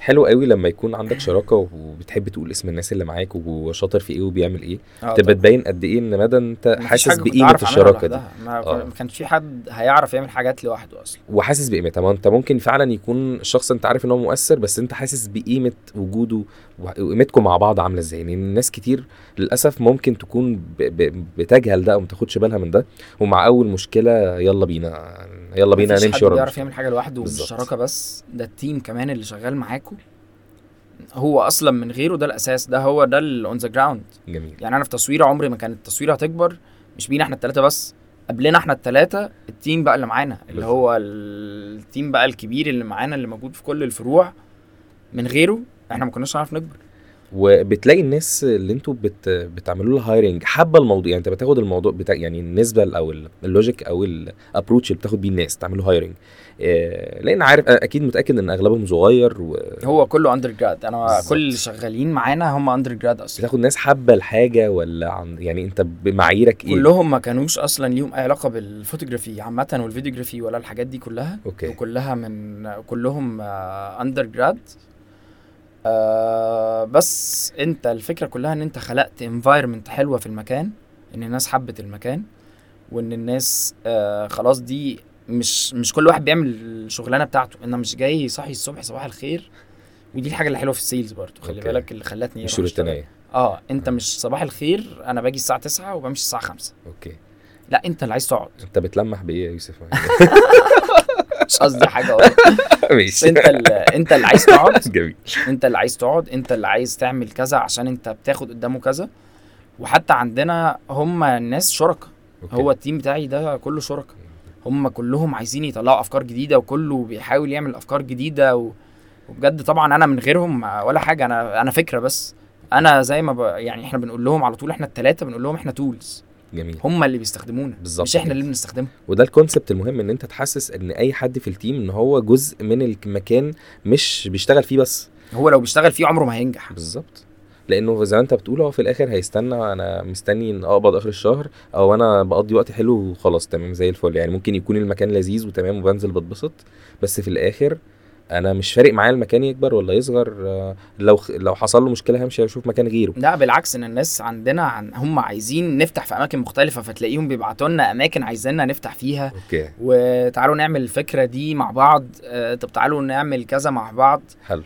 Speaker 1: حلو قوي لما يكون عندك شراكه وبتحب تقول اسم الناس اللي معاك وشاطر في ايه وبيعمل ايه
Speaker 2: آه،
Speaker 1: تبقى
Speaker 2: طبعاً.
Speaker 1: تبين قد ايه ان مدى انت
Speaker 2: مفيش
Speaker 1: حاسس
Speaker 2: حاجة كنت
Speaker 1: بقيمه
Speaker 2: أعرف أعملها
Speaker 1: الشراكه دي
Speaker 2: لوحدها. ما
Speaker 1: آه.
Speaker 2: ما كانش في حد هيعرف يعمل حاجات لوحده اصلا
Speaker 1: وحاسس بقيمتها ما انت ممكن فعلا يكون الشخص انت عارف ان هو مؤثر بس انت حاسس بقيمه وجوده و- وقيمتكم مع بعض عامله ازاي لان ناس كتير للاسف ممكن تكون ب... ب... بتجهل ده او ما تاخدش بالها من ده ومع اول مشكله يلا بينا يلا بينا
Speaker 2: مفيش
Speaker 1: نمشي
Speaker 2: حد
Speaker 1: ورا
Speaker 2: بيعرف
Speaker 1: المشكلة.
Speaker 2: يعمل حاجه لوحده مش
Speaker 1: بالظبط.
Speaker 2: شراكه بس ده التيم كمان اللي شغال معاكو هو اصلا من غيره ده الاساس ده هو ده الاون ذا جراوند
Speaker 1: جميل
Speaker 2: يعني انا في تصوير عمري ما كانت التصوير هتكبر مش بينا احنا التلاته بس قبلنا احنا التلاته التيم بقى اللي معانا اللي
Speaker 1: بالظبط.
Speaker 2: هو التيم بقى الكبير اللي معانا اللي موجود في كل الفروع من غيره احنا ما كناش هنعرف نكبر
Speaker 1: وبتلاقي الناس اللي انتوا بت... بتعملوا لها هايرنج حابه الموضوع يعني انت بتاخد الموضوع بتاع يعني النسبه ال- او ال- اللوجيك او الابروتش اللي بتاخد بيه الناس تعملوا هايرنج اه... لان عارف اكيد متاكد ان اغلبهم صغير و...
Speaker 2: هو كله اندر جراد انا
Speaker 1: بالظبط.
Speaker 2: كل اللي شغالين معانا هم اندر جراد اصلا
Speaker 1: بتاخد ناس حابه الحاجه ولا عن يعني انت بمعاييرك ايه؟
Speaker 2: كلهم ما كانوش اصلا ليهم اي علاقه بالفوتوغرافي عامه والفيديوغرافي ولا الحاجات دي كلها
Speaker 1: اوكي
Speaker 2: وكلها من كلهم اندر جراد آه، بس انت الفكره كلها ان انت خلقت انفايرمنت حلوه في المكان ان الناس حبت المكان وان الناس آه خلاص دي مش مش كل واحد بيعمل الشغلانه بتاعته انا مش جاي صاحي الصبح صباح الخير ودي الحاجه اللي حلوه في السيلز برضه خلي
Speaker 1: أوكي.
Speaker 2: بالك اللي خلتني
Speaker 1: مش
Speaker 2: أروح أشتغل.
Speaker 1: روتينيه
Speaker 2: اه انت مش صباح الخير انا باجي الساعه 9 وبمشي الساعه 5
Speaker 1: اوكي
Speaker 2: لا انت اللي عايز تقعد
Speaker 1: انت بتلمح بايه يا يوسف
Speaker 2: مش قصدي حاجه والله. بس
Speaker 1: ماشي
Speaker 2: انت اللي انت اللي عايز تقعد
Speaker 1: جميل
Speaker 2: انت اللي عايز تقعد انت اللي عايز تعمل كذا عشان انت بتاخد قدامه كذا وحتى عندنا هم الناس شركاء
Speaker 1: أوكي.
Speaker 2: هو التيم بتاعي ده كله شركاء هم كلهم عايزين يطلعوا افكار جديده وكله بيحاول يعمل افكار جديده و... وبجد طبعا انا من غيرهم ولا حاجه انا انا فكره بس انا زي ما ب... يعني احنا بنقول لهم على طول احنا الثلاثه بنقول لهم احنا تولز
Speaker 1: جميل
Speaker 2: هم اللي بيستخدمونا
Speaker 1: بالظبط
Speaker 2: مش احنا
Speaker 1: كده.
Speaker 2: اللي بنستخدمهم
Speaker 1: وده الكونسبت المهم ان انت تحسس ان اي حد في التيم ان هو جزء من المكان مش بيشتغل فيه بس
Speaker 2: هو لو بيشتغل فيه عمره ما هينجح
Speaker 1: بالظبط لانه زي ما انت بتقول هو في الاخر هيستنى انا مستني ان اقبض اخر الشهر او انا بقضي وقت حلو وخلاص تمام زي الفل يعني ممكن يكون المكان لذيذ وتمام وبنزل بتبسط بس في الاخر انا مش فارق معايا المكان يكبر ولا يصغر آه، لو خ- لو حصل له مشكله همشي اشوف مكان غيره
Speaker 2: لا بالعكس ان الناس عندنا عن هم عايزين نفتح في اماكن مختلفه فتلاقيهم بيبعتوا لنا اماكن عايزيننا نفتح فيها
Speaker 1: اوكي
Speaker 2: وتعالوا نعمل الفكره دي مع بعض آه، طب تعالوا نعمل كذا مع بعض
Speaker 1: حلو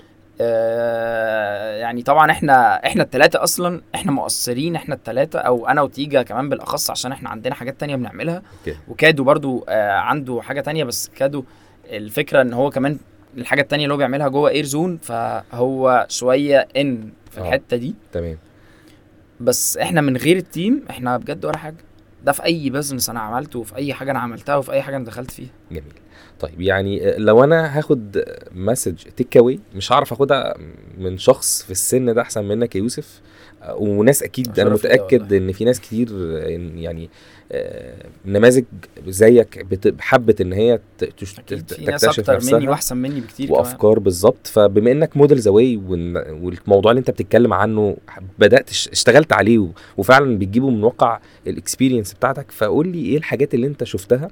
Speaker 2: آه، يعني طبعا احنا احنا الثلاثه اصلا احنا مقصرين احنا الثلاثه او انا وتيجا كمان بالاخص عشان احنا عندنا حاجات تانية بنعملها
Speaker 1: اوكي
Speaker 2: وكادو برضو آه، عنده حاجه تانية بس كادو الفكره ان هو كمان الحاجه التانية اللي هو بيعملها جوه اير زون فهو شويه ان في
Speaker 1: آه.
Speaker 2: الحته دي
Speaker 1: تمام
Speaker 2: بس احنا من غير التيم احنا بجد ولا حاجه ده في اي بزنس انا عملته وفي اي حاجه انا عملتها وفي اي حاجه انا دخلت فيها
Speaker 1: جميل طيب يعني آه، لو انا هاخد آه، مسج تيك اواي مش هعرف اخدها من شخص في السن ده احسن منك يا يوسف آه، وناس اكيد انا
Speaker 2: شرف ليا
Speaker 1: متاكد
Speaker 2: والله.
Speaker 1: ان في ناس كتير آه، إن- يعني آه، نماذج زيك بت- حبت ان هي ت- تش-
Speaker 2: اكيد
Speaker 1: تت-
Speaker 2: في ناس اكتر مني واحسن مني بكتير كمان
Speaker 1: وافكار بالظبط فبما انك موديل زواي والموضوع اللي انت بتتكلم عنه بدات اش- اشتغلت عليه و- وفعلا بتجيبه من واقع الاكسبيرينس بتاعتك فقول لي ايه الحاجات اللي انت شفتها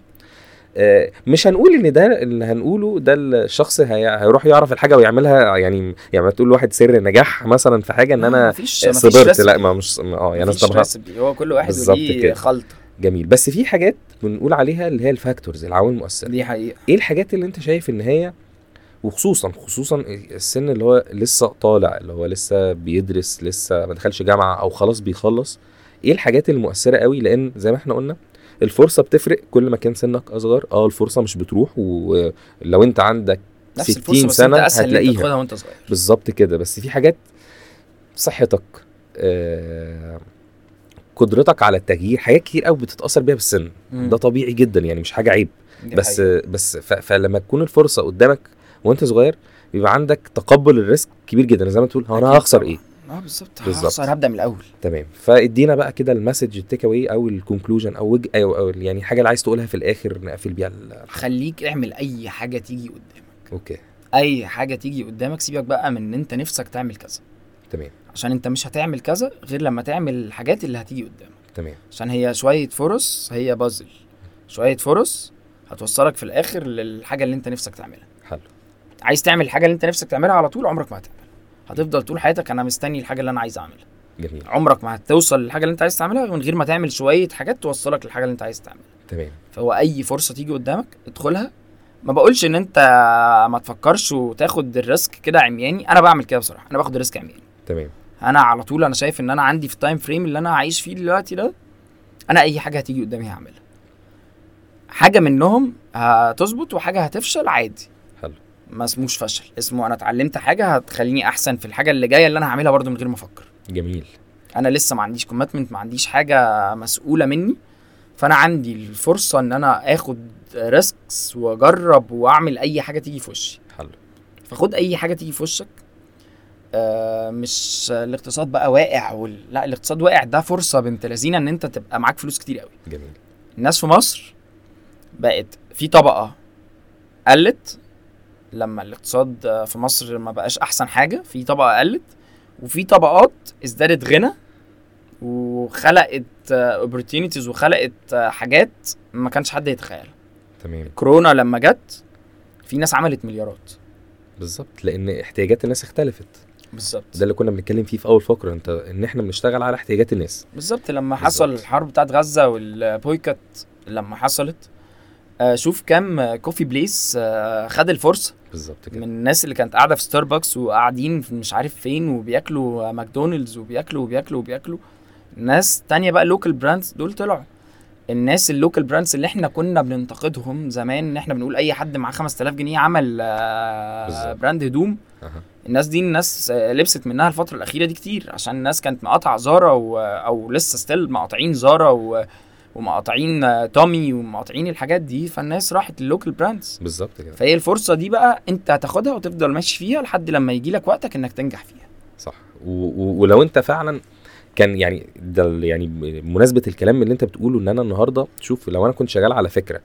Speaker 1: آه، مش هنقول ان ده اللي هنقوله ده الشخص هي- هيروح يعرف الحاجه ويعملها يعني يعني ما تقول لواحد سر نجاح مثلا في حاجه ان انا
Speaker 2: مفيش آه، مفيش
Speaker 1: صبرت
Speaker 2: رسم.
Speaker 1: لا ما مش اه يعني
Speaker 2: مفيش
Speaker 1: أنا
Speaker 2: رسم. هو كل واحد
Speaker 1: بالظبط كده.
Speaker 2: وليه خلطه
Speaker 1: جميل بس في حاجات بنقول عليها اللي هي الفاكتورز العوامل المؤثره
Speaker 2: دي حقيقه
Speaker 1: ايه الحاجات اللي انت شايف ان هي وخصوصا خصوصا السن اللي هو لسه طالع اللي هو لسه بيدرس لسه ما دخلش جامعه او خلاص بيخلص ايه الحاجات المؤثره قوي لان زي ما احنا قلنا الفرصه بتفرق كل ما كان سنك اصغر اه الفرصه مش بتروح ولو انت عندك
Speaker 2: نفس
Speaker 1: 60
Speaker 2: الفرصه بس انت
Speaker 1: سنة
Speaker 2: اسهل إن انت
Speaker 1: هتلاقيها.
Speaker 2: تاخدها وانت صغير
Speaker 1: بالظبط كده بس في حاجات صحتك آه قدرتك على التغيير حاجات كتير قوي بتتاثر بيها بالسن
Speaker 2: مم.
Speaker 1: ده طبيعي جدا يعني مش حاجه عيب
Speaker 2: دي
Speaker 1: بس
Speaker 2: حقيقة.
Speaker 1: بس ف... فلما تكون الفرصه قدامك وانت صغير بيبقى عندك تقبل الريسك كبير جدا زي ما تقول هو انا
Speaker 2: أكيد
Speaker 1: هخسر
Speaker 2: طبعاً.
Speaker 1: ايه
Speaker 2: اه بالظبط
Speaker 1: بالظبط.
Speaker 2: هخسر هبدا من الاول
Speaker 1: تمام فادينا بقى كده المسج التيك اواي او الكونكلوجن او وج... أو, او ال- يعني حاجه اللي عايز تقولها في الاخر نقفل بيها ال-
Speaker 2: خليك اعمل اي حاجه تيجي قدامك
Speaker 1: اوكي
Speaker 2: اي حاجه تيجي قدامك سيبك بقى من ان انت نفسك تعمل كذا
Speaker 1: تمام
Speaker 2: عشان انت مش هتعمل كذا غير لما تعمل الحاجات اللي هتيجي قدامك
Speaker 1: تمام
Speaker 2: عشان هي شوية فرص هي بازل شوية فرص هتوصلك في الآخر للحاجة اللي أنت نفسك تعملها
Speaker 1: حلو
Speaker 2: عايز تعمل الحاجة اللي أنت نفسك تعملها على طول عمرك ما هتعملها هتفضل طول حياتك أنا مستني الحاجة اللي أنا عايز أعملها
Speaker 1: جميل
Speaker 2: عمرك ما هتوصل للحاجة اللي أنت عايز تعملها من غير ما تعمل شوية حاجات توصلك للحاجة اللي أنت عايز تعملها
Speaker 1: تمام
Speaker 2: فهو أي فرصة تيجي قدامك ادخلها ما بقولش ان انت ما تفكرش وتاخد الريسك كده عمياني انا بعمل كده بصراحه انا باخد الريسك عمياني
Speaker 1: تمام
Speaker 2: انا على طول انا شايف ان انا عندي في التايم فريم اللي انا عايش فيه دلوقتي ده انا اي حاجه هتيجي قدامي هعملها حاجه منهم هتظبط وحاجه هتفشل عادي
Speaker 1: حلو.
Speaker 2: ما اسموش فشل اسمه انا اتعلمت حاجه هتخليني احسن في الحاجه اللي جايه اللي انا هعملها برضو من غير ما افكر
Speaker 1: جميل
Speaker 2: انا لسه ما عنديش كوميتمنت ما عنديش حاجه مسؤوله مني فانا عندي الفرصه ان انا اخد ريسكس واجرب واعمل اي حاجه تيجي في وشي
Speaker 1: حلو
Speaker 2: فخد اي حاجه تيجي في وشك آه مش الاقتصاد بقى واقع وال... لا الاقتصاد واقع ده فرصه بنت لذينه ان انت تبقى معاك فلوس كتير قوي
Speaker 1: جميل
Speaker 2: الناس في مصر بقت في طبقه قلت لما الاقتصاد آه، في مصر ما بقاش احسن حاجه في طبقه قلت وفي طبقات ازدادت غنى وخلقت اوبورتيونيتيز وخلقت آه، حاجات ما كانش حد يتخيلها
Speaker 1: تمام
Speaker 2: كورونا لما جت في ناس عملت مليارات
Speaker 1: بالظبط لان احتياجات الناس اختلفت
Speaker 2: بالظبط
Speaker 1: ده اللي كنا بنتكلم فيه في اول فقره انت ان احنا بنشتغل على احتياجات الناس
Speaker 2: بالظبط لما
Speaker 1: بالظبط.
Speaker 2: حصل الحرب بتاعت غزه والبويكوت لما حصلت آه، شوف كام آه، كوفي بليس آه، خد الفرصه
Speaker 1: بالظبط كده
Speaker 2: من الناس اللي كانت قاعده في ستاربكس وقاعدين في مش عارف فين وبياكلوا آه، ماكدونالدز وبياكلوا وبياكلوا وبياكلوا ناس تانية بقى لوكال براندز دول طلعوا الناس اللوكال براندز اللي احنا كنا بننتقدهم زمان ان احنا بنقول اي حد معاه 5000 جنيه عمل آه،
Speaker 1: بالظبط.
Speaker 2: براند هدوم
Speaker 1: أها.
Speaker 2: الناس دي الناس آه، لبست منها الفترة الأخيرة دي كتير عشان الناس كانت مقاطعة زارا و... أو لسه ستيل مقاطعين زارا و... ومقاطعين آه، تومي ومقاطعين الحاجات دي فالناس راحت للوكال براندز
Speaker 1: بالظبط كده
Speaker 2: فهي الفرصة دي بقى أنت هتاخدها وتفضل ماشي فيها لحد لما يجي لك وقتك إنك تنجح فيها
Speaker 1: صح و- و- ولو انت فعلا كان يعني ده ال- يعني بمناسبه الكلام اللي انت بتقوله ان انا النهارده شوف لو انا كنت شغال على فكره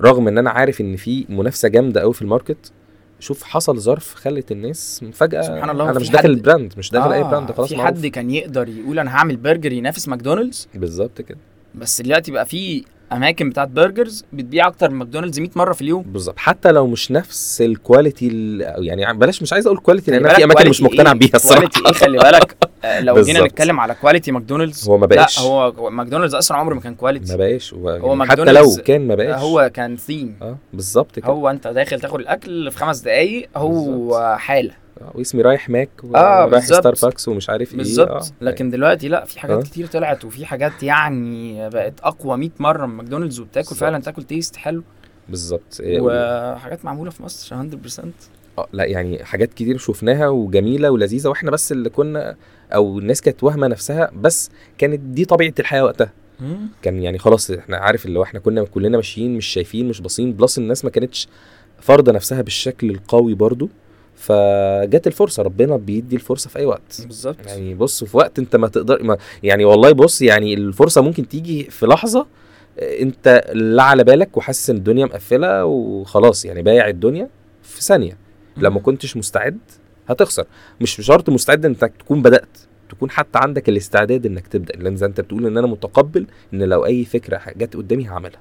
Speaker 1: رغم ان انا عارف ان في منافسه جامده قوي في الماركت شوف حصل ظرف خلت الناس فجاه
Speaker 2: سبحان الله،
Speaker 1: انا
Speaker 2: في
Speaker 1: مش داخل
Speaker 2: حد-
Speaker 1: البراند مش داخل اي
Speaker 2: آه،
Speaker 1: براند خلاص
Speaker 2: في
Speaker 1: معروف.
Speaker 2: حد كان يقدر يقول أنا هعمل برجر ينافس ماكدونالدز
Speaker 1: بالظبط كده
Speaker 2: بس دلوقتي بقى في أماكن بتاعت برجرز بتبيع أكتر من ماكدونالدز 100 مرة في اليوم
Speaker 1: بالظبط حتى لو مش نفس الكواليتي ال- أو يعني بلاش مش عايز اقول كواليتي لان
Speaker 2: خلي
Speaker 1: يعني أنا
Speaker 2: بالك
Speaker 1: في اماكن مش
Speaker 2: quality
Speaker 1: مقتنع
Speaker 2: إيه؟
Speaker 1: بيها الصراحه
Speaker 2: quality ايه خلي بالك آه، لو جينا
Speaker 1: بالظبط.
Speaker 2: نتكلم على كواليتي ماكدونالدز
Speaker 1: هو ما بقاش
Speaker 2: لا هو هو ماكدونالدز اصلا عمره ما كان
Speaker 1: ما
Speaker 2: كواليتي
Speaker 1: بقاش هو يعني حتى
Speaker 2: إيه؟ ماكدونالدز-
Speaker 1: لو كان ما بقاش
Speaker 2: هو كان ثيم
Speaker 1: اه بالظبط كده
Speaker 2: هو انت داخل تاخد الاكل في خمس دقايق هو
Speaker 1: بالظبط.
Speaker 2: حاله
Speaker 1: آه، واسمي رايح ماك ورايح
Speaker 2: آه، بالظبط.
Speaker 1: ستاربكس ومش عارف ايه
Speaker 2: بالظبط
Speaker 1: آه.
Speaker 2: لكن دلوقتي لا في حاجات
Speaker 1: آه.
Speaker 2: كتير طلعت وفي حاجات يعني بقت اقوى 100 مره من ماكدونالدز وبتاكل
Speaker 1: بالظبط.
Speaker 2: فعلا تاكل تيست حلو
Speaker 1: بالظبط إيه،
Speaker 2: وحاجات معموله في مصر 100%
Speaker 1: آه، لا يعني حاجات كتير شفناها وجميله ولذيذه واحنا بس اللي كنا او الناس كانت واهمه نفسها بس كانت دي طبيعه الحياه وقتها
Speaker 2: مم.
Speaker 1: كان يعني خلاص احنا عارف اللي هو احنا كنا كلنا ماشيين مش شايفين مش باصين بلس الناس ما كانتش فارضه نفسها بالشكل القوي برضو فجت الفرصه ربنا بيدي الفرصه في اي وقت
Speaker 2: بالظبط
Speaker 1: يعني بص في وقت انت ما تقدر ما يعني والله بص يعني الفرصه ممكن تيجي في لحظه آه، انت لا على بالك وحاسس ان الدنيا مقفله وخلاص يعني بايع الدنيا في ثانيه لو ما كنتش مستعد هتخسر مش شرط مستعد انك تكون بدات تكون حتى عندك الاستعداد انك تبدا لان زي انت بتقول ان انا متقبل ان لو اي فكره جت قدامي هعملها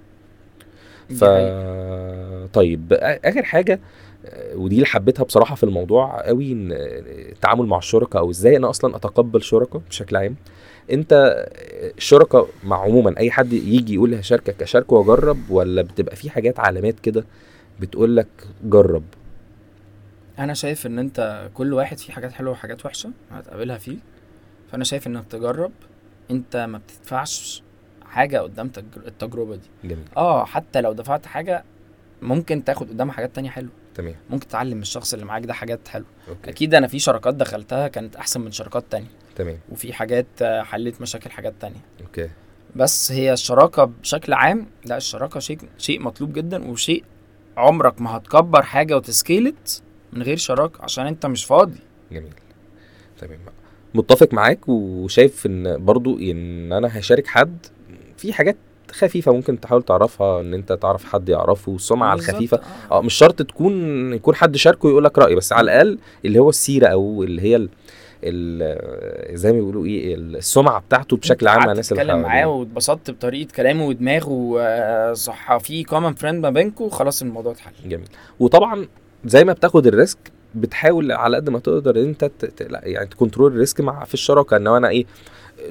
Speaker 2: دي
Speaker 1: ف
Speaker 2: حقيقة.
Speaker 1: طيب آ- اخر حاجه آه، ودي اللي حبيتها بصراحه في الموضوع قوي ان آه، التعامل مع الشركاء او ازاي انا اصلا اتقبل شركاء بشكل عام انت آه، الشركاء مع عموما اي حد يجي يقول لي هشاركك اشارك واجرب ولا بتبقى في حاجات علامات كده بتقول لك جرب
Speaker 2: انا شايف ان انت كل واحد فيه حاجات حلوه وحاجات وحشه هتقابلها فيه فانا شايف انك تجرب انت ما بتدفعش حاجه قدام تجر- التجربه دي
Speaker 1: جميل
Speaker 2: اه حتى لو دفعت حاجه ممكن تاخد قدامها حاجات تانية حلوه
Speaker 1: تمام
Speaker 2: ممكن تتعلم من الشخص اللي معاك ده حاجات حلوه
Speaker 1: اوكي
Speaker 2: اكيد انا في شراكات دخلتها كانت احسن من شراكات تانية
Speaker 1: تمام
Speaker 2: وفي حاجات آه، حلت مشاكل حاجات تانية
Speaker 1: اوكي
Speaker 2: بس هي الشراكه بشكل عام لا الشراكه شيء شيء مطلوب جدا وشيء عمرك ما هتكبر حاجه وتسكيلت من غير شراكه عشان انت مش فاضي
Speaker 1: جميل تمام متفق معاك وشايف ان برضو ان انا هشارك حد في حاجات خفيفه ممكن تحاول تعرفها ان انت تعرف حد يعرفه السمعه على
Speaker 2: بالظبط،
Speaker 1: الخفيفه
Speaker 2: آه.
Speaker 1: اه مش شرط تكون يكون حد شاركه ويقول لك راي بس على الاقل اللي هو السيره او اللي هي ال ال زي ما بيقولوا ايه السمعه بتاعته بشكل عام على
Speaker 2: قعدت
Speaker 1: الناس اللي
Speaker 2: تتكلم معاه
Speaker 1: حواليه
Speaker 2: واتبسطت بطريقه كلامه ودماغه آه، صح في كومن فريند ما بينكم خلاص الموضوع اتحل
Speaker 1: جميل وطبعا زي ما بتاخد الريسك بتحاول على قد ما تقدر ان انت ت- ت- لا، يعني تكنترول الريسك مع في الشراكه ان هو انا ايه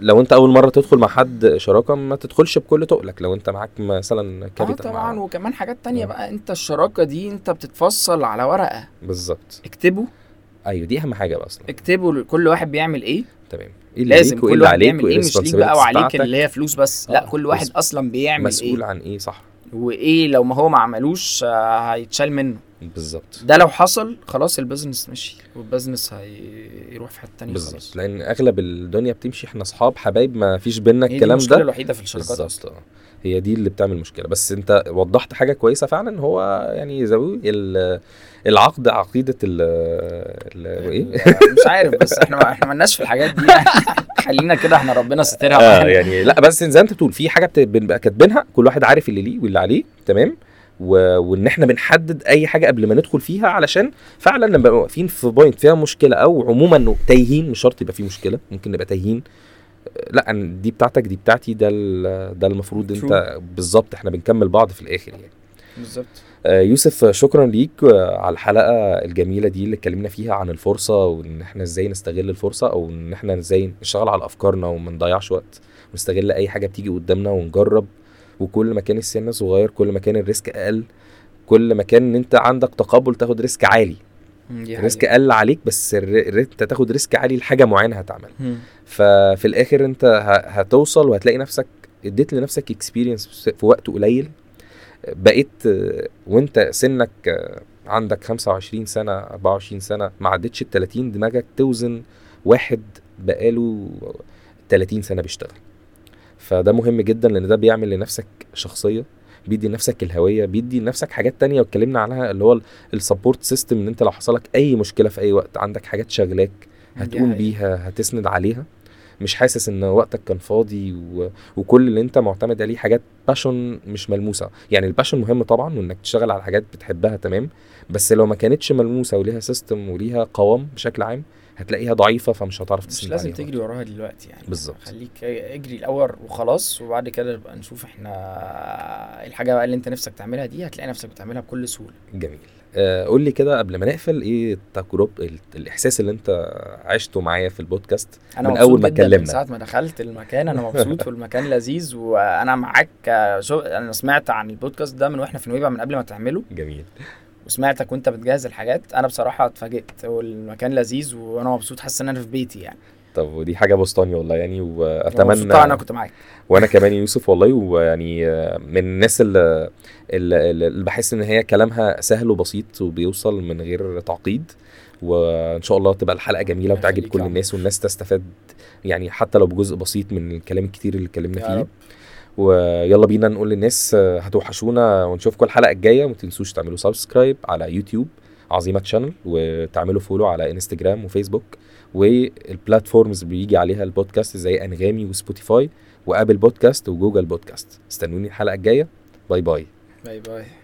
Speaker 1: لو انت اول مره تدخل مع حد شراكه ما تدخلش بكل تقلك لو انت معاك مثلا
Speaker 2: اه
Speaker 1: كابيتال
Speaker 2: طبعا
Speaker 1: مع...
Speaker 2: وكمان حاجات تانية
Speaker 1: آه.
Speaker 2: بقى انت الشراكه دي انت بتتفصل على ورقه
Speaker 1: بالظبط
Speaker 2: اكتبوا
Speaker 1: ايوه دي اهم حاجه بقى اصلا
Speaker 2: اكتبوا كل واحد بيعمل ايه
Speaker 1: تمام ايه اللي
Speaker 2: لازم
Speaker 1: ليك وايه
Speaker 2: كل
Speaker 1: اللي
Speaker 2: واحد
Speaker 1: عليك
Speaker 2: بيعمل
Speaker 1: وايه
Speaker 2: ايه مش ليك
Speaker 1: الريسبونسبيلتيز
Speaker 2: بقى وعليك
Speaker 1: بتاعتك
Speaker 2: اللي هي فلوس بس لا
Speaker 1: آه،
Speaker 2: كل واحد
Speaker 1: مسؤول-
Speaker 2: اصلا بيعمل
Speaker 1: مسؤول
Speaker 2: ايه
Speaker 1: عن ايه صح
Speaker 2: وايه لو ما هو ما عملوش آه، هيتشال منه
Speaker 1: بالظبط
Speaker 2: ده لو حصل خلاص البيزنس مشي والبيزنس هيروح في حته تانية يعني خلاص
Speaker 1: بالظبط لان اغلب الدنيا بتمشي احنا اصحاب حبايب ما فيش بينا
Speaker 2: هي دي
Speaker 1: الكلام
Speaker 2: المشكله
Speaker 1: ده
Speaker 2: الوحيده في الشركات اصلا
Speaker 1: بالظبط اه. هي دي اللي بتعمل مشكله بس انت وضحت حاجه كويسه فعلا هو يعني زي ما بيقولوا ال- العقد عقيده ال ال- ايه
Speaker 2: مش عارف بس احنا ما احنا مالناش في الحاجات دي خلينا كده احنا ربنا سترها
Speaker 1: آه
Speaker 2: معانا.
Speaker 1: يعني لا بس زي ما انت بتقول في حاجه بت- بنبقى كاتبينها كل واحد عارف اللي ليه واللي عليه تمام و... وان احنا بنحدد اي حاجه قبل ما ندخل فيها علشان فعلا لما نبقى واقفين في بوينت فيها مشكله او عموما تايهين مش شرط يبقى في مشكله ممكن نبقى تايهين لا أنا دي بتاعتك دي بتاعتي ده ال- ده المفروض
Speaker 2: True.
Speaker 1: انت بالظبط احنا بنكمل بعض في الاخر يعني
Speaker 2: بالظبط
Speaker 1: آه، يوسف شكرا ليك آه، على الحلقه الجميله دي اللي اتكلمنا فيها عن الفرصه وان احنا ازاي نستغل الفرصه او ان احنا ازاي نشتغل على افكارنا وما نضيعش وقت ونستغل اي حاجه بتيجي قدامنا ونجرب وكل ما كان السن صغير كل ما كان الريسك اقل كل ما كان ان انت عندك تقبل تاخد ريسك عالي
Speaker 2: دي
Speaker 1: الريسك
Speaker 2: حقيقة.
Speaker 1: قل عليك بس الر- الر- انت تاخد ريسك عالي لحاجه معينه هتعمل
Speaker 2: مم.
Speaker 1: ففي الاخر انت ه- هتوصل وهتلاقي نفسك اديت لنفسك اكسبيرينس في وقت قليل بقيت آه، وانت سنك آه، عندك 25 سنه 24 سنه ما عدتش ال 30 دماغك توزن واحد بقاله 30 سنه بيشتغل فده مهم جدا لان ده بيعمل لنفسك شخصيه بيدي لنفسك الهويه بيدي لنفسك حاجات تانية واتكلمنا عنها اللي هو السبورت سيستم ان انت لو حصلك اي مشكله في اي وقت عندك حاجات شغلاك
Speaker 2: دي
Speaker 1: هتقوم
Speaker 2: حقيقة.
Speaker 1: بيها هتسند عليها مش حاسس ان وقتك كان فاضي و... وكل اللي انت معتمد عليه حاجات باشون مش ملموسه يعني الباشون مهم طبعا وانك تشتغل على حاجات بتحبها تمام بس لو ما كانتش ملموسه وليها سيستم وليها قوام بشكل عام هتلاقيها ضعيفه فمش هتعرف
Speaker 2: مش
Speaker 1: تسند
Speaker 2: لازم
Speaker 1: عليها.
Speaker 2: تجري وراها دلوقتي يعني
Speaker 1: بالظبط.
Speaker 2: خليك اجري الاول وخلاص وبعد كده نبقى نشوف احنا الحاجه بقى اللي انت نفسك تعملها دي هتلاقي نفسك بتعملها بكل سهوله
Speaker 1: جميل آه، قول لي كده قبل ما نقفل ايه التجربه ال- الاحساس اللي انت عشته معايا في البودكاست
Speaker 2: انا
Speaker 1: من
Speaker 2: مبسوط
Speaker 1: أول ما
Speaker 2: جداً من
Speaker 1: اتكلمنا.
Speaker 2: ساعه ما دخلت المكان انا مبسوط والمكان لذيذ وانا معاك آه، شو انا سمعت عن البودكاست ده من واحنا في نويبع من قبل ما تعمله
Speaker 1: جميل
Speaker 2: وسمعتك وانت بتجهز الحاجات انا بصراحه اتفاجئت والمكان لذيذ وانا مبسوط حاسس ان انا في بيتي يعني
Speaker 1: طب ودي حاجه بسطاني والله يعني
Speaker 2: مبسوط
Speaker 1: واتمنى
Speaker 2: انا كنت معاك
Speaker 1: وانا كمان يوسف والله ويعني آه، من الناس اللي, اللي اللي بحس ان هي كلامها سهل وبسيط وبيوصل من غير تعقيد وان شاء الله تبقى الحلقه جميله
Speaker 2: ربنا
Speaker 1: وتعجب
Speaker 2: يخليك
Speaker 1: كل
Speaker 2: يا عمر.
Speaker 1: الناس والناس تستفاد يعني حتى لو بجزء بسيط من الكلام الكتير اللي اتكلمنا
Speaker 2: يا
Speaker 1: فيه
Speaker 2: رب.
Speaker 1: ويلا بينا نقول للناس آه، هتوحشونا ونشوفكم الحلقه الجايه وما تنسوش تعملوا سبسكرايب على يوتيوب عظيمه تشانل وتعملوا فولو على انستجرام وفيسبوك والبلاتفورمز اللي بيجي عليها البودكاست زي انغامي وسبوتيفاي وابل بودكاست وجوجل بودكاست استنوني الحلقه الجايه باي باي
Speaker 2: باي باي